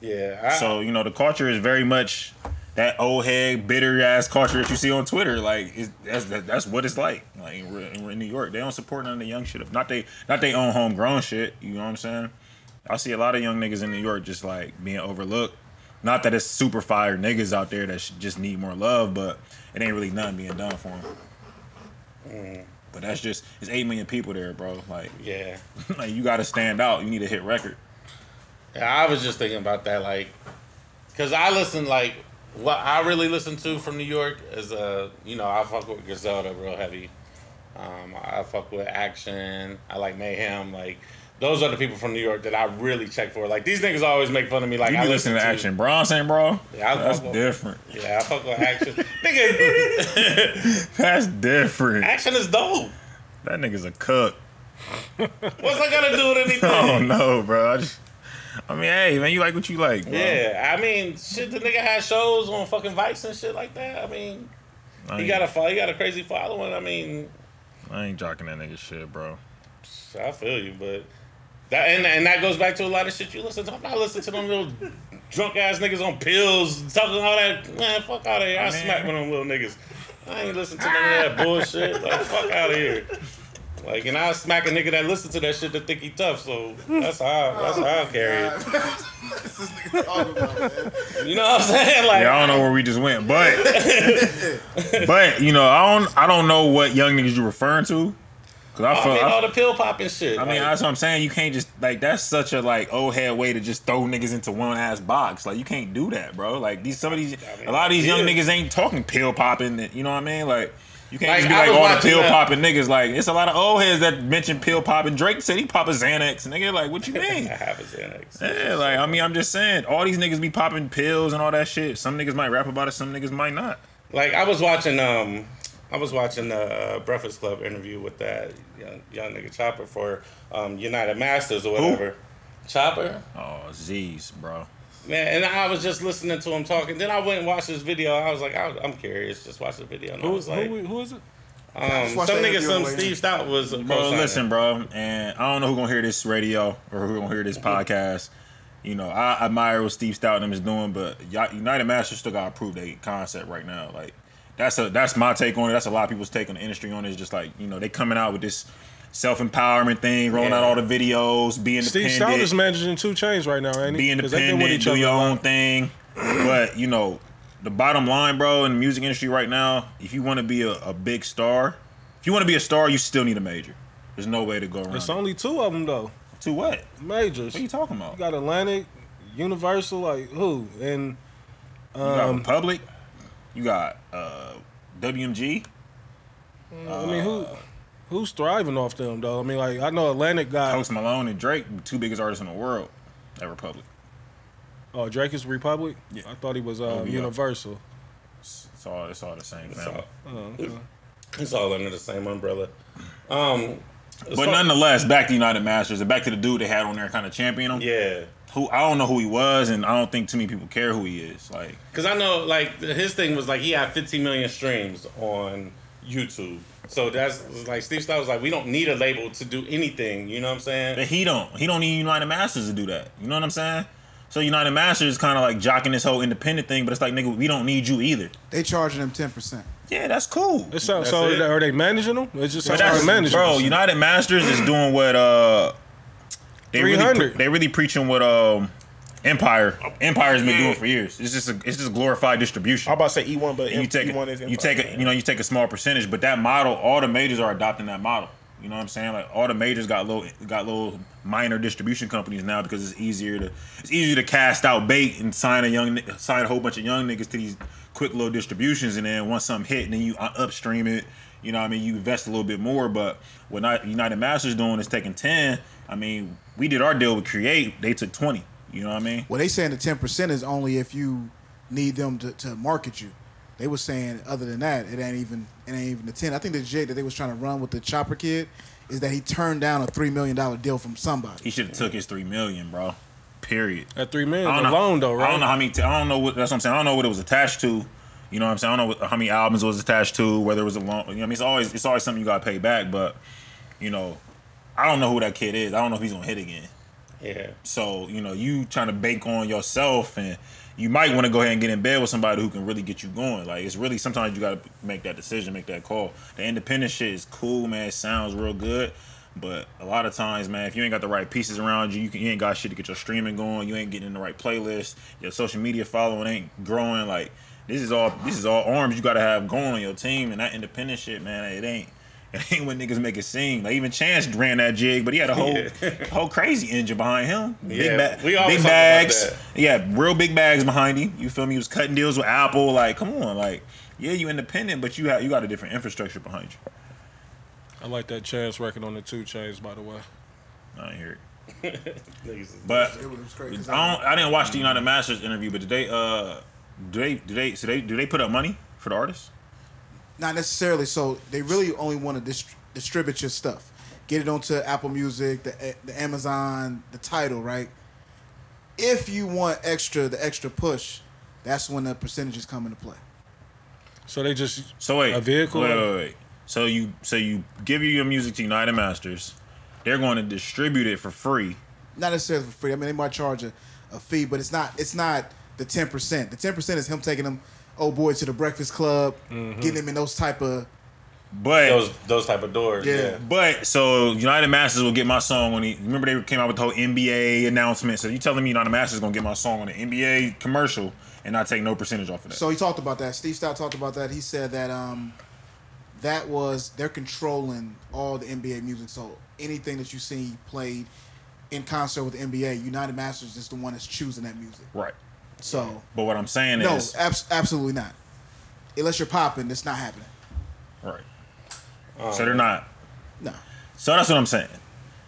S1: yeah, I,
S3: So you know, the culture is very much that old head, bitter ass culture that you see on Twitter. Like, it's, that's that, that's what it's like. Like, we're, in New York, they don't support none of the young shit. Not they not they own homegrown shit. You know what I'm saying? I see a lot of young niggas in New York just like being overlooked. Not that it's super fire niggas out there that should just need more love, but it ain't really nothing being done for them.
S1: Mm.
S3: But that's just it's eight million people there, bro. Like, (laughs)
S1: yeah.
S3: like you got to stand out. You need a hit record.
S1: Yeah, I was just thinking about that, like, because I listen, like, what I really listen to from New York is, uh, you know, I fuck with Griselda real heavy. Um, I fuck with Action. I like Mayhem. Like, those are the people from New York that I really check for. Like, these niggas always make fun of me. Like,
S3: You
S1: I
S3: be listening to
S1: listen
S3: Action Bronson, bro.
S1: Yeah, I-
S3: that's
S1: I-
S3: different.
S1: Yeah, I fuck with Action. (laughs) Nigga, (laughs)
S3: That's different.
S1: Action is dope.
S3: That nigga's a cook.
S1: What's that got to do with anything?
S3: (laughs) I don't know, bro. I, just, I mean, hey, man, you like what you like, bro.
S1: Yeah, I mean, shit, the nigga had shows on fucking Vice and shit like that. I mean,
S3: I
S1: he
S3: ain't,
S1: got a fo- he got a crazy following. I mean,
S3: I ain't jocking that nigga shit, bro.
S1: I feel you, but that and, and that goes back to a lot of shit you listen to. I'm not listening to them little drunk ass niggas on pills talking all that. Man, fuck out of here. I
S3: Man.
S1: smack one of them little niggas. I ain't listen to none of that bullshit. Like fuck out of here. Like and I smack a nigga that listen to that shit that think he tough. So that's how that's how I carry it. You know what I'm saying? (laughs) Like
S3: Yeah, I don't know where we just went, but but you know, I don't I don't know what young niggas you referring to, cause I
S1: I
S3: feel.
S1: mean, all
S3: I,
S1: the pill popping shit.
S3: I mean,
S1: like,
S3: that's what I'm saying. You can't just like that's such a like old head way to just throw niggas into one ass box. Like you can't do that, bro. Like these some of these a lot of these young
S1: yeah.
S3: niggas ain't talking pill popping. You know what I mean? Like you can't
S1: Like,
S3: just be
S1: I
S3: like
S1: was
S3: all the
S1: watching
S3: pill
S1: that-
S3: popping niggas. Like it's a lot of old heads that mention pill popping. Drake said he popping Xanax, nigga. Like what you
S1: (laughs)
S3: mean?
S1: I have a Xanax.
S3: Yeah, like I mean, I'm just saying, all these niggas be popping pills and all that shit. Some niggas might rap about it, some niggas might not.
S1: Like I was watching, um, I was watching the uh, Breakfast Club interview with that young, young nigga Chopper for um, United Masters or whatever. Chopper,
S3: Oh, Z's, bro.
S1: man, and I was just listening to him talking. Then I went and watched this video. I was like, I, I'm curious, just watch the video. And I was like,
S2: who is it?
S1: Um,
S6: watched
S1: some
S6: that
S1: nigga,
S6: interview
S1: some
S6: with-
S1: Steve Stout was. a
S3: Bro,
S1: co-signer.
S3: listen, bro, and I don't know who gonna hear this radio or who gonna
S2: (laughs)
S3: hear this podcast. You know, I admire what Steve Stout and them is doing, but y'all- United Masters still gotta prove their concept right now. Like that's a that's my take on it. That's a lot of people's take on the industry on it. It's just like you know they coming out with this self empowerment thing, rolling out all the videos, being
S2: Steve Stout
S3: independent,
S2: is managing two chains right now, ain't he?
S3: be
S2: 'Cause they been with
S3: independent,
S2: each
S3: do
S2: other
S3: your
S2: a lot.
S3: own thing. But you know, the bottom line, bro, in the music industry right now, if you want to be a, a big star, if you want to be a star, you still need a major. There's no way to go around.
S2: It's
S3: it.
S2: only two of them though,
S3: To what?
S2: majors.
S3: What are
S2: You
S3: you talking about? You
S2: got Atlantic, Universal, like who? And
S3: got
S2: um,
S3: Republic. You got uh, WMG.
S2: I mean who?
S3: Uh,
S2: Who's thriving off them though? I mean like I know Atlantic got.
S3: Post Malone and Drake, two biggest artists in the world at Republic.
S2: Oh, Drake is Republic.
S3: Yeah.
S2: I thought he was
S3: Oh,
S2: um,
S3: yeah.
S2: Universal.
S3: It's all it's all the same
S1: It's
S3: family.
S1: all, Oh. it's all under the same umbrella. Um,
S3: But nonetheless, back to United Masters and back to the dude they had on there, kind of champion him.
S1: yeah.
S3: Who I don't know who he was, and I don't think too many people care who he is. Like
S1: Cause I know, like his thing was like he had 15 million streams on YouTube, so that's like Steve Stout was like, we don't need a label to do anything. You know what I'm
S3: But
S1: saying?
S3: he don't. He don't need United Masters to do that. You know what I'm saying? So United Masters is kind of like jocking this whole independent thing, but it's like nigga, we don't need you either.
S6: (laughs) They charging them ten percent.
S3: Yeah, that's cool.
S2: It sounds
S1: That's
S2: so.
S1: it.
S2: Are they managing them? It's just
S3: But
S2: how they
S3: that's,
S2: managing.
S3: bro,
S2: them.
S3: United Masters is doing what uh they really
S2: 300.
S3: pre- they really preaching what um Empire Empire's been doing for years. It's just a it's just glorified distribution.
S5: I'm about to say E1, but
S3: And you take
S5: E1 is
S3: a, you take a, you know you take a small percentage, but that model, all the majors are adopting that model. You know what I'm saying? Like all the majors got little got little minor distribution companies now because it's easier to it's easier to cast out bait and sign a young ni- sign a whole bunch of young niggas to these quick little distributions, and then once something hit, then you u- upstream it. You know what I mean? You invest a little bit more, but what not United Masters doing is taking ten. I mean, we did our deal with Create, they took twenty. You know what I mean?
S6: Well, they saying the ten percent is only if you need them to, to market you. They were saying other than that, it ain't even it ain't even the ten. I think the jig that they was trying to run with the chopper kid is that he turned down a three million dollar deal from somebody.
S3: He should have took his three million, bro. Period.
S2: at three million
S3: I don't know.
S2: alone though, right?
S3: I don't know how many. T- I don't know what that's what I'm saying. I don't know what it was attached to. You know what I'm saying? I don't know what, how many albums it was attached to. Whether it was a long. You know, what I mean, it's always it's always something you got to pay back. But you know, I don't know who that kid is. I don't know if he's gonna hit again.
S1: Yeah.
S3: So you know, you trying to bank on yourself, and you might want to go ahead and get in bed with somebody who can really get you going. Like it's really sometimes you got to make that decision, make that call. The independent shit is cool, man. It sounds real good, but a lot of times, man, if you ain't got the right pieces around you, you, can, you ain't got shit to get your streaming going. You ain't getting in the right playlist. Your social media following ain't growing. Like this is all this is all arms you got to have going on your team, and that independent shit, man, it ain't. (laughs) It ain't what niggas make it seem. Like even Chance ran that jig, but he had
S1: (laughs)
S3: a whole whole crazy engine behind him.
S1: Yeah,
S3: big ba-
S1: we always
S3: big
S1: talk about
S3: bags.
S1: that.
S3: Yeah, real big bags behind him. You feel me? He was cutting deals with Apple. Like, come on, like, yeah, you independent, but you have you got a different infrastructure behind you.
S2: I like that Chance record on the two chains, by the way.
S3: I don't hear it.
S1: (laughs) Niggas is-
S3: But I
S6: It was crazy, 'cause
S3: don't.
S6: I-
S3: I didn't watch the
S1: Mm-hmm.
S3: United Masters interview, but did they uh do they do they so they do they put up money for the artists?
S6: Not necessarily. So they really only want to dist- distribute your stuff, get it onto Apple Music, the eh, the Amazon, the title, right? If you want extra, the extra push, that's when the percentages come into play.
S2: So they just
S3: So wait,
S2: A vehicle?
S3: Wait, wait, wait. So you so you give your music to United Masters. They're going to distribute it for free.
S6: not necessarily for free. I mean, they might charge a, a fee, but it's not it's not the ten percent. The ten percent is him taking them old boy to the Breakfast Club, getting him in those type of
S3: But
S1: those those type of doors.
S6: yeah.
S3: But so United Masters will get my song when he remember they came out with the whole NBA announcement. So you telling me United Masters gonna get my song on the NBA commercial and not take no percentage off of that?
S6: So he talked about that. Steve Stout talked about that. He said that um, that was they're controlling all the NBA music. So anything that you see played in concert with the NBA, United Masters is the one that's choosing that music.
S3: right.
S6: So
S3: But what I'm saying
S6: no,
S3: is
S6: abs- absolutely not. Unless you're popping, it's not happening.
S3: right. so they're not.
S6: No.
S3: So that's what I'm saying.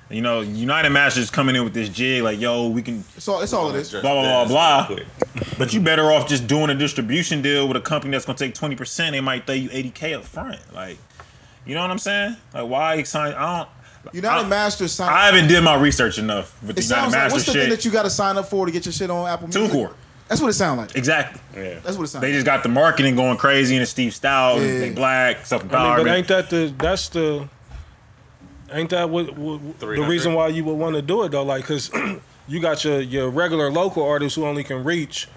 S3: You know, United Masters coming in with this jig like, yo, we can
S6: It's all. It's all it is.
S1: Just
S3: Blah, blah, blah,
S1: this quick.
S3: But you better off just doing a distribution deal with a company that's gonna take twenty percent. They might throw you eighty k up front. Like, you know what I'm saying? Like, why sign? I don't.
S6: United
S3: I-
S6: Masters signed.
S3: I haven't did my research enough with
S6: It
S3: the United
S6: sounds like
S3: Masters
S6: what's the
S3: shit.
S6: thing that you got to sign up for to get your shit on Apple Music?
S3: TuneCore.
S6: That's what it sounds like.
S3: Exactly.
S1: Yeah.
S6: That's what it sounds
S3: They
S6: like.
S3: just got the marketing going crazy and it's Steve Styles,
S6: Yeah.
S3: they black, self
S2: I mean,
S3: empowerment.
S2: but ain't that the that's the ain't that what, what the
S1: 300?
S2: reason why you would want to do it though? Like, cause (clears throat) you got your your regular local artists who only can reach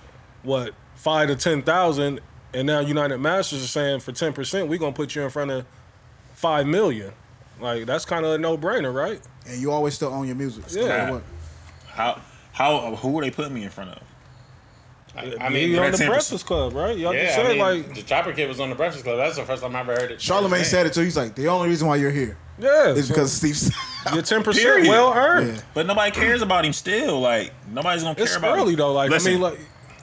S2: what five to ten thousand, and now United Masters are saying for ten percent we're gonna put you in front of five million. Like that's kind of a no brainer, right?
S6: and you always still own your music. It's no
S2: Yeah.
S6: matter what.
S3: how how who are they putting me in front of?
S1: I mean,
S2: you
S3: for
S2: on the
S3: that 10%.
S2: Breakfast Club, right? Y'all just
S1: yeah,
S2: said
S1: I mean,
S2: like,
S1: the Chopper Kid was on the Breakfast Club. That's the first time I ever heard it.
S6: Charlemagne said it too. He's like, the only reason why you're here
S2: yeah,
S6: is because Steve's.
S2: (laughs) your ten percent
S3: Period.
S2: well earned.
S6: (laughs) Yeah.
S3: But nobody cares about him still. Like nobody's gonna care
S2: It's
S3: about
S2: early
S3: him.
S2: though. Like,
S3: Listen,
S2: I mean, like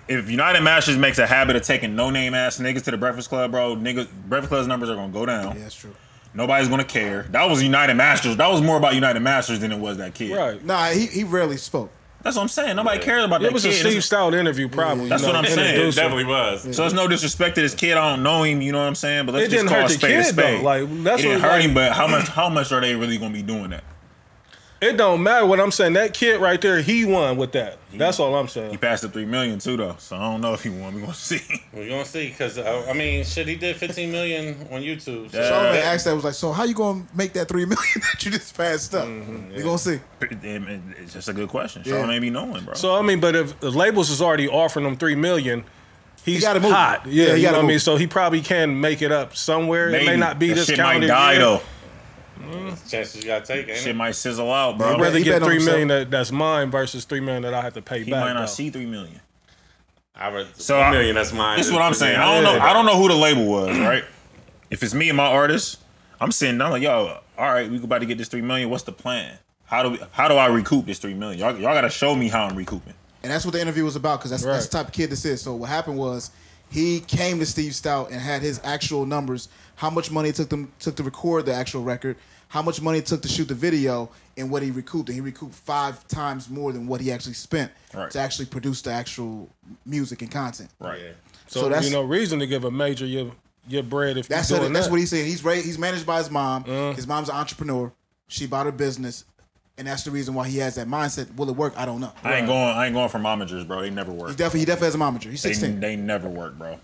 S3: if United Masters makes a habit of taking no name ass niggas to the Breakfast Club, bro, niggas Breakfast Club's numbers are gonna go down.
S6: yeah, that's true.
S3: Nobody's gonna care. That was United Masters. That was more about United Masters than it was that kid.
S2: right.
S6: Nah, he, he rarely spoke.
S3: That's what I'm saying. Nobody cares about
S2: It
S3: that
S2: was a
S3: kid.
S2: Steve Stout interview, probably.
S3: That's
S2: you know,
S3: what I'm saying.
S1: It
S2: introducing.
S1: definitely was.
S3: so it's no disrespect to this kid. I don't know him. You know what I'm saying? But let's
S2: It
S3: just
S2: didn't
S3: call
S2: hurt
S3: a
S2: the
S3: spade a
S2: kid, though.
S3: spade.
S2: Like, that's
S3: it didn't
S2: what-
S3: hurt
S2: like-
S3: him. But how much? How much are they really gonna be doing that?
S2: It don't matter what I'm saying. That kid right there, he won with that. That's all I'm
S3: He
S2: saying.
S3: passed the three million too, though. So I don't know if he won. We gonna (laughs) see.
S1: We're gonna see, cause uh, I mean, shit, he did 15 million on YouTube. So
S6: Charlemagne asked that was like, so how you gonna make that three (laughs) million that you just passed up? You gonna see?
S3: And- and It's just a good question.
S6: Yeah.
S3: Charlamagne be knowing, bro.
S2: So I mean, but if the labels is already offering him three million, he's
S6: gotta move.
S2: hot.
S6: Yeah,
S2: Yeah,
S6: he
S2: you
S6: gotta
S2: know what I mean.
S6: move.
S2: So he probably can make it up somewhere. It may
S3: Maybe.
S2: not be
S3: That
S2: this
S3: shit might
S2: calendar
S3: die
S2: year.
S3: though.
S1: chances you gotta take. Ain't
S3: Shit
S1: it?
S3: might sizzle out, bro.
S6: Yeah,
S2: I'd rather
S6: He bet
S2: get
S6: on
S2: three
S6: himself.
S2: million that, that's mine versus three million that I have to pay
S3: he
S2: back.
S3: might not
S2: though.
S3: see three million.
S1: I read
S3: So
S1: so
S3: I-
S1: a million. That's mine.
S3: This is what I'm saying. I don't know. I don't know who the label was, right? If it's me and my artist, I'm sitting down like, yo, all right, we about to get this three million. What's the plan? How do we, how do I recoup this three million? Y'all, y'all gotta show me how I'm recouping.
S6: And that's what the interview was about because that's, that's
S2: Right.
S6: the type of kid this is. So what happened was he came to Steve Stout and had his actual numbers, how much money it took them took to record the actual record, how much money it took to shoot the video, and what he recouped. And he recouped five times more than what he actually spent
S3: Right.
S6: to actually produce the actual music and content.
S3: Right.
S2: So,
S6: so that's-
S2: you know, reason to give a major your your bread if
S6: That's
S2: you're
S6: what,
S2: doing
S6: that's
S2: that.
S6: what he said. He's ra- he's managed by his mom.
S5: Uh.
S6: His mom's an entrepreneur. She bought her business, and that's the reason why he has that mindset. Will it work? I don't know.
S3: I ain't going. I ain't going for momagers, bro. They never work.
S6: He definitely he definitely has a momager. He's
S3: They,
S6: sixteen.
S3: they never work, bro.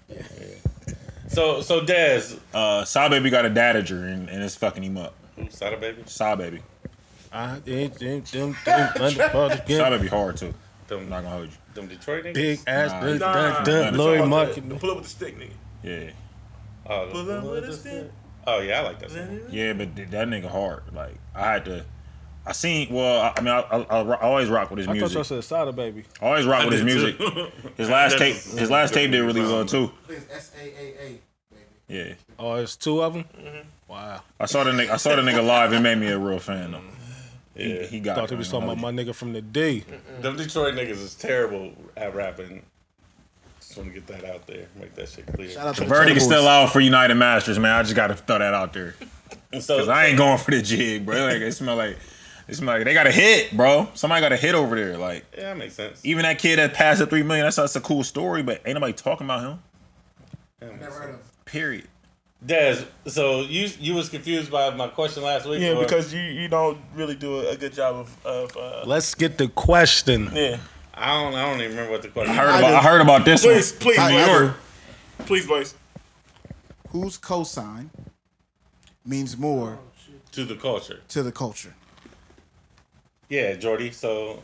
S1: So so Dez,
S3: Uh, Saw baby got a dadager and, and it's fucking him up.
S1: oops, out of baby.
S3: Saw baby.
S2: I, them, them, them, them,
S3: Saw
S2: motherfuckers,
S3: baby hard too. I'm
S1: Them,
S3: not gonna hold
S1: them Detroit niggas.
S2: big ass,
S3: Nah,
S2: duck,
S3: nah,
S2: duck, duck,
S3: nah, nah,
S2: Lloyd
S5: Talking about
S2: Market.
S5: the- Pull up with the stick, nigga.
S3: you. Yeah.
S1: Oh, the-
S5: Pull up with the stick.
S1: oh yeah, I like that. Song.
S3: Yeah, but th- that nigga hard. Like I had to. I seen. Well, I, I mean, I, I, I ro- I always rock with his
S2: I thought y'all
S3: music.
S2: said Sada Baby.
S3: I always rock with his
S1: did (laughs)
S3: music.
S1: too.
S3: His last
S1: That
S3: tape.
S1: was-
S3: His last tape did really well too.
S6: S A A A.
S3: Yeah.
S2: Oh, it's two of them. Wow.
S3: I saw the nigga. I saw the nigga live. It made me a real fan though. He, he got.
S2: Thought they
S3: it,
S2: was
S3: man.
S2: talking about my nigga from the D.
S1: Them Detroit niggas is terrible at rapping. Just want to get that out there, make that shit clear.
S6: Shout out to
S3: The verdict is
S6: Turtle
S3: still
S6: Boys.
S3: out for United Masters, man. I just gotta throw that out there
S1: so
S3: because I ain't going for the jig, bro. Like it smell like. It smell like they got a hit, bro. Somebody got a hit over there. Like
S1: yeah, that makes sense.
S3: even that kid that passed the three million. That's that's a cool story, but ain't nobody talking about him. Period.
S1: Dez, so you you was confused by my question last week.
S5: Yeah,
S1: or-
S5: because you you don't really do a, a good job of of uh,
S2: Let's get the question.
S5: yeah.
S1: I don't I don't even remember what the question.
S3: I heard
S1: was.
S3: about. I, heard about this
S5: Please,
S3: one.
S5: please,
S6: I- I do.
S5: please, voice.
S6: Whose cosign means more
S1: to the culture.
S6: to the culture?
S1: Yeah, Jordy. So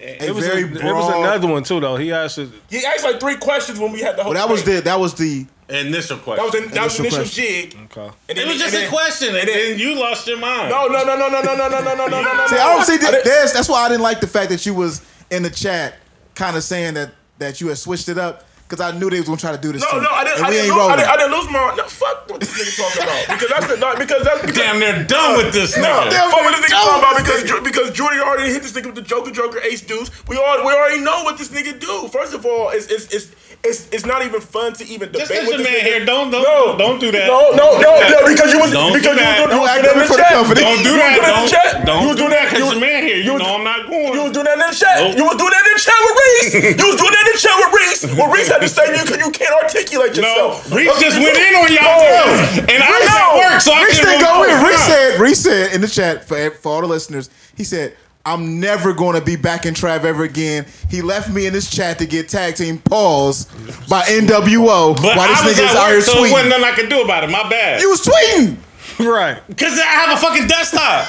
S6: A
S2: It was,
S6: very
S2: a-
S6: broad.
S2: it was another one too, though. He asked, it-
S5: You asked like three questions when we had the whole.
S6: Well, that was
S5: thing.
S6: the that was the
S1: initial
S5: that
S1: question.
S5: was the that was the initial
S6: Initial question.
S5: jig.
S2: okay.
S1: it
S5: And then-
S1: was just
S5: and
S1: a
S5: then-
S1: question, and then you lost your mind.
S5: No, no, no, no, no, no, no, no, no, no, no, no.
S6: See, I don't see
S5: I
S6: that.
S5: didn't-
S6: That's, that's why I didn't like the fact that you was in the chat, kind of saying that that you had switched it up because I knew they was gonna try to do this. to
S5: No,
S6: me,
S5: no, I didn't.
S6: and
S5: I
S6: we
S5: didn't,
S6: ain't
S5: lose, I,
S6: rolling.
S5: didn't, I didn't lose my. No, fuck what this nigga talking
S1: (laughs)
S5: about because that's the not because that's because,
S1: damn, they're done with this
S5: No,
S1: nigga.
S5: fuck what this nigga
S6: Go
S5: talking about
S6: with
S5: because
S6: this
S5: Ju- because Jordy already hit this nigga with the Joker Joker Ace Deuce. We all we already know what this nigga do. First of all, it's it's it's it's, it's not even fun to even debate
S1: Just 'cause your
S5: with this
S1: man
S5: nigga.
S1: here, don't don't
S5: No,
S1: don't do that.
S5: No, no, no, no, because you was
S1: Don't do
S5: because you
S1: that.
S5: was doing
S1: Don't
S5: you was
S6: act
S5: doing that in
S6: up for
S5: the
S6: the
S5: chat.
S6: company.
S1: Don't do
S5: You was doing
S1: that.
S5: that in the
S1: Don't,
S5: chat.
S1: don't
S5: You was
S1: do
S5: doing
S1: that
S5: that.
S1: because
S5: You
S1: your man here. You,
S5: you was-
S1: know I'm not going.
S5: you was doing that in the chat. You was doing that in the chat with Reese. You was doing that in the chat with Reese. Well, Reese had to say you because you can't articulate
S1: no,
S5: yourself.
S1: Reese just went in on
S6: (laughs)
S1: y'all, too. and I was at work, so I
S6: Reese
S1: couldn't really
S6: didn't go in.
S1: focus.
S6: Reese said, Reese said in the chat for for all the listeners, he said, I'm never going to be back in Trav ever again. He left me in this chat to get tag team pause by NWO
S1: But
S6: while this
S1: I was
S6: nigga's
S1: at
S6: out here
S1: work, so it wasn't
S6: tweeting.
S1: nothing I could do about it. My bad.
S6: You was tweeting.
S2: Right.
S1: Because I have a fucking desktop.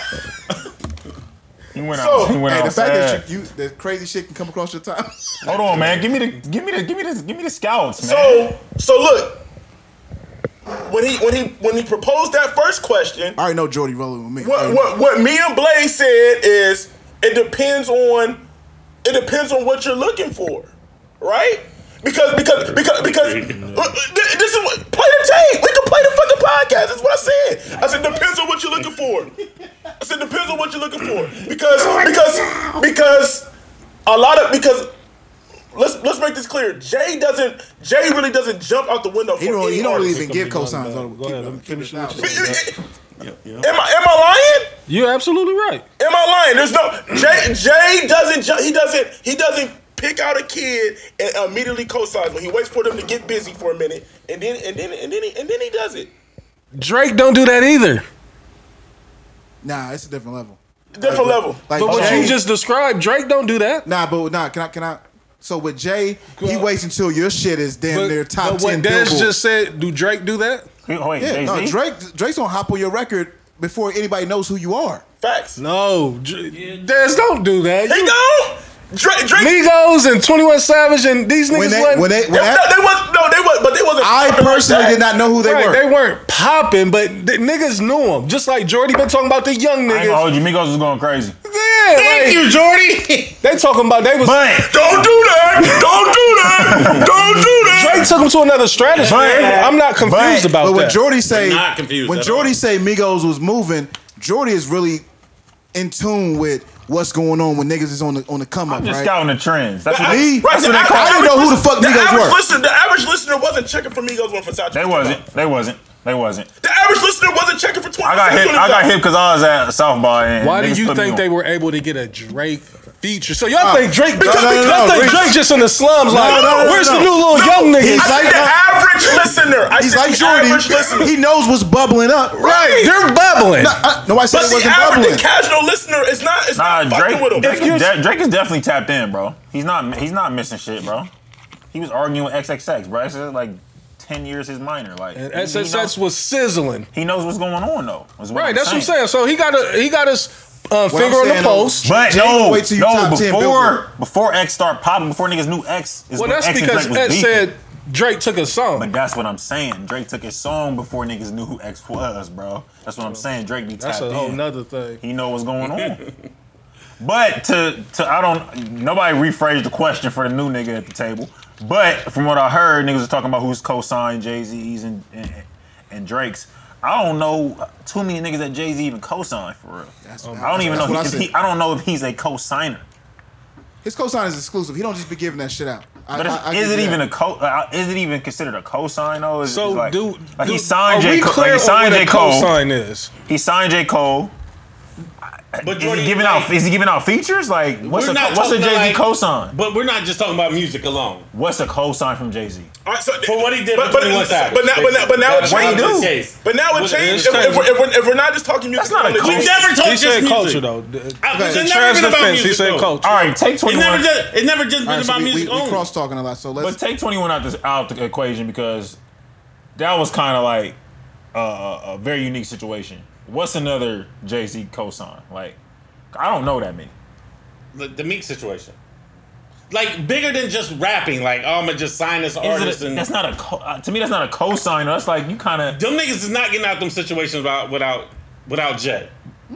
S3: He went
S6: So,
S3: out. He went
S6: hey, the
S3: outside.
S6: fact that you, you that crazy shit can come across your time. (laughs)
S3: Hold on, man. Give me the, give me the, give me the, give me the scouts, man.
S5: So so look. When he when he when he proposed that first question,
S6: I already know Jordy rolling with me.
S5: what what what me and Blaze said is it depends on it depends on what you're looking for, right? Because because because because uh, th- this is what play the tape. We can play the fucking podcast. That's what I said. I said depends on what you're looking for. I said depends on what you're looking for because because because a lot of because. Let's let's make this clear. Jay doesn't. Jay really doesn't jump out the window for
S6: he don't,
S5: any
S6: he don't
S5: artist.
S6: really even give cosigns.
S2: Go
S6: on it. Keep
S2: ahead,
S6: it-
S2: let me
S6: keep
S2: finish
S6: it
S2: what
S6: out.
S2: you said.
S5: Am I am I lying?
S2: You're absolutely right.
S5: Am I lying? There's no Jay. Jay doesn't. ju- He doesn't. He doesn't pick out a kid and immediately co-signs. When he waits for them to get busy for a minute, and then and then and then he, and then he does it.
S2: Drake don't do that either.
S6: Nah, it's a different level.
S5: Different level.
S6: Like
S2: But what
S6: Jay-
S2: you just described, Drake don't do that.
S6: Nah, but nah, can I can I so with Jay, he waits until your shit is damn
S2: But,
S6: near top
S2: but what
S6: ten.
S2: Des
S6: Billboard.
S2: just said, do Drake do that?
S3: Oh, wait,
S6: yeah, no,
S3: Jay-Z?
S6: Drake Drake's gonna hop on your record before anybody knows who you are.
S5: Facts.
S2: No, Dr- Des don't do that.
S5: He don't. Drake. Drake
S2: Migos and Twenty One Savage and these niggas
S6: When they
S2: wasn't-
S6: when they when
S5: they,
S6: that,
S5: they was no. They was. But they wasn't.
S6: I personally did not know who they
S2: Right,
S6: were.
S2: they weren't popping, but the niggas knew them. Just like Jordy been talking about the young
S3: I ain't gonna
S2: niggas.
S3: hold you. Migos was going crazy.
S2: Yeah, like,
S1: Thank you, Jordy.
S2: (laughs) They talking about they was.
S3: But
S5: Don't do that. Don't do that. Don't do that.
S2: Drake took them to another stratosphere.
S3: But-
S2: I'm not confused
S3: but-
S2: about
S6: but when
S2: that.
S6: Jordy say
S1: not confused
S6: when
S1: at
S6: Jordy
S1: all.
S6: say Migos was moving, Jordy is really in tune with what's going on when niggas is on the on the come up,
S3: I'm just
S6: right?
S3: scouting the trends. That's what
S6: Me?
S3: they,
S6: That's what they call- I didn't know who the fuck
S5: the
S6: Migos
S5: average
S6: were.
S5: Listener, the average listener wasn't checking for Migos one for South.
S3: they wasn't. They wasn't. They wasn't.
S5: The average listener wasn't checking for twenty.
S3: I got hit. I got hit because I was at Southball. And
S2: Why do
S3: niggas
S2: you
S3: put me
S2: think
S3: on.
S2: they were able to get a Drake feature? So y'all
S6: Uh,
S2: think Drake?
S6: no,
S2: Because
S6: no, no,
S2: y'all
S6: no,
S2: think
S6: Reese.
S2: Drake just in the slums?
S6: No,
S2: like,
S6: no, no, no,
S2: where's the
S6: no.
S2: new little young niggas?
S6: He's
S5: I
S6: like-
S5: said the average listener. I
S6: He's
S5: said
S6: like
S5: the
S6: Jordy.
S5: average listener.
S6: He knows what's bubbling up.
S2: right, they're bubbling.
S6: Uh, nobody said
S5: but
S6: it
S5: the
S6: wasn't
S5: average
S6: bubbling.
S5: the casual listener is not. It's
S3: Nah,
S5: not fucking
S3: Drake.
S5: with him.
S3: Drake, is de- Drake is definitely tapped in, bro. He's not. He's not missing shit, bro. He was arguing with XXX, bro. XXX like ten years his minor. Like
S2: and
S3: he- he, knows,
S2: SSS was sizzling.
S3: he knows what's going on though. is what
S2: Right, that's what I'm saying. So he got a he got his uh, finger on the
S6: saying, though,
S2: post.
S3: But
S6: Jay
S3: no,
S6: will wait till you
S3: no,
S6: top 10
S3: before
S6: Billboard.
S3: before X start popping, before niggas knew X is
S2: Well,
S3: when
S2: that's
S3: X and
S2: because
S3: Drake was
S2: Ed
S3: beefing.
S2: said Drake took a
S3: But
S2: song.
S3: that's what I'm saying. Drake took his song before niggas knew who X was, bro. That's what I'm saying. Drake be tapped
S2: That's a
S3: in.
S2: whole nother thing.
S3: He know what's
S2: (laughs)
S3: going on. but to to I don't nobody rephrased the question for the new nigga at the table. But from what I heard, niggas was talking about who's co-signed Jay Z's and, and and Drake's. I don't know too many niggas that Jay Z even co-signed for real. I don't even know
S6: that's what
S3: if
S6: I
S3: he,
S6: said.
S3: I don't know if he's a co-signer.
S6: His cosign is exclusive. He don't just be giving that shit out. I-
S3: But it's,
S6: I- I
S3: is
S6: give
S3: it
S6: you
S3: even
S6: that.
S3: a co? Uh, is it even considered a co-sign though? Is
S2: So
S3: is like,
S2: do
S3: like he
S2: do-
S3: signed
S2: are
S3: J
S2: we
S3: Cole.
S2: clear on
S3: Like he signed
S2: what a
S3: J Cole.
S2: cosign is.
S3: He signed J Cole.
S1: But
S3: Is he giving
S1: like,
S3: out? Is he giving out features? Like what's
S1: we're
S3: a
S1: not
S3: what's a
S1: talking
S3: Jay Z
S1: like-
S3: co-sign?
S1: But we're not just talking about music alone.
S3: What's a co-sign from Jay Z?
S5: All right, so-
S1: For what he did
S5: but,
S1: for
S5: but,
S1: 21 Savage,
S5: but now, but now, but now it
S1: that's what
S5: changed.
S1: I'm doing. Case.
S5: But now it
S1: Well,
S5: changed.
S1: it's
S5: If, if,
S1: changing.
S5: we're, if, we're, if we're not just talking music,
S3: That's not a
S5: alone,
S3: cool-
S1: We
S5: it
S1: never
S5: changed.
S1: talked
S2: He
S1: just
S2: said
S1: music.
S2: culture
S1: I,
S2: though.
S6: Okay.
S1: it's
S6: In
S1: never
S2: Trav's
S1: been about
S2: defense,
S1: music.
S2: he said
S1: though.
S2: culture.
S3: All right, take
S1: It
S3: twenty
S1: never
S3: one.
S1: just it never just been
S6: All right, so
S1: about
S6: we,
S1: music
S6: we, we
S1: only.
S6: cross talking a lot. So
S3: But
S6: let's.
S3: take twenty one out the out the equation because that was kind of like uh, a very unique situation. What's another Jay Z co-sign? Like I don't know that many.
S1: the, the Meek situation. Like bigger than just rapping. Like oh, I'ma just sign this
S3: Is it a-
S1: artist and
S3: that's not a co- uh, to me. That's not a co-sign. That's like you kind of.
S1: them niggas is not getting out them situations without without without Jay.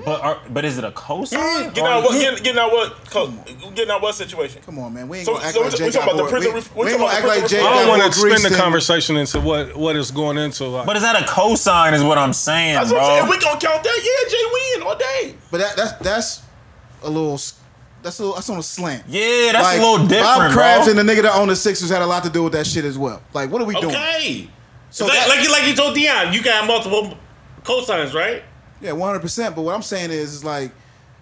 S3: But are, but is it a co-sign?
S5: Getting out Mm, what? Getting, getting out what? co- Getting out what situation?
S6: Come on, man. We ain't
S5: So-
S6: gonna act
S5: so
S6: like
S5: we-
S6: Jay
S5: we talking
S6: got
S5: about the
S6: more-
S5: prison
S6: we-
S5: ref- we
S6: We ain't
S5: talking about
S6: gonna act
S5: the
S6: like
S5: prison
S6: Jay
S5: ref-
S2: I
S6: got
S2: don't
S6: more
S2: want to
S6: grease
S2: expend the
S6: than-
S2: conversation into what what is going into. Like,
S3: but is that a co-sign? Is what I'm saying,
S5: That's
S3: bro.
S5: what I'm saying. If we gonna count that, yeah, Jay win all day.
S6: But that, that's that's a little. s- That's a little, that's on a slant.
S3: yeah, that's a little
S6: Bob
S3: different,
S6: Kraft
S3: bro.
S6: and the nigga that owned the Sixers had a lot to do with that shit as well. Like, what are we doing?
S1: Okay.
S6: So
S1: like,
S6: that-
S1: like you like you told Dion, you got multiple cosigns, right?
S6: Yeah, one hundred percent. But what I'm saying is, is like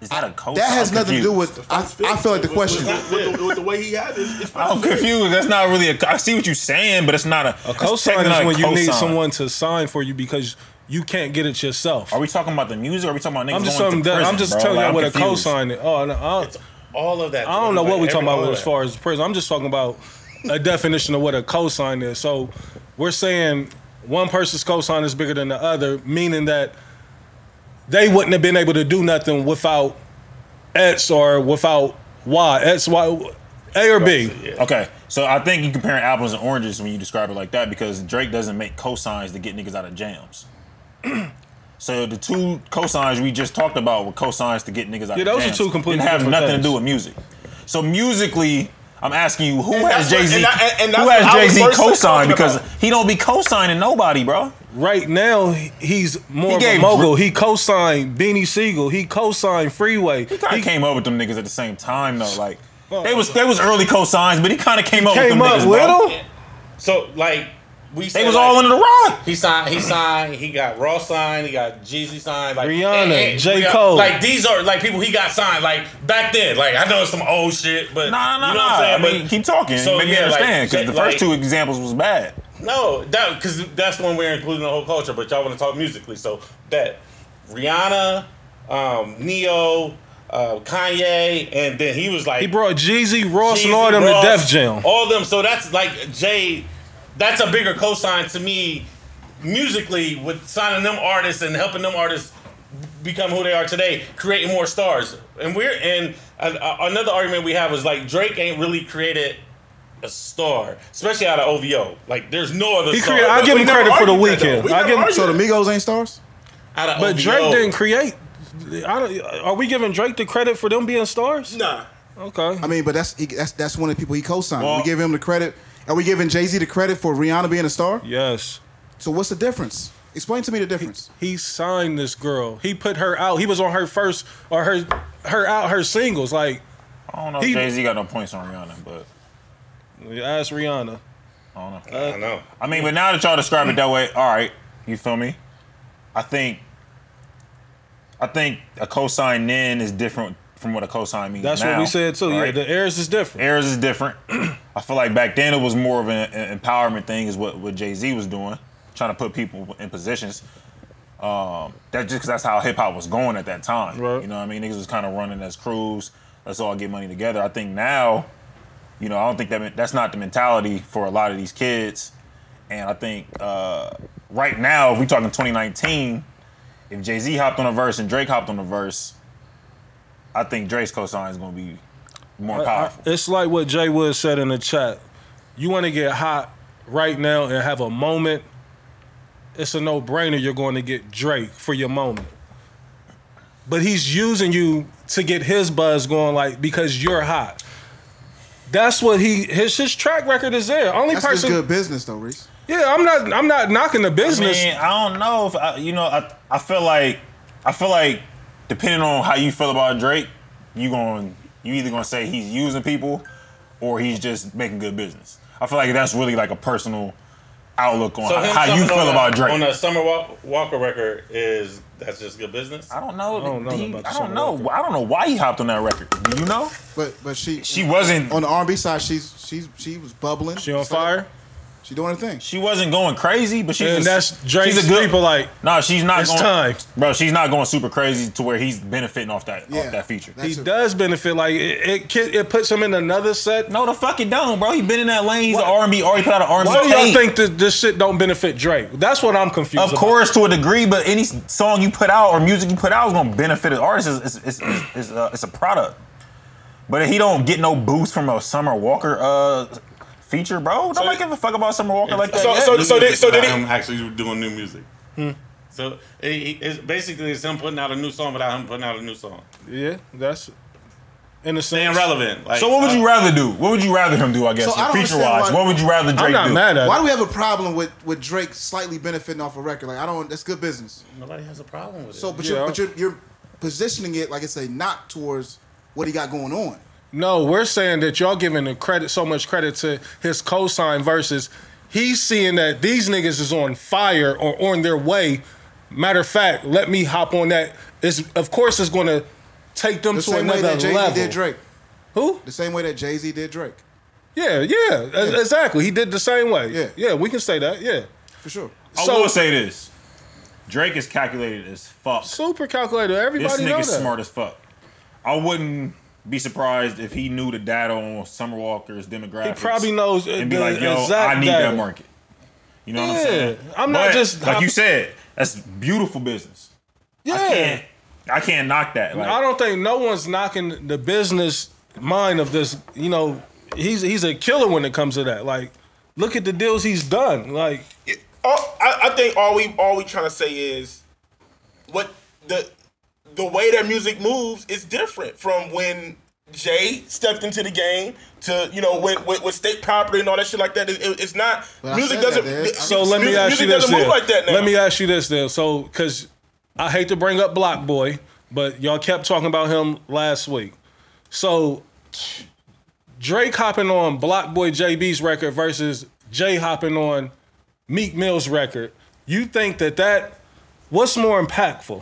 S3: Is that a coach?
S6: That has
S3: I'm
S6: nothing to do
S3: confused.
S6: with. I, I feel like the question.
S5: With, with, the, with the way he had it, it's fine.
S3: I'm confused. That's not really a. I see what you're saying, but it's not a.
S2: A cosign is when you need someone to sign for you because you can't get it yourself.
S3: Are we talking about the music? Or are we talking about niggas
S2: I'm just
S3: going
S2: telling
S3: to
S2: that,
S3: prison,
S2: I'm just
S3: bro?
S2: telling
S3: Like,
S2: y'all
S3: I'm
S2: what a
S3: confused.
S2: cosign is. Oh, no, I, don't-
S1: All of that.
S2: I don't know what
S1: Every-
S2: we're talking
S1: all
S2: about
S1: of
S2: as
S1: that.
S2: far as prison. I'm just talking about a definition of what a cosign is. So we're saying one person's cosign is bigger than the other, meaning that they wouldn't have been able to do nothing without X or without Y. X, Y, A or B.
S3: Okay, so I think you comparing apples and oranges when you describe it like that because Drake doesn't make cosigns to get niggas out of jams. (clears throat) so the two cosigns we just talked about were cosigns to get niggas out
S2: Yeah,
S3: of
S2: those are
S3: jams.
S2: two completely
S3: Didn't have
S2: different
S3: nothing
S2: things.
S3: to do with music. So musically, I'm asking you who
S5: And
S3: has
S5: that's what-
S3: Jay Z
S5: and I- and- and
S3: who
S5: that's what
S3: has
S5: I
S3: Jay
S5: was
S3: Z
S5: first
S3: cosign
S5: talking
S3: because
S5: about.
S3: he don't be cosigning nobody, bro.
S2: Right now, he- he's more of a
S3: gave
S2: mogul.
S3: Dr-
S2: he co-signed Beanie Siegel. He co-signed Freeway.
S3: He kind of came up with them niggas at the same time though. Like they was they was early cosigns, but he kind of came up with
S2: came
S3: them
S2: up
S3: niggas,
S2: with
S3: bro.
S2: him.
S1: So like we
S3: They
S1: said,
S3: was
S1: like,
S3: all under the rock.
S1: He signed. He signed. He got Raw signed. He got Jeezy signed. Like
S2: Rihanna, J.
S1: Rihanna-
S2: Cole.
S1: Like these are like people he got signed. Like back then. Like I know it's some old shit, but
S3: Nah, nah,
S1: you know
S3: nah.
S1: what I'm saying.
S3: I mean,
S1: but
S3: keep talking.
S1: So,
S3: Make me
S1: yeah, like,
S3: understand because the
S1: like-
S3: first two examples was bad.
S1: No, that because that's when we're including the whole culture. But y'all want to talk musically, so that Rihanna, um, Neo, uh, Kanye, and then he was like
S2: He brought Jeezy, Ross, and
S1: Jeezy,
S2: all them to
S1: Ross, Oh,
S2: Def Jam.
S1: All them. So that's like Jay. That's a bigger cosign to me musically with signing them artists and helping them artists become who they are today, creating more stars. And we're and uh, uh, another argument we have is like Drake ain't really created a star, especially out of OVO. Like there's no other.
S2: He
S1: star
S2: created. I
S1: that-
S2: give him
S5: never
S2: credit for the
S5: argued that, though.
S2: weekend.
S5: We
S2: I
S5: never
S2: give him,
S5: argued
S6: So the Migos ain't stars.
S1: out of
S2: but
S1: OVO.
S2: Drake didn't create. I don't, are we giving Drake the credit for them being stars?
S5: Nah.
S2: Okay.
S6: I mean, but that's he, that's that's one of the people he co-signed.
S3: Well-
S6: we give him the credit. Are we giving Jay Z the credit for Rihanna being a star?
S2: Yes.
S6: So what's the difference? Explain to me the difference.
S2: He signed this girl. He put her out. He was on her first or her her out her singles. Like
S3: I don't know
S2: He-
S3: if Jay Z got no points on Rihanna, but
S2: ask Rihanna.
S3: I don't know.
S1: I don't know.
S3: I mean, but now that y'all describe it that way, all right, you feel me? I think, I think a cosign then is different from what a cosign means.
S2: That's what
S3: now,
S2: we said too. Yeah,
S3: right?
S2: the airs is different.
S3: Eras is different. (clears throat) I feel like back then it was more of an, an empowerment thing, is what, what Jay Z was doing, trying to put people in positions. Um, that just because that's how hip hop was going at that time.
S2: Right.
S3: You know what I mean? Niggas was kind of running as crews. Let's all get money together. I think now, you know, I don't think that men- that's not the mentality for a lot of these kids. And I think uh, right now, if we talking 2019, if Jay Z hopped on a verse and Drake hopped on a verse, I think Drake's cosign is going to be more
S2: I-
S3: powerful.
S2: it's like what Jay Wood said in the chat. You want to get hot right now and have a moment. It's a no-brainer. You're going to get Drake for your moment, but he's using you to get his buzz going, like because you're hot. That's what he his his track record is there. Only
S6: That's just
S2: person,
S6: good business, though, Reese.
S2: yeah. I'm not I'm not knocking the business.
S3: I mean, I don't know if I, you know. I, I feel like I feel like depending on how you feel about Drake, you going you either gonna say he's using people or he's just making good business. I feel like that's really like a personal outlook on
S1: So
S3: how,
S1: him
S3: how you
S1: jumping
S3: feel
S1: on a-
S3: about Drake.
S1: on a Summer Walk, Walker record is that's just good business.
S3: I don't know. I
S2: don't know
S3: he,
S2: about
S3: I
S2: some
S3: don't know. I don't know why he hopped on that record. Do you know?
S6: But but she
S3: She wasn't.
S6: on the R and B side, she's she's she was bubbling.
S2: she on fire,
S6: She doing her thing.
S3: She wasn't going crazy, but she
S2: and
S3: was,
S2: that's Drake's
S3: she's a good,
S2: people. Like
S3: No, she's not
S2: It's
S3: going.
S2: time.
S3: Bro, she's not going super crazy to where he's benefiting off that off that feature.
S6: That
S2: he
S6: too.
S2: does benefit. Like it it, ki- it puts him in another set.
S3: No, the fuck it don't, bro. He been in that lane. He's an R&B. Already put out an R&B
S2: Why do y'all
S3: tape.
S2: think that this shit don't benefit Drake? That's what I'm confused.
S3: Of
S2: about.
S3: course, to a degree, but any song you put out or music you put out is gonna benefit an artist. It's, it's, it's, it's, it's, a, it's a product. But if he don't get no boost from a Summer Walker uh, feature, bro, nobody give a fuck about Summer Walker like that.
S5: So-
S3: yet.
S5: so- did- so did he-
S1: I'm actually doing new music.
S2: Hmm.
S1: So it, it- it's basically it's him putting out a new song without him putting out a new song.
S2: Yeah, that's in the
S1: Staying
S2: same.
S1: relevant. Like,
S3: So what would
S1: uh,
S3: you rather do? What would you rather him do? I guess
S6: So I don't
S3: feature
S6: understand
S3: wise,
S6: why-
S3: what would you rather Drake
S2: I'm not
S3: do?
S2: mad at
S6: Why
S2: it.
S6: do we have a problem with with Drake slightly benefiting off a record? Like I don't. That's good business.
S1: Nobody has a problem with it.
S6: So but
S2: Yeah.
S6: you're but you're, you're positioning it like it's a knock towards what he got going on.
S2: No, we're saying that y'all giving the credit so much credit to his cosign versus he's seeing that these niggas is on fire or on their way. Matter of fact, let me hop on that. It's of course it's gonna take them
S6: The
S2: to
S6: same way
S2: another
S6: that Jay Z
S2: level.
S6: did Drake.
S2: Who?
S6: The same way that Jay Z did Drake.
S2: Yeah, yeah, e- exactly. He did the same way.
S6: Yeah.
S2: yeah, we can say that. Yeah,
S6: For sure.
S3: I
S2: So-
S3: will say this: Drake is calculated as fuck.
S2: super calculator.
S3: This
S2: Everybody knows
S3: nigga's
S2: that.
S3: smart as fuck. I wouldn't be surprised if he knew the data on Summer Walker's demographics.
S2: probably knows
S3: and be
S2: the
S3: like, "Yo,
S2: exact
S3: I need
S2: data."
S3: that market." You know what
S2: Yeah.
S3: I'm saying?
S2: I'm not
S3: But,
S2: just-
S3: like you said. That's beautiful business.
S2: Yeah,
S3: I can't, I can't knock that. Like,
S2: I don't think no one's knocking the business mind of this. You know, he's he's a killer when it comes to that. Like, look at the deals he's done. Like,
S5: all, I, I think all we all we trying to say is what the the way that music moves is different from when Jay stepped into the game to you know with with, with state property and all that shit like that. It- it- it's not
S6: But I
S5: music
S6: said
S5: doesn't.
S6: that, Dad.
S2: so let me
S5: music-
S2: ask you
S5: music
S2: this.
S5: doesn't move
S2: Then.
S5: like that now.
S2: Let me ask you this then. So, because I hate to bring up Block Boy, but y'all kept talking about him last week. So, Drake hopping on Block Boy JB's record versus Jay hopping on Meek Mill's record. You think that that what's more impactful?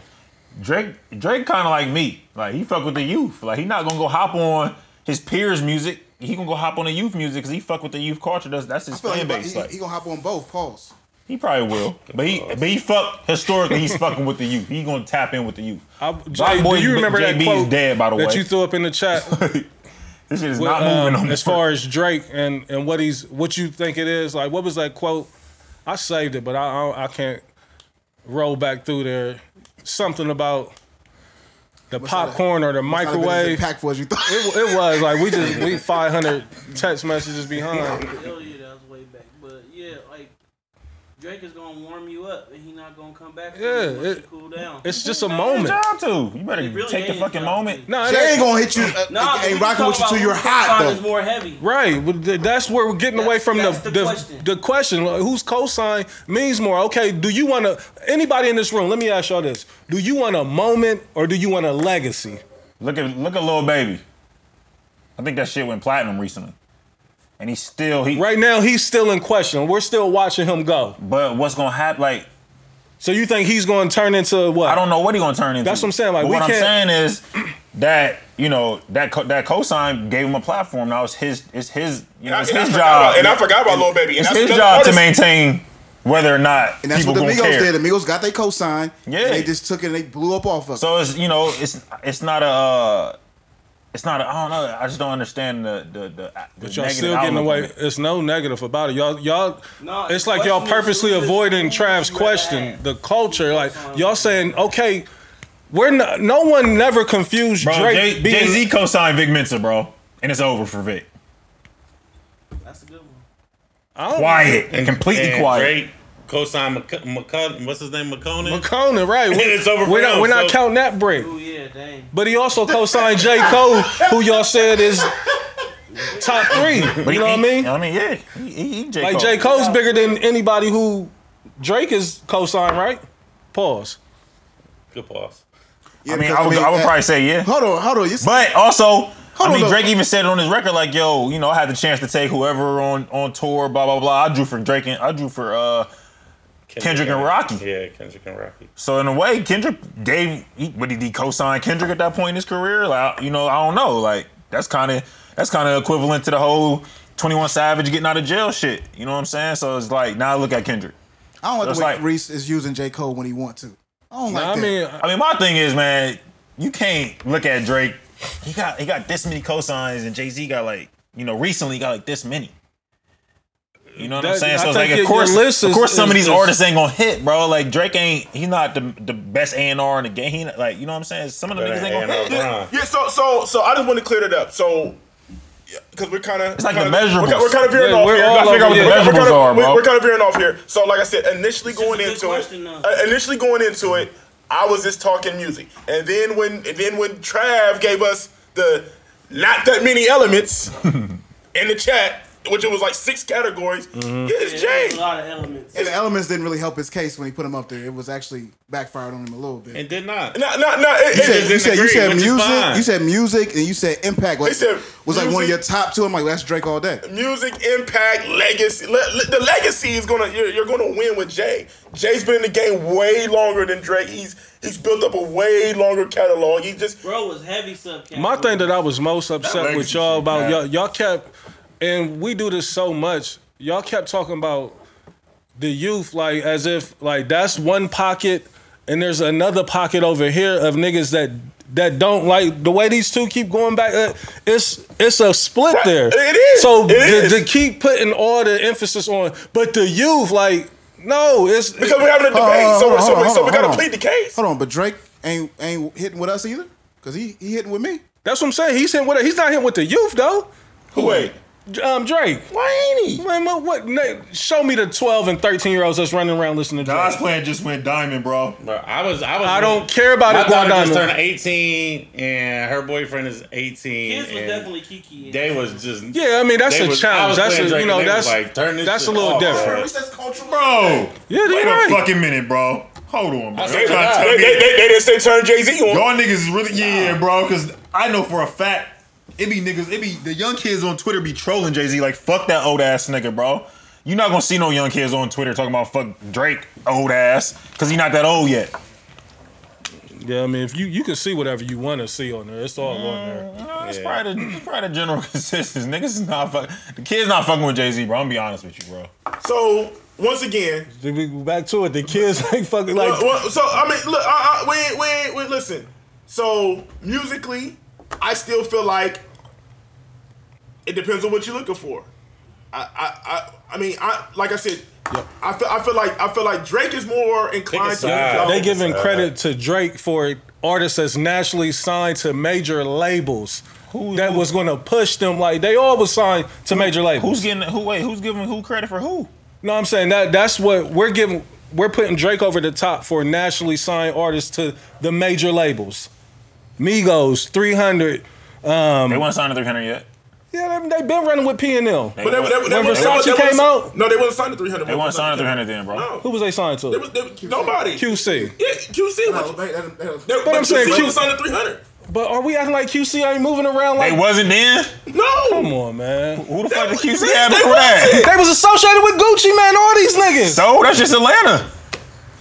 S3: Drake Drake kind of like me. Like he fuck with the youth. Like he not gonna go hop on his peers' music. He gonna go hop on the youth music because he fuck with the youth culture. That's that's his
S6: I feel like
S3: fan
S6: he,
S3: base.
S6: he,
S3: Like,
S6: he Oh.
S3: he,
S6: gonna hop on both. Pause.
S3: probably will, but he but he fuck historically. He's fucking with the youth. He gonna tap in with the youth.
S2: I,
S3: Black
S2: Jay,
S3: Boy
S2: do you
S3: B-
S2: remember that
S3: JB
S2: quote
S3: is dead by the
S2: that
S3: way.
S2: you threw up in the chat?
S3: this shit is
S2: with,
S3: not
S2: um,
S3: moving on
S2: as far as Drake and and what he's what you think it is. Like what was that quote? I saved it, but I I, don't- I can't roll back through there. Something about the
S6: that?
S2: popcorn or the
S6: Might have been as
S2: microwave. It,
S6: impactful as you thought.
S2: it was like we just we 500 text messages behind.
S8: Hell yeah, that was way back. But yeah, like Drake is gonna warm you up, and he not gonna come back. for you
S2: Yeah,
S8: once
S2: it-
S8: you cool down.
S2: It's just a
S3: Your
S2: moment.
S3: job too. You better
S8: It really
S3: take the
S8: is
S3: fucking
S8: job
S3: moment.
S8: too.
S2: No, it
S6: Jay
S2: ain't
S6: ain't gonna hit you. Uh,
S8: Nah, but we
S6: ain't rocking
S8: talk
S6: with you
S8: about
S6: till you're
S8: whose cosign
S6: hot
S8: Is
S6: though.
S8: more heavy.
S2: Right, but th- that's where we're getting away
S8: That's-
S2: from the
S8: that's
S2: the,
S8: the
S2: the question.
S8: question.
S2: Like, whose cosign means more? Okay, do you want to anybody in this room? Let me ask y'all this: Do you want a moment or do you want a legacy?
S3: Look at look at little baby. I think that shit went platinum recently, and he's still he.
S2: Right now, he's still in question. We're still watching him go.
S3: But what's gonna happen? Like
S2: So you think he's going to turn into what?
S3: I don't know what he gonna turn into.
S2: That's what I'm saying, like,
S3: but
S2: we
S3: what I'm
S2: can't-
S3: saying is that you know that co- that cosign gave him a platform. Now it's his it's his you know it's
S5: And I
S3: his
S5: forgot
S3: job
S5: about- and I forgot about Lil Baby. And
S3: it's
S5: that's
S3: his
S5: another
S3: job to
S5: artist-
S3: maintain whether or not
S6: And that's
S3: people
S6: what the
S3: gonna
S6: Migos
S3: care.
S6: did. The Migos got their cosign.
S3: Yeah.
S6: And they just took it and they blew up off of it.
S3: So it's you know it's it's not a. Uh, it's not. A, I don't know. I just don't understand the the the. the
S2: But y'all
S3: negative
S2: still getting
S3: outlook
S2: away.
S3: on it.
S2: It's no negative about it. Y'all, y'all.
S8: No,
S2: it's
S8: the
S2: like y'all
S8: question is,
S2: purposely
S8: who is-
S2: avoiding
S8: who
S2: Trav's
S8: would you rather
S2: question.
S8: have?
S2: The culture, like y'all saying, okay, we're not, no one never confused
S3: Bro,
S2: Drake
S3: Jay
S2: being
S3: Z co-signed Vic Mensa, bro, and it's over for Vic.
S8: That's a good one.
S2: I don't-
S3: Quiet and completely
S1: And
S3: quiet.
S1: Drake co-signed McC- McC- what's his name, McConan.
S2: Conan, right? We,
S1: (laughs) It's over for
S2: we're not,
S1: him,
S2: we're not
S1: so-
S2: counting that break.
S8: Oh yeah, dang.
S2: But he also co-signed J. Cole, who y'all said is top three.
S3: But
S2: You know what
S3: he-
S2: I mean?
S3: I mean, yeah. He, he, he J.
S2: Like
S3: Cole.
S2: J. Cole's bigger than anybody who Drake is co-signed, right? Pause.
S1: Good pause.
S6: Yeah,
S3: I mean,
S6: because,
S3: I would, I would
S6: uh,
S3: probably say yeah.
S6: Hold on, hold on. You s-
S3: But also,
S6: Hold
S3: I
S6: on,
S3: mean,
S6: though.
S3: Drake even said it on his record, like, "Yo, you know, I had the chance to take whoever on on tour, blah blah blah. I drew for Drake and I drew for uh." Kendrick and Rocky.
S1: Yeah, Kendrick and Rocky.
S3: So in a way, Kendrick gave. He, what did he co-sign Kendrick at that point in his career? Like, you know, I don't know. Like, that's kind of that's kind of equivalent to the whole Twenty One Savage getting out of jail shit. You know what I'm saying? So it's like now look at Kendrick.
S6: I don't like
S3: That's
S6: the way
S3: like-
S6: Reese is using J. Cole when he wants to. I don't like
S2: I
S6: that.
S2: mean,
S3: I mean, my thing is, man, you can't look at Drake. He got he got this many cosigns, and Jay Z got like you know recently he got like this many. You know what I'm
S2: That-
S3: saying?
S2: I
S3: So it's
S2: think
S3: like,
S2: your-
S3: of course,
S2: your list
S3: of
S2: is-
S3: course, some of
S2: is-
S3: these
S2: is-
S3: artists ain't gonna hit, bro. Like Drake ain't he not the the best A and R in the game. He not- like you know what I'm saying? Some of the
S1: That
S3: niggas
S1: ain't
S3: ain't gonna
S1: A&R
S3: hit.
S1: grind.
S5: Yeah, so so so I just want to clear it up. So because we're kind of it's
S3: like the
S5: We're,
S3: measurables.
S5: kind of veering
S2: Yeah,
S5: off
S2: we're
S5: here.
S2: all
S5: Gotta figure
S2: over
S5: out
S2: the
S5: what
S3: measurables
S5: kinda,
S3: are,
S5: we-
S3: bro.
S5: We're kind of veering off here. So like I said, initially
S8: is
S5: going
S8: a good
S5: into
S8: question,
S5: it,
S8: though.
S5: uh, initially going into it, I was just talking music, and then when and then when Trav gave us the not that many elements in the chat. which it was like six categories. Yeah, it's
S8: There's a
S5: Jay.
S8: lot of elements.
S6: The elements didn't really help his case when he put him up there. It was actually backfired on him a little bit.
S1: and did not.
S5: No, no, no. it-
S6: You
S5: it-
S6: said,
S1: didn't
S6: you said, you
S1: agree,
S6: said
S1: which is
S6: music.
S1: fine.
S6: You said music, and you said impact. Like,
S5: They said
S6: was like one of
S5: music-
S6: your top two. I'm like, that's Drake all day.
S5: music impact legacy le- le- the legacy is gonna you're, you're gonna win with jay jay's been in the game way longer than drake he's he's built up a way longer catalog he just
S8: Bro was heavy sub.
S2: My thing that I was most upset
S3: legacy
S2: with y'all
S3: shit,
S2: about
S3: man.
S2: y'all, y'all kept, and we do this so much. Y'all kept talking about the youth like as if like that's one pocket, and there's another pocket over here of niggas that that don't like the way these two keep going back. uh, It's it's a split there.
S5: It is.
S2: So
S5: It
S2: to,
S5: is.
S2: to keep putting all the emphasis on, but the youth like no, it's
S5: because we're having a debate
S6: Oh,
S5: so,
S6: hold
S5: we're,
S6: on,
S5: so,
S6: hold
S5: we so
S6: on,
S5: we
S6: hold
S5: gotta
S6: on.
S5: plead the case
S6: Hold on, but Drake ain't ain't hitting with us either, cause he he hitting with me.
S2: that's what I'm saying. He's hitting with he's not hitting with the youth though.
S5: wait
S2: Um, Drake.
S5: why ain't he
S2: Man, what, what? na- Show me the twelve and thirteen year olds that's running around listening to
S3: God's
S2: Drake.
S3: plan just went diamond, bro.
S1: Bro, I was. I was.
S2: I don't care about
S1: My
S2: it going
S1: daughter just
S2: diamond.
S1: turned 18, and her boyfriend is 18.
S8: Kids was
S1: and
S8: definitely Kiki.
S1: They was just.
S2: Yeah, I mean that's
S1: they
S2: a
S1: was- I
S2: challenge.
S1: was
S2: That's
S1: playing Drake
S2: a you
S1: and
S2: know
S1: they was
S2: that's
S1: like, turn this
S2: that's a
S1: shit
S2: little
S1: off,
S2: different.
S1: bro.
S3: Bro,
S2: Yeah,
S3: wait
S2: they're
S3: a
S2: right.
S3: fucking minute, bro. Hold on, bro.
S5: they,
S3: Y'all,
S5: they,
S3: trying to tell
S5: they,
S3: me-
S5: they- they didn't say turn jay-z on
S3: y'all niggas is really yeah, bro. Because I know for a fact it be niggas, it be the young kids on Twitter be trolling Jay Z like fuck that old ass nigga, bro. You're not gonna see no young kids on Twitter talking about fuck Drake old ass because he not that old yet.
S2: Yeah, I mean if you you can see whatever you want to see on there, it's all on there.
S1: Uh,
S3: No, it's probably the, it's probably the general (laughs) consensus. Niggas is not fuck, the kids not fucking with Jay Z, bro. I'm gonna be honest with you, bro.
S5: so once again
S2: Then we go back to it. The kids (laughs) ain't fucking like
S5: well, well, so I mean, look, I, I, wait, wait, wait, listen. So musically, I still feel like it depends on what you're looking for. I, I, I, I mean, I like I said, I feel, I feel like, I feel like Drake is more inclined to.
S1: side.
S2: they
S5: They give
S2: giving credit to Drake for artists that's nationally signed to major labels. that was going to push them like they all was signed to major labels.
S3: Who's getting who? Wait, who's giving who credit for who?
S2: No, I'm saying that that's what we're giving. We're putting Drake over the top for nationally signed artists to the major labels, Migos, 300.
S5: Um,
S3: They weren't signed to 300 yet.
S2: Yeah, they, they've been running with P and L.
S5: But they, they, they,
S2: When
S5: they- they-
S2: Versace
S5: they- they-
S2: came out?
S5: no, they wasn't signed to 300.
S3: They weren't signed to 300 then, bro.
S5: No,
S2: Who was they signed
S5: they
S2: to?
S5: was, they, nobody.
S2: QC.
S5: yeah, QC.
S6: No,
S5: was-
S6: they- that- that-
S5: They,
S2: But I'm saying
S5: QC
S2: Q-
S5: was signed to 300.
S2: But are we acting like QC ain't moving around
S3: They
S2: like?
S3: wasn't then.
S5: No,
S2: Come on, man.
S3: Who the fuck did
S5: They-
S3: QC
S5: they-
S3: have
S5: they
S3: before that?
S5: wasn't.
S2: They was associated with Gucci, man. All these niggas.
S3: So that's just Atlanta.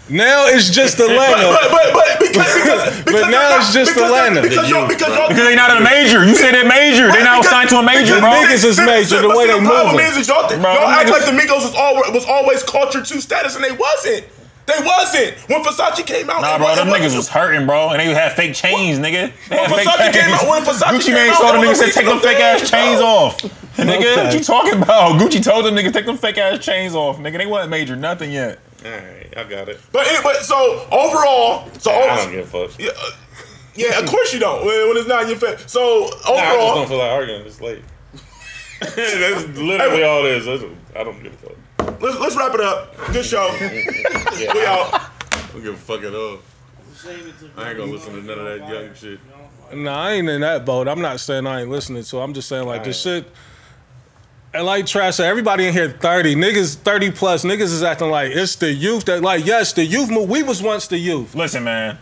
S2: now it's just
S3: (laughs)
S2: Atlanta.
S5: But, but, but because, because, because
S2: But now
S5: y'all-
S2: it's just
S5: because y'all-
S2: Atlanta.
S5: Because y'all, because y'all,
S3: Because they not in a major. You said they major. They now signed to a major, bro.
S2: Niggas is major, the way they
S5: the problem
S2: moving.
S5: is, is y'all, think,
S3: Bro,
S5: y'all act
S3: niggas-
S5: like the Migos was always, was always culture two status, and they wasn't. They wasn't. When Versace came out,
S3: Nah,
S5: it
S3: bro,
S5: wa-
S3: them
S5: it wa-
S3: niggas was hurting, bro, and they had fake chains, nigga. They had
S5: When
S3: fake
S5: Versace came out- when Versace
S3: Gucci
S5: came
S3: Mane
S5: out,
S3: saw the
S5: that
S3: nigga
S5: was
S3: said, "Take them
S5: the
S3: fake
S5: thing,
S3: ass chains
S5: bro."
S3: off." Nigga, what
S2: Okay.
S3: you talking about? Gucci told them nigga, take them fake ass chains off, nigga. They wasn't major nothing yet.
S1: All right, I got it.
S5: But anyway, so overall, so
S1: I
S5: overall,
S1: don't give a fuck.
S5: yeah, uh, yeah, of course you don't. When, when it's not in your face. So
S1: Nah, I just
S5: overall,
S1: don't feel like arguing. It's (laughs) late. That's literally all it is. That's, I don't give a fuck.
S5: let's, let's wrap it up.
S1: (laughs)
S5: Good show. we out.
S1: I don't give a fuck at all. I
S8: I
S1: ain't gonna listen to none of that young shit.
S2: Nah, I ain't in that boat. I'm not saying I ain't listening to. it. I'm just saying like this shit. And like Trash said, everybody in here 30. Niggas 30 plus. Niggas is acting like it's the youth that like yes, the youth move. We was once the youth.
S3: Listen, man.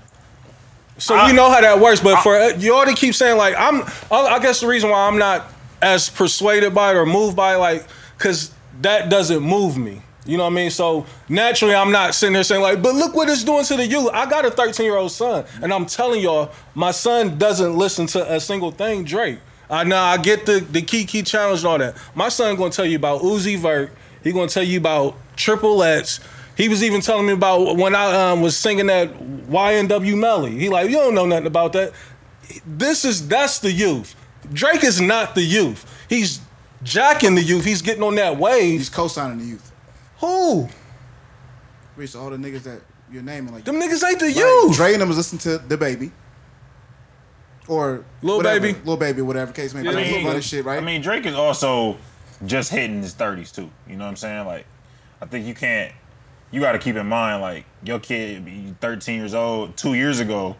S2: So we know how that works, but for uh, you all to keep saying like I'm, I I guess the reason why I'm not as persuaded by it or moved by it, like, cause that doesn't move me. You know what I mean? So naturally, I'm not sitting there saying like, but look what it's doing to the youth. I got a 13 year old son, and I'm telling y'all, my son doesn't listen to a single thing Drake. I know I get the the Kiki challenge and all that. My son gonna tell you about Uzi Vert. He gonna tell you about Triple X. He was even telling me about when I um, was singing that YNW Melly. He like, you don't know nothing about that. This is that's the youth. Drake is not the youth. He's jacking the youth. He's getting on that
S6: He's
S2: wave.
S6: co-signing the youth.
S2: Who?
S6: Reach all the niggas that you're naming like
S2: Them niggas ain't the
S6: Right.
S2: youth.
S6: Dre and them was listening to the baby. Or
S2: Lil
S6: whatever,
S2: Baby.
S6: little baby, whatever case may be,
S2: I mean,
S6: Lil Buddy shit, right?
S3: I mean, Drake is also just hitting his thirties too. You know what I'm saying? Like, I think you can't. You got to keep in mind, like your kid, be 13 years old, two years ago.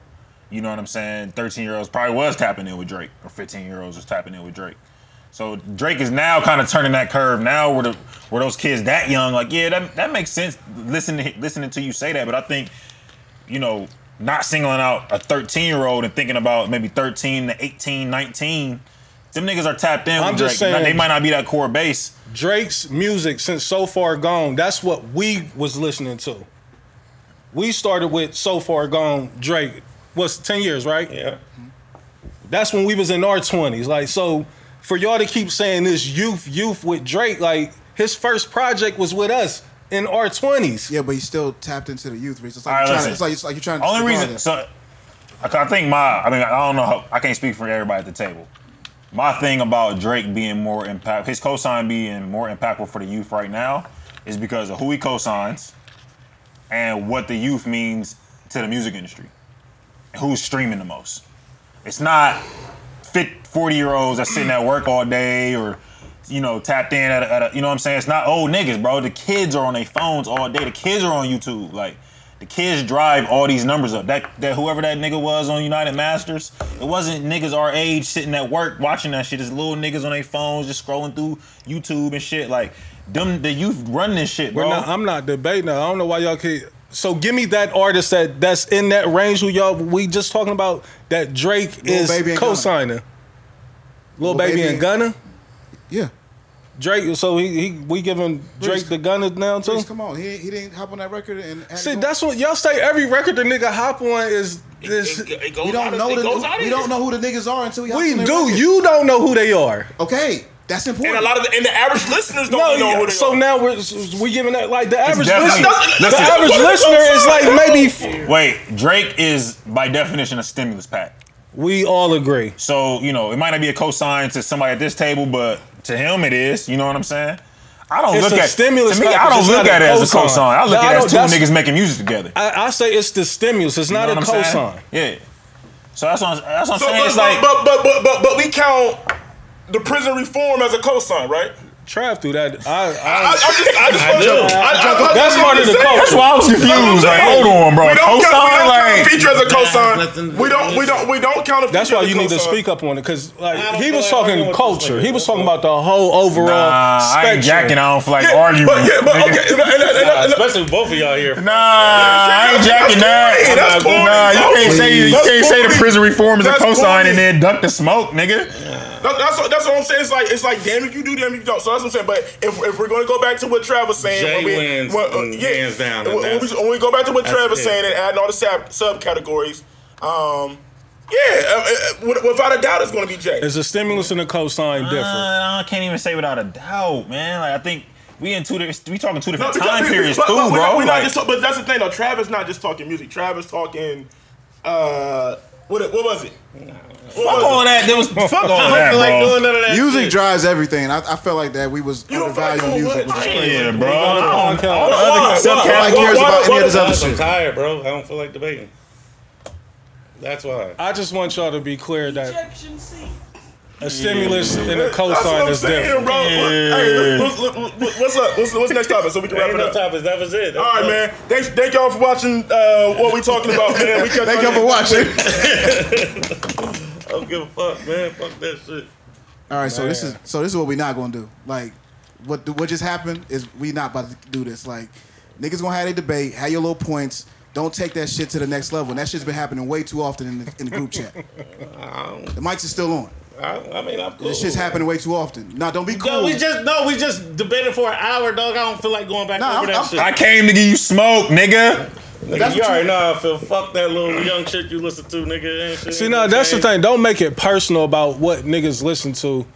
S3: You know what I'm saying? 13 year olds probably was tapping in with Drake, or 15 year olds was tapping in with Drake. So Drake is now kind of turning that curve. Now where the where those kids that young, like yeah, that that makes sense. Listening listening to you say that, but I think you know not singling out a 13 year old and thinking about maybe 13 to 18, 19. Them niggas are tapped in.
S2: I'm
S3: with
S2: just
S3: Drake. Now,
S2: saying-
S3: they might not be that core base.
S2: Drake's music since So Far Gone, that's what we was listening to. We started with So Far Gone Drake. What's 10 years, right?
S5: Yeah.
S2: That's when we was in our 20s. Like so for y'all to keep saying this youth youth with Drake, like his first project was with us in our 20s.
S6: Yeah, but he still tapped into the youth. Reese. It's
S3: All
S6: like,
S3: right,
S6: you're trying,
S3: listen.
S6: it's like, it's like you're trying to.
S3: Only
S6: disregard
S3: reason,
S6: that.
S3: so I I think my, I mean, I don't know, how, I can't speak for everybody at the table. My thing about Drake being more impact, his cosign being more impactful for the youth right now, is because of who he cosigns and what the youth means to the music industry, and who's streaming the most. It's not fit 40 year olds that's sitting at work all day or you know tapped in at a, at a you know what i'm saying it's not old niggas bro the kids are on their phones all day the kids are on youtube like the kids drive all these numbers up that that whoever that nigga was on united masters it wasn't niggas our age sitting at work watching that shit it's little niggas on their phones just scrolling through youtube and shit like them the youth run this shit
S2: We're
S3: bro
S2: not- I'm not debating. that. I don't know why y'all keep. So give me that artist that that's in that range who y'all we just talking about that Drake
S6: Lil
S2: is
S6: Baby and Gunna.
S2: co-signing. Lil,
S6: Lil
S2: Baby,
S6: Baby
S2: and
S6: and-
S2: Gunna.
S6: Yeah.
S2: Drake. So he, he we giving Drake the Gunna now too.
S6: Reese, come on. He, he didn't hop on that record and. had it
S2: See,
S6: go-
S2: that's what y'all say. Every record the nigga hop on is this.
S5: It, it goes
S6: We
S5: out
S6: don't
S5: of-
S6: know
S5: it goes
S6: the.
S5: out of
S6: We
S5: here.
S6: don't know who the niggas are until we. hop
S2: We
S6: on that
S2: do.
S6: record.
S2: You don't know who they are.
S6: Okay, that's important.
S5: And a lot of the, and the average listeners don't
S2: No,
S5: know
S2: yeah,
S5: who they
S2: so
S5: are.
S2: now we're so we giving that like the average
S3: definitely-
S2: listener.
S3: listen.
S2: The average listener is like maybe. f-
S3: wait drake is by definition a stimulus pack
S2: We all agree.
S3: So, you know, it might not be a cosign to somebody at this table, but to him it is. You know what I'm saying? I don't
S2: It's
S3: look
S2: a
S3: at
S2: stimulus
S3: To me, I
S2: package,
S3: don't
S2: it's
S3: look
S2: not
S3: at it
S2: a
S3: as a
S2: cosign.
S3: cosign. I look
S2: No, I
S3: at it
S2: don't-
S3: as two
S2: that's-
S3: niggas making music together. You
S2: I, I say it's the stimulus. It's not a
S3: know what I'm
S2: cosign.
S3: saying? Yeah. So that's what I'm, that's what I'm
S5: So,
S3: saying.
S5: but,
S3: It's like
S5: but, but, but, but, but we count the prison reform as a cosign, right?
S2: Trav through that. I,
S5: I,
S2: I,
S5: I, I just,
S1: (laughs)
S5: I just want you. I, I, I,
S2: That's
S5: I-
S2: part of the
S5: I'm
S2: culture.
S5: saying-
S3: that's why I was confused. Like, hold on, bro.
S5: We don't count, we don't count a
S3: Cosign, like
S5: feature as a
S1: nothing
S5: cosign.
S1: to
S5: We
S1: do
S5: don't.
S1: with
S5: We don't. We don't count a feature.
S2: that's why
S5: as a
S2: you need to
S5: cosign.
S2: speak up on it because
S1: I
S2: like
S1: don't
S2: he was
S1: feel like arguing
S2: talking
S1: with this
S2: culture.
S1: nigga.
S2: He was talking about the whole overall
S3: nah, I ain't
S2: spectrum.
S3: jacking. I don't feel like
S5: Yeah,
S3: arguing.
S5: But, yeah, but
S3: nigga.
S5: okay. and- and- and-
S1: Nah,
S5: and-
S1: especially with both of y'all here.
S3: Nah, I ain't jacking that.
S5: corny. That's corny,
S3: nah, you
S5: bro.
S3: can't say you
S5: That's
S3: can't say the
S5: corny.
S3: prison reform is a
S5: That's
S3: cosign
S5: corny.
S3: and then duck the smoke, nigga.
S5: That- That's what, that's what I'm saying. It's like it's like damn if you do, damn if you don't. So that's what I'm saying. But if, if we're gonna go back to what Trav was saying,
S1: Jay
S5: when we,
S1: wins,
S5: when, uh,
S1: mm,
S5: yeah,
S1: hands down, and
S5: When, when we,
S1: that's-
S5: when we go back to what
S1: that's
S5: Trav was
S1: it.
S5: saying and adding all the sub subcategories, um, yeah, uh, uh, uh, without a doubt, it's gonna be Jay.
S2: Is a stimulus and a cosign different?
S3: Uh, I can't even say without a doubt, man. Like I think we in two different, we talking two
S5: No,
S3: different
S5: because-
S3: time
S5: because-
S3: periods
S5: but-
S3: too,
S5: but we're
S3: bro.
S5: Not, we're not
S3: Like,
S5: just talk- but that's the thing though. Travis not just talking music. Travis talking. Uh, what what was it? What
S3: fuck
S5: was
S3: all
S5: it?
S2: (laughs)
S3: that. There was fuck all
S1: I
S3: that,
S1: feel like doing
S3: bro.
S1: none of that.
S6: music
S1: shit.
S6: drives everything. I, I felt like that we was
S5: You don't feel like
S6: undervaluing
S5: doing
S6: music.
S5: what?
S6: which is-
S3: Yeah, bro. Um,
S2: All
S3: I
S2: the other
S3: don't- All the
S5: Why-
S3: other
S5: why-
S6: Like
S5: why-
S6: cares
S5: why-
S6: about any
S5: why-
S6: of this
S5: why-
S6: other
S1: Guys, I'm
S6: shit.
S1: tired, bro. I don't feel like debating. That's why.
S2: I just want y'all to be clear that
S8: Objection C.
S2: a stimulus and a
S5: That's what
S2: cosign
S5: I'm
S2: is different.
S5: saying, bro. Hey, let's- let's- let's- what's up? What's, what's next topic so we can wrap
S1: Ain't
S5: it
S1: no
S5: up?
S1: topics. That was it.
S5: All right, man. Thanks, thank y'all for watching. Uh, what we talking about, man? We
S6: Thank y'all for (laughs) watching.
S1: I don't give a fuck, man. Fuck that shit.
S6: All right, so this is so this is what we not gonna do. Like, what what just happened is we not about to do this. Like, niggas gonna have a debate, have your little points. Don't take that shit to the next level. And that shit's been happening way too often in the, in the
S1: (laughs)
S6: group chat. The mics are still on.
S1: I, I mean, I'm cool.
S6: This shit's happening way too often. Nah, don't be cool.
S1: Yo, we just no, we just debated for an hour, dog. I don't feel like going back
S6: Nah,
S1: over
S6: I'm-
S1: that
S6: I'm-
S1: shit.
S3: I came to give you smoke, nigga.
S1: Nigga, you
S6: what
S1: already know how I feel. Fuck that little young chick you listen to, nigga. Ain't shit
S2: See, now that's the
S1: changed.
S2: thing. Don't make it personal about what niggas listen to.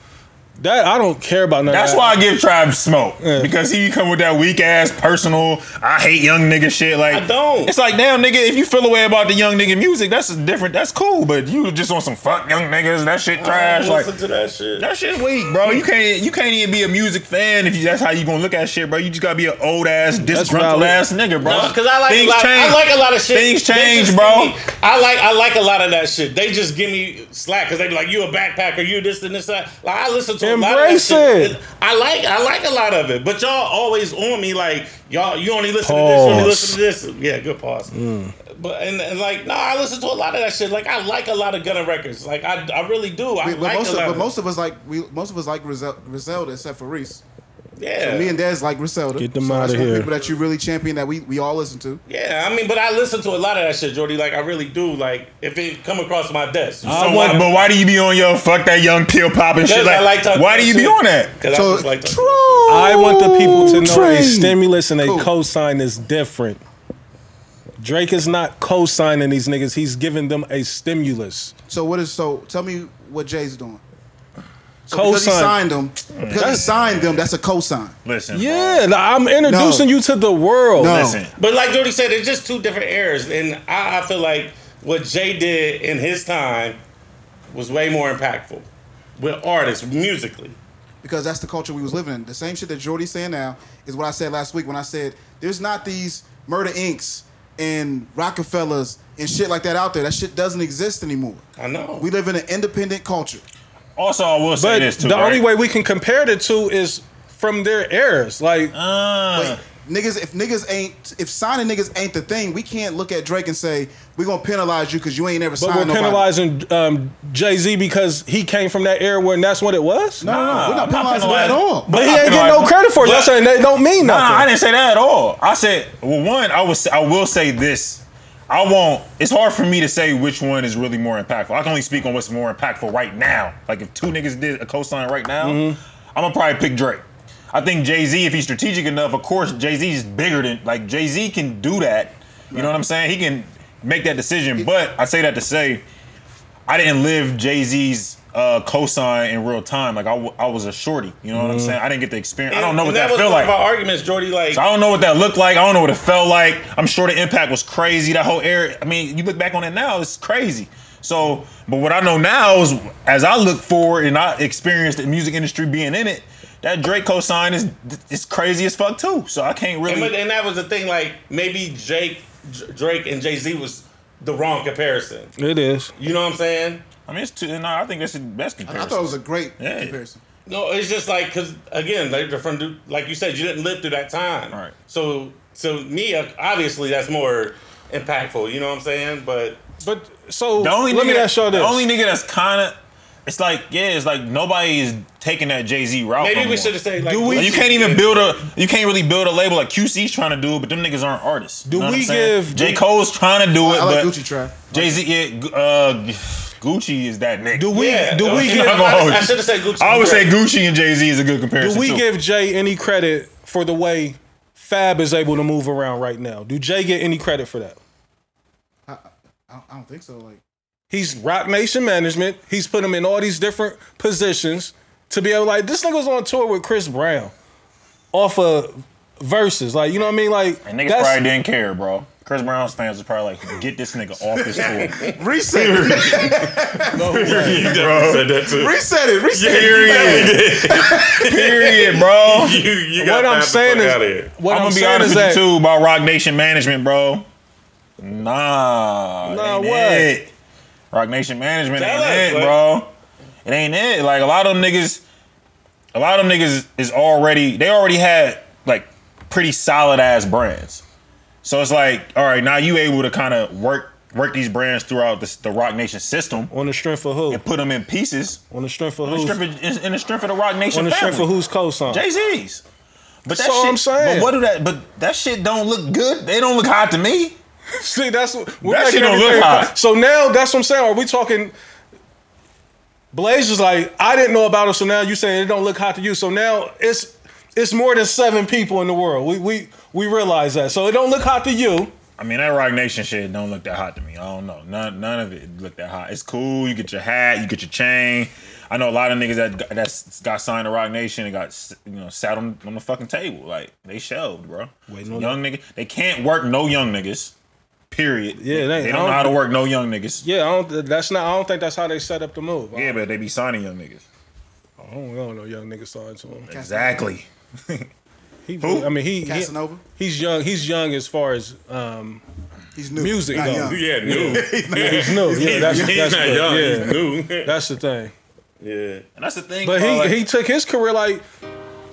S2: That I don't care about none
S3: That's
S2: of that.
S3: why I give Tribe smoke
S2: Yeah.
S3: because he come with that weak ass personal. I hate young nigga shit. Like
S1: I don't.
S3: It's like damn nigga, if you feel away about the young nigga music, that's different. That's cool, but you just on some fuck young niggas. That shit
S1: I
S3: trash.
S1: don't
S3: Like
S1: listen to that shit.
S3: That shit weak, bro. You can't you can't even be a music fan if you, that's how you gonna look at shit, bro. You just gotta be an old ass disgruntled
S2: valid.
S3: ass nigga, bro.
S1: Because I like a lot. I like a lot of shit.
S3: Things
S1: They
S3: change,
S1: just
S3: bro.
S1: give me- I like I like a lot of that shit. They just give me slack because they be like, "You a backpacker? You this and this that." Like I listen to a lot of that
S2: Embrace
S1: shit.
S2: it.
S1: I like I like a lot of it, but y'all always on me like y'all. You only listen to this. You only
S2: Pause. Mm.
S1: listen to this. Yeah, good pause. But and, and like no, I listen to a lot of that shit. Like I like a lot of Gunna records. Like I, I really do. I
S6: but
S1: like
S6: most
S1: a
S6: of,
S1: lot
S6: but most of us like we most of us like Grizel- Griselda except for Reese.
S1: yeah.
S6: Me and Dez like Griselda.
S2: Get them
S6: so that's
S2: outta
S6: one
S2: here.
S6: People that you really champion that we, we all listen to.
S1: yeah, I mean, but I listen to a lot of that shit, Jordy. Like I really do. Like if it come across my desk,
S3: So
S2: I
S3: why,
S2: want,
S3: but why do you be on your fuck that young pill pop and shit?
S1: Because I
S3: Like,
S1: like talking
S3: why do you be
S1: shit.
S3: on that?
S1: because I
S6: So
S1: just like
S6: true.
S2: I want the people to know a
S6: Train.
S2: stimulus and a
S6: Cool.
S2: cosign is different. Drake is not co-signing these niggas. He's giving them a stimulus.
S6: So what is so? Tell me what Jay's doing. So because he
S2: Cosign.
S6: signed them. Because he signed them. That's a cosign.
S3: Listen,
S2: Yeah, like, I'm introducing
S6: No.
S2: you to the world.
S6: No.
S3: listen.
S1: But like Jordy said, it's just two different eras, and I, I feel like what Jay did in his time was way more impactful with artists musically.
S6: because that's the culture we was living in. The same shit that Jordy's saying now is what I said last week when I said there's not these murder inks and Rockefellers and shit like that out there. That shit doesn't exist anymore.
S1: I know.
S6: We live in an independent culture.
S3: Also, I will say
S2: But
S3: this too.
S2: the only
S3: right?
S2: way we can compare the two is from their errors. Like
S3: Uh,
S6: Niggas, if niggas ain't, if signing niggas ain't the thing, we can't look at Drake and say we're gonna penalize you because you ain't never
S2: But
S6: signed
S2: we're
S6: nobody.
S2: penalizing um, Jay Z because he came from that era when that's what it was.
S6: No, no, no, we're
S3: Nah,
S6: not
S3: I'm not
S6: penalizing that at
S3: penalizing-
S6: all.
S2: but he
S3: I
S2: ain't
S3: feel
S2: getting
S3: like-
S2: no credit for it. That's
S3: but-
S2: saying they don't mean nothing.
S3: Nah, I didn't say that at all. I said, well, one, I was, I will say this. I won't. It's hard for me to say which one is really more impactful. I can only speak on what's more impactful right now. Like if two niggas did a cosign right now,
S1: Mm-hmm.
S3: I'm gonna probably pick Drake. I think Jay Z, if he's strategic enough, of course Jay Z is bigger than like Jay Z can do that. You know what I'm saying? He can make that decision. But I say that to say, I didn't live Jay Z's uh, cosign in real time. Like I, w- I was a shorty. You know what I'm saying? I didn't get the experience. I don't know
S1: Mm-hmm. And
S3: what that,
S1: was
S3: feel
S1: one
S3: like.
S1: Of our arguments, Jordy, like
S3: I don't know what that looked like. I don't know what it felt like. I'm sure the impact was crazy. That whole area. I mean, you look back on it now, it's crazy. So, but what I know now is, as I look forward and I experience the music industry being in it, that Drake cosign is is crazy as fuck too. So I can't
S1: And, but-
S3: really.
S1: and that was the thing, like maybe Jake, J- Drake, and Jay Z was the wrong comparison.
S2: It is.
S1: You know what I'm saying?
S3: I mean, it's too. No, I think that's the best
S6: I
S3: comparison.
S6: thought it was a great
S3: Yeah.
S6: comparison.
S1: No, it's just like because again, like different, dude- like you said, you didn't live through that time.
S3: Right.
S1: So to me, uh, obviously, that's more impactful. You know what I'm saying? But
S2: But so
S3: The only
S2: let
S3: nigga
S2: me
S3: that-
S2: ask y'all this.
S3: The only nigga that's kind of, it's like yeah, it's like nobody is taking that Jay Z route.
S1: maybe
S3: no
S1: we
S3: more.
S1: should have said like,
S2: Do we-
S3: Like, you can't even build a you can't really build a label like QC's trying to do it, but them niggas aren't artists.
S2: Do
S3: You know what
S2: we
S3: I'm saying?
S2: give-
S3: J Cole's trying to do
S6: I
S3: it?
S6: like
S3: but
S6: Gucci Trap.
S3: Jay Z, yeah, Gu- uh, Gucci is that nigga.
S2: do we
S1: Yeah,
S2: do we
S3: (laughs)
S1: you
S2: give
S1: know,
S3: I'm gonna hold
S1: I,
S3: you.
S1: should have said Gucci.
S3: I would say
S1: Drake.
S3: Gucci and Jay Z is a good comparison.
S2: do we
S3: too.
S2: give Jay any credit for the way Fab is able to move around right now? Do Jay get any credit for that?
S6: I don't- I don't think so. Like
S2: He's Rock Nation management. He's put him in all these different positions to be able like this nigga was on tour with Chris Brown off of verses. Like, you know what I mean? Like
S3: And niggas probably didn't care, bro. Chris Brown's fans was probably like, "Get this nigga
S2: (laughs)
S3: off this tour."
S6: reset, it.
S3: bro.
S6: reset it, reset it.
S3: Period. Period, bro.
S1: you, you
S2: what
S1: gotta
S2: I'm
S1: pass the
S2: saying
S1: fuck
S2: is
S1: outta here.
S2: what
S3: I'm
S2: I'm,
S3: gonna be
S2: saying
S3: honest
S2: is
S3: with
S2: that
S3: you too about Rock Nation management, bro. Nah,
S2: Nah,
S3: ain't
S2: what?
S3: it. Rock Nation management
S1: Tell us,
S3: ain't it,
S1: like-
S3: bro. It ain't it. Like a lot of them niggas, a lot of them niggas is already they already had like pretty solid ass brands. So it's like, all right, now you able to kind of work work these brands throughout this, the Rock Nation system
S2: on the strength of who?
S3: and put them in pieces.
S2: On the strength of
S3: In
S2: who's
S3: the strength of the Rock Nation
S2: on the strength
S3: family.
S2: of who's co-sign?
S3: Jay Z's. But that
S2: That's all
S3: shit,
S2: I'm saying.
S3: But what do that? But that shit don't look good. They don't look hot to me.
S2: See, that's what we're
S3: That shit
S2: making
S3: don't look
S2: everything-
S3: hot.
S2: So now that's what I'm saying. Are we talking? Blaze is like, I didn't know about it, so now you saying it don't look hot to you. So now it's it's more than seven people in the world. We we we realize that. So it don't look hot to you.
S3: I mean, that Rock Nation shit don't look that hot to me. I don't know. None, none of it look that hot. It's cool. You get your hat. You get your chain. I know a lot of niggas that got- that's got signed to Rock Nation and got s- you know sat on, on the fucking table like they shelved, bro.
S2: Waiting on
S3: young nigga, they can't work no young niggas. Period.
S2: Yeah, they-
S3: they, don't know how to work no young niggas.
S2: Yeah, I don't. That's not. I don't think that's how they set up the move.
S3: Yeah, but they be signing young niggas.
S2: I don't, I don't know. Young nigga signed to him.
S3: Exactly.
S2: He, I mean, he, he
S6: Casanova?
S2: he's young. He's young as far as um,
S6: He's new.
S2: Music,
S6: not
S2: though.
S6: young.
S1: Yeah, new.
S2: he's new. Yeah, that's,
S1: he's
S2: that's
S1: not
S2: good.
S1: young.
S2: Yeah,
S1: He's new.
S2: (laughs) that's the thing.
S1: yeah.
S3: And that's the thing.
S2: But
S3: bro,
S2: he,
S3: like-
S2: he took his career like,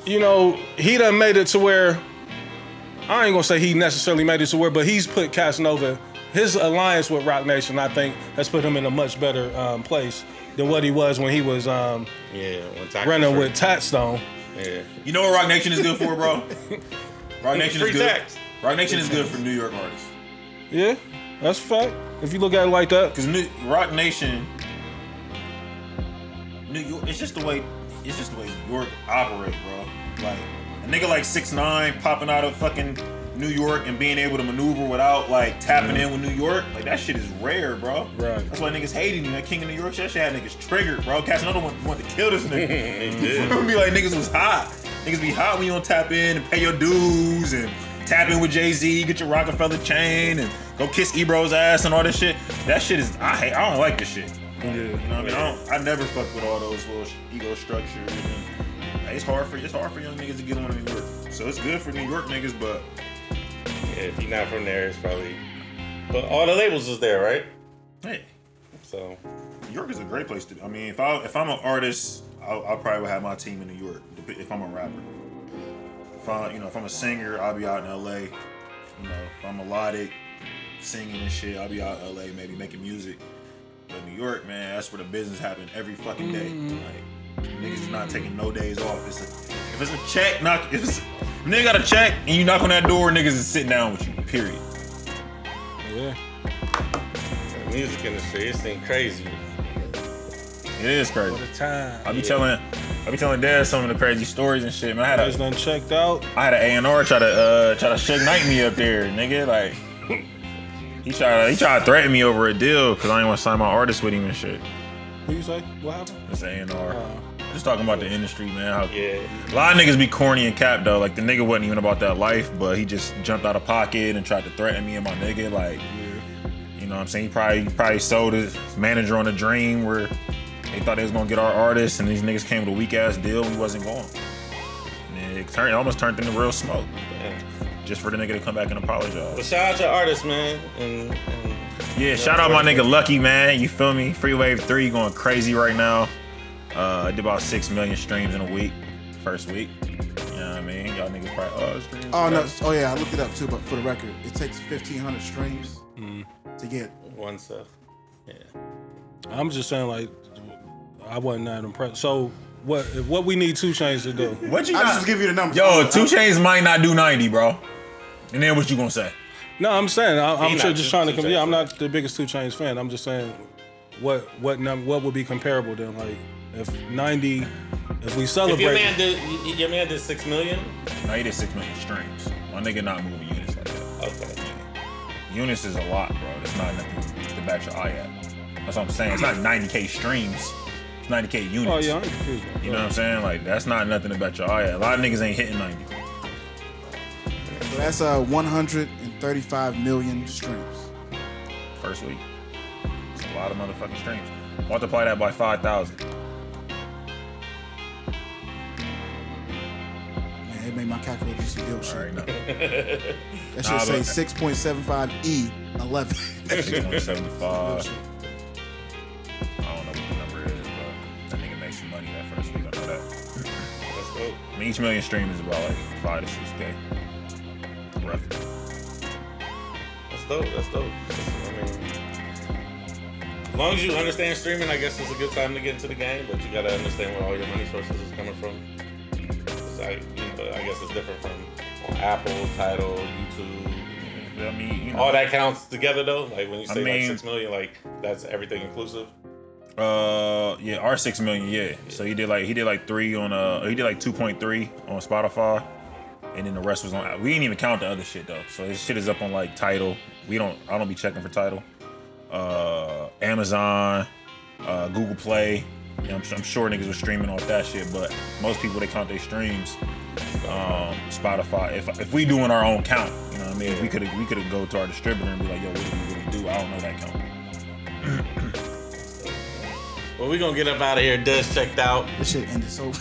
S2: you know, he done made it to where I ain't gonna say he necessarily made it to where, but he's put Casanova his alliance with Rock Nation, I think, has put him in a much better um, place than what he was when he was um,
S1: Yeah, when Taco
S2: running
S1: free.
S2: with Tatstone.
S1: Yeah.
S3: You know what Rock Nation is good for, bro? Rock Nation
S1: Free
S3: is good.
S1: tax.
S3: Rock Nation is good for New York artists.
S2: Yeah, that's a fact. If you look at it like that,
S3: Cause New Rock Nation, New York, it's just the way, it's just the way New York operate, bro. Like a nigga like six nine popping out of fucking New York and being able to maneuver without like tapping in with New York, like that shit is rare, bro.
S2: Right.
S3: That's why niggas hated him. That King of New York, shit, that shit had niggas triggered, bro. Catch another one wanted to kill this nigga. (laughs) be like niggas was hot. Niggas be hot when you don't tap in and pay your dues and tap in with Jay Z, get your Rockefeller chain and go kiss Ebro's ass and all this shit. That shit is I hate. I don't like this shit. You know what I mean? I, don't, I never fuck with all those little sh- ego structures. And, like, it's hard for it's hard for young niggas to get on in New York. So it's good for New York niggas, but
S1: Yeah, if you're not from there, it's probably. But all the labels is there, right?
S3: hey,
S1: So
S3: New York is a great place to. be. I mean, if I if I'm an artist, I'll, I'll probably would have my team in New York. dep- If I'm a rapper, if I you know if I'm a singer, I'll be out in L.A. You know, if I'm melodic, singing and shit, I'll be out in L.A. Maybe making music. But New York, man, that's where the business happen every fucking day. Like niggas is not taking no days off. It's a, if it's a check, knock. If it's if nigga got a check and you knock on that door, niggas is sitting down with you. Period.
S2: yeah,
S1: the music industry, it's thing crazy.
S3: It is crazy.
S2: the time.
S3: I be telling, I be telling Dad some of the crazy stories and shit. Man, I had
S2: Guys
S3: a,
S2: done checked out.
S3: I had an A and R try to, uh, try to shake night me up there, nigga. Like, he tried, he tried to threaten me over a deal because I didn't want to sign my artist with him and shit.
S2: Who you say? What happened?
S3: It's A and R. Just talking about the industry, man. How
S1: Yeah.
S3: a lot of niggas be corny and cap though. Like the nigga wasn't even about that life, but he just jumped out of pocket and tried to threaten me and my nigga. Like, you know what I'm saying? He probably he probably sold his manager on a dream where they thought they was gonna get our artist, and these niggas came with a weak ass deal. and We wasn't going. And it turned it almost turned into real smoke,
S1: Yeah.
S3: just for the nigga to come back and apologize.
S1: But shout out to artists, man. And, and
S3: Yeah, shout out my nigga Lucky man. You feel me? Free Wave Three going crazy right now. Uh, I did about six million streams in a week, first week. You know what I mean? Y'all niggas probably oh streams.
S6: Oh no! Oh yeah, I looked it up too. But for the record, it takes fifteen hundred streams
S3: Mm.
S6: to get.
S1: one stuff. Yeah.
S2: I'm just saying, like, I wasn't that impressed. So, what what we need two chains to do?
S3: What you
S6: I
S3: got?
S6: just give you the number.
S3: Yo, Two Chains might not do ninety, bro. And then what you gonna say?
S2: No, I'm saying I, I'm
S1: He
S2: sure
S1: not
S2: just
S1: Two-
S2: trying to.
S1: Two
S2: Com-
S1: Chainz
S2: yeah, I'm
S1: fan.
S2: not the biggest Two Chains fan. I'm just saying, what what num- what would be comparable then? Like if 90, if we
S1: If
S2: celebrate,
S1: your man did, y- your man did six million.
S3: Now he did six million streams. My nigga not moving units like that.
S1: Okay.
S3: Units is a lot, bro. That's not nothing to bat your eye at. That's what I'm saying. It's not ninety k streams. It's ninety k units.
S2: oh yeah, I'm confused. About
S3: You know what I'm saying? Like that's not nothing to bet your eye at. A lot of niggas ain't hitting ninety.
S6: So that's uh one hundred and thirty-five million streams.
S3: first week. It's a lot of motherfucking streams. Multiply that by 5,000.
S6: Man, it made my calculator do some ill shit.
S1: (laughs)
S3: All right, no.
S6: That
S3: Nah,
S6: should say
S3: but-
S6: six point seven five e eleven.
S3: 175. I don't know what the number is, but that nigga makes some money that first week. I know that.
S1: Let's go.
S3: I mean, each million stream is about like five to six K. Roughly.
S1: That's dope. That's dope. That's- I mean, as long as you understand streaming, I guess it's a good time to get into the game. But you gotta understand where all your money sources is coming from. 'Cause I, you know, I guess it's different from on Apple, Title, YouTube.
S3: But I mean, you know,
S1: All that counts together though. Like when you
S3: I
S1: say
S3: mean-
S1: like six million, like that's everything inclusive.
S3: Uh, yeah, R six million, yeah. So he did like he did like three on uh he did like two point three on Spotify, and then the rest was on. We didn't even count the other shit though. So his shit is up on like title. We don't I don't be checking for title. Uh, Amazon, uh, Google Play. You know, I'm, su- I'm sure niggas were streaming off that shit, but most people they count their streams. Um, Spotify. If if we doing our own count, you know what I mean. If we could we could go to our distributor and be like, yo, what do we really do? I don't know that count.
S1: Well, we gonna get up out of here. Dust checked out. (laughs)
S6: This shit ended so.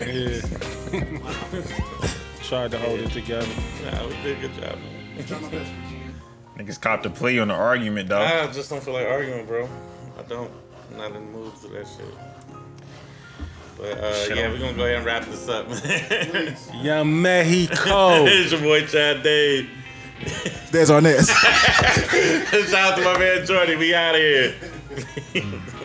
S2: it. Yeah. (laughs) Tried to hold it together.
S1: Nah, we did a good job. Man.
S3: Niggas copped a plea on the argument though.
S1: I just don't feel like arguing, bro. I don't. I'm not in the mood for that shit. But uh,
S3: Shut
S1: yeah,
S3: up.
S1: we're gonna go ahead and wrap this up.
S2: Yeah, Mexico.
S3: Oh.
S1: (laughs) it's your boy Chad Dave. (laughs)
S6: There's our next.
S1: Shout out to my man Jordy. We out of here.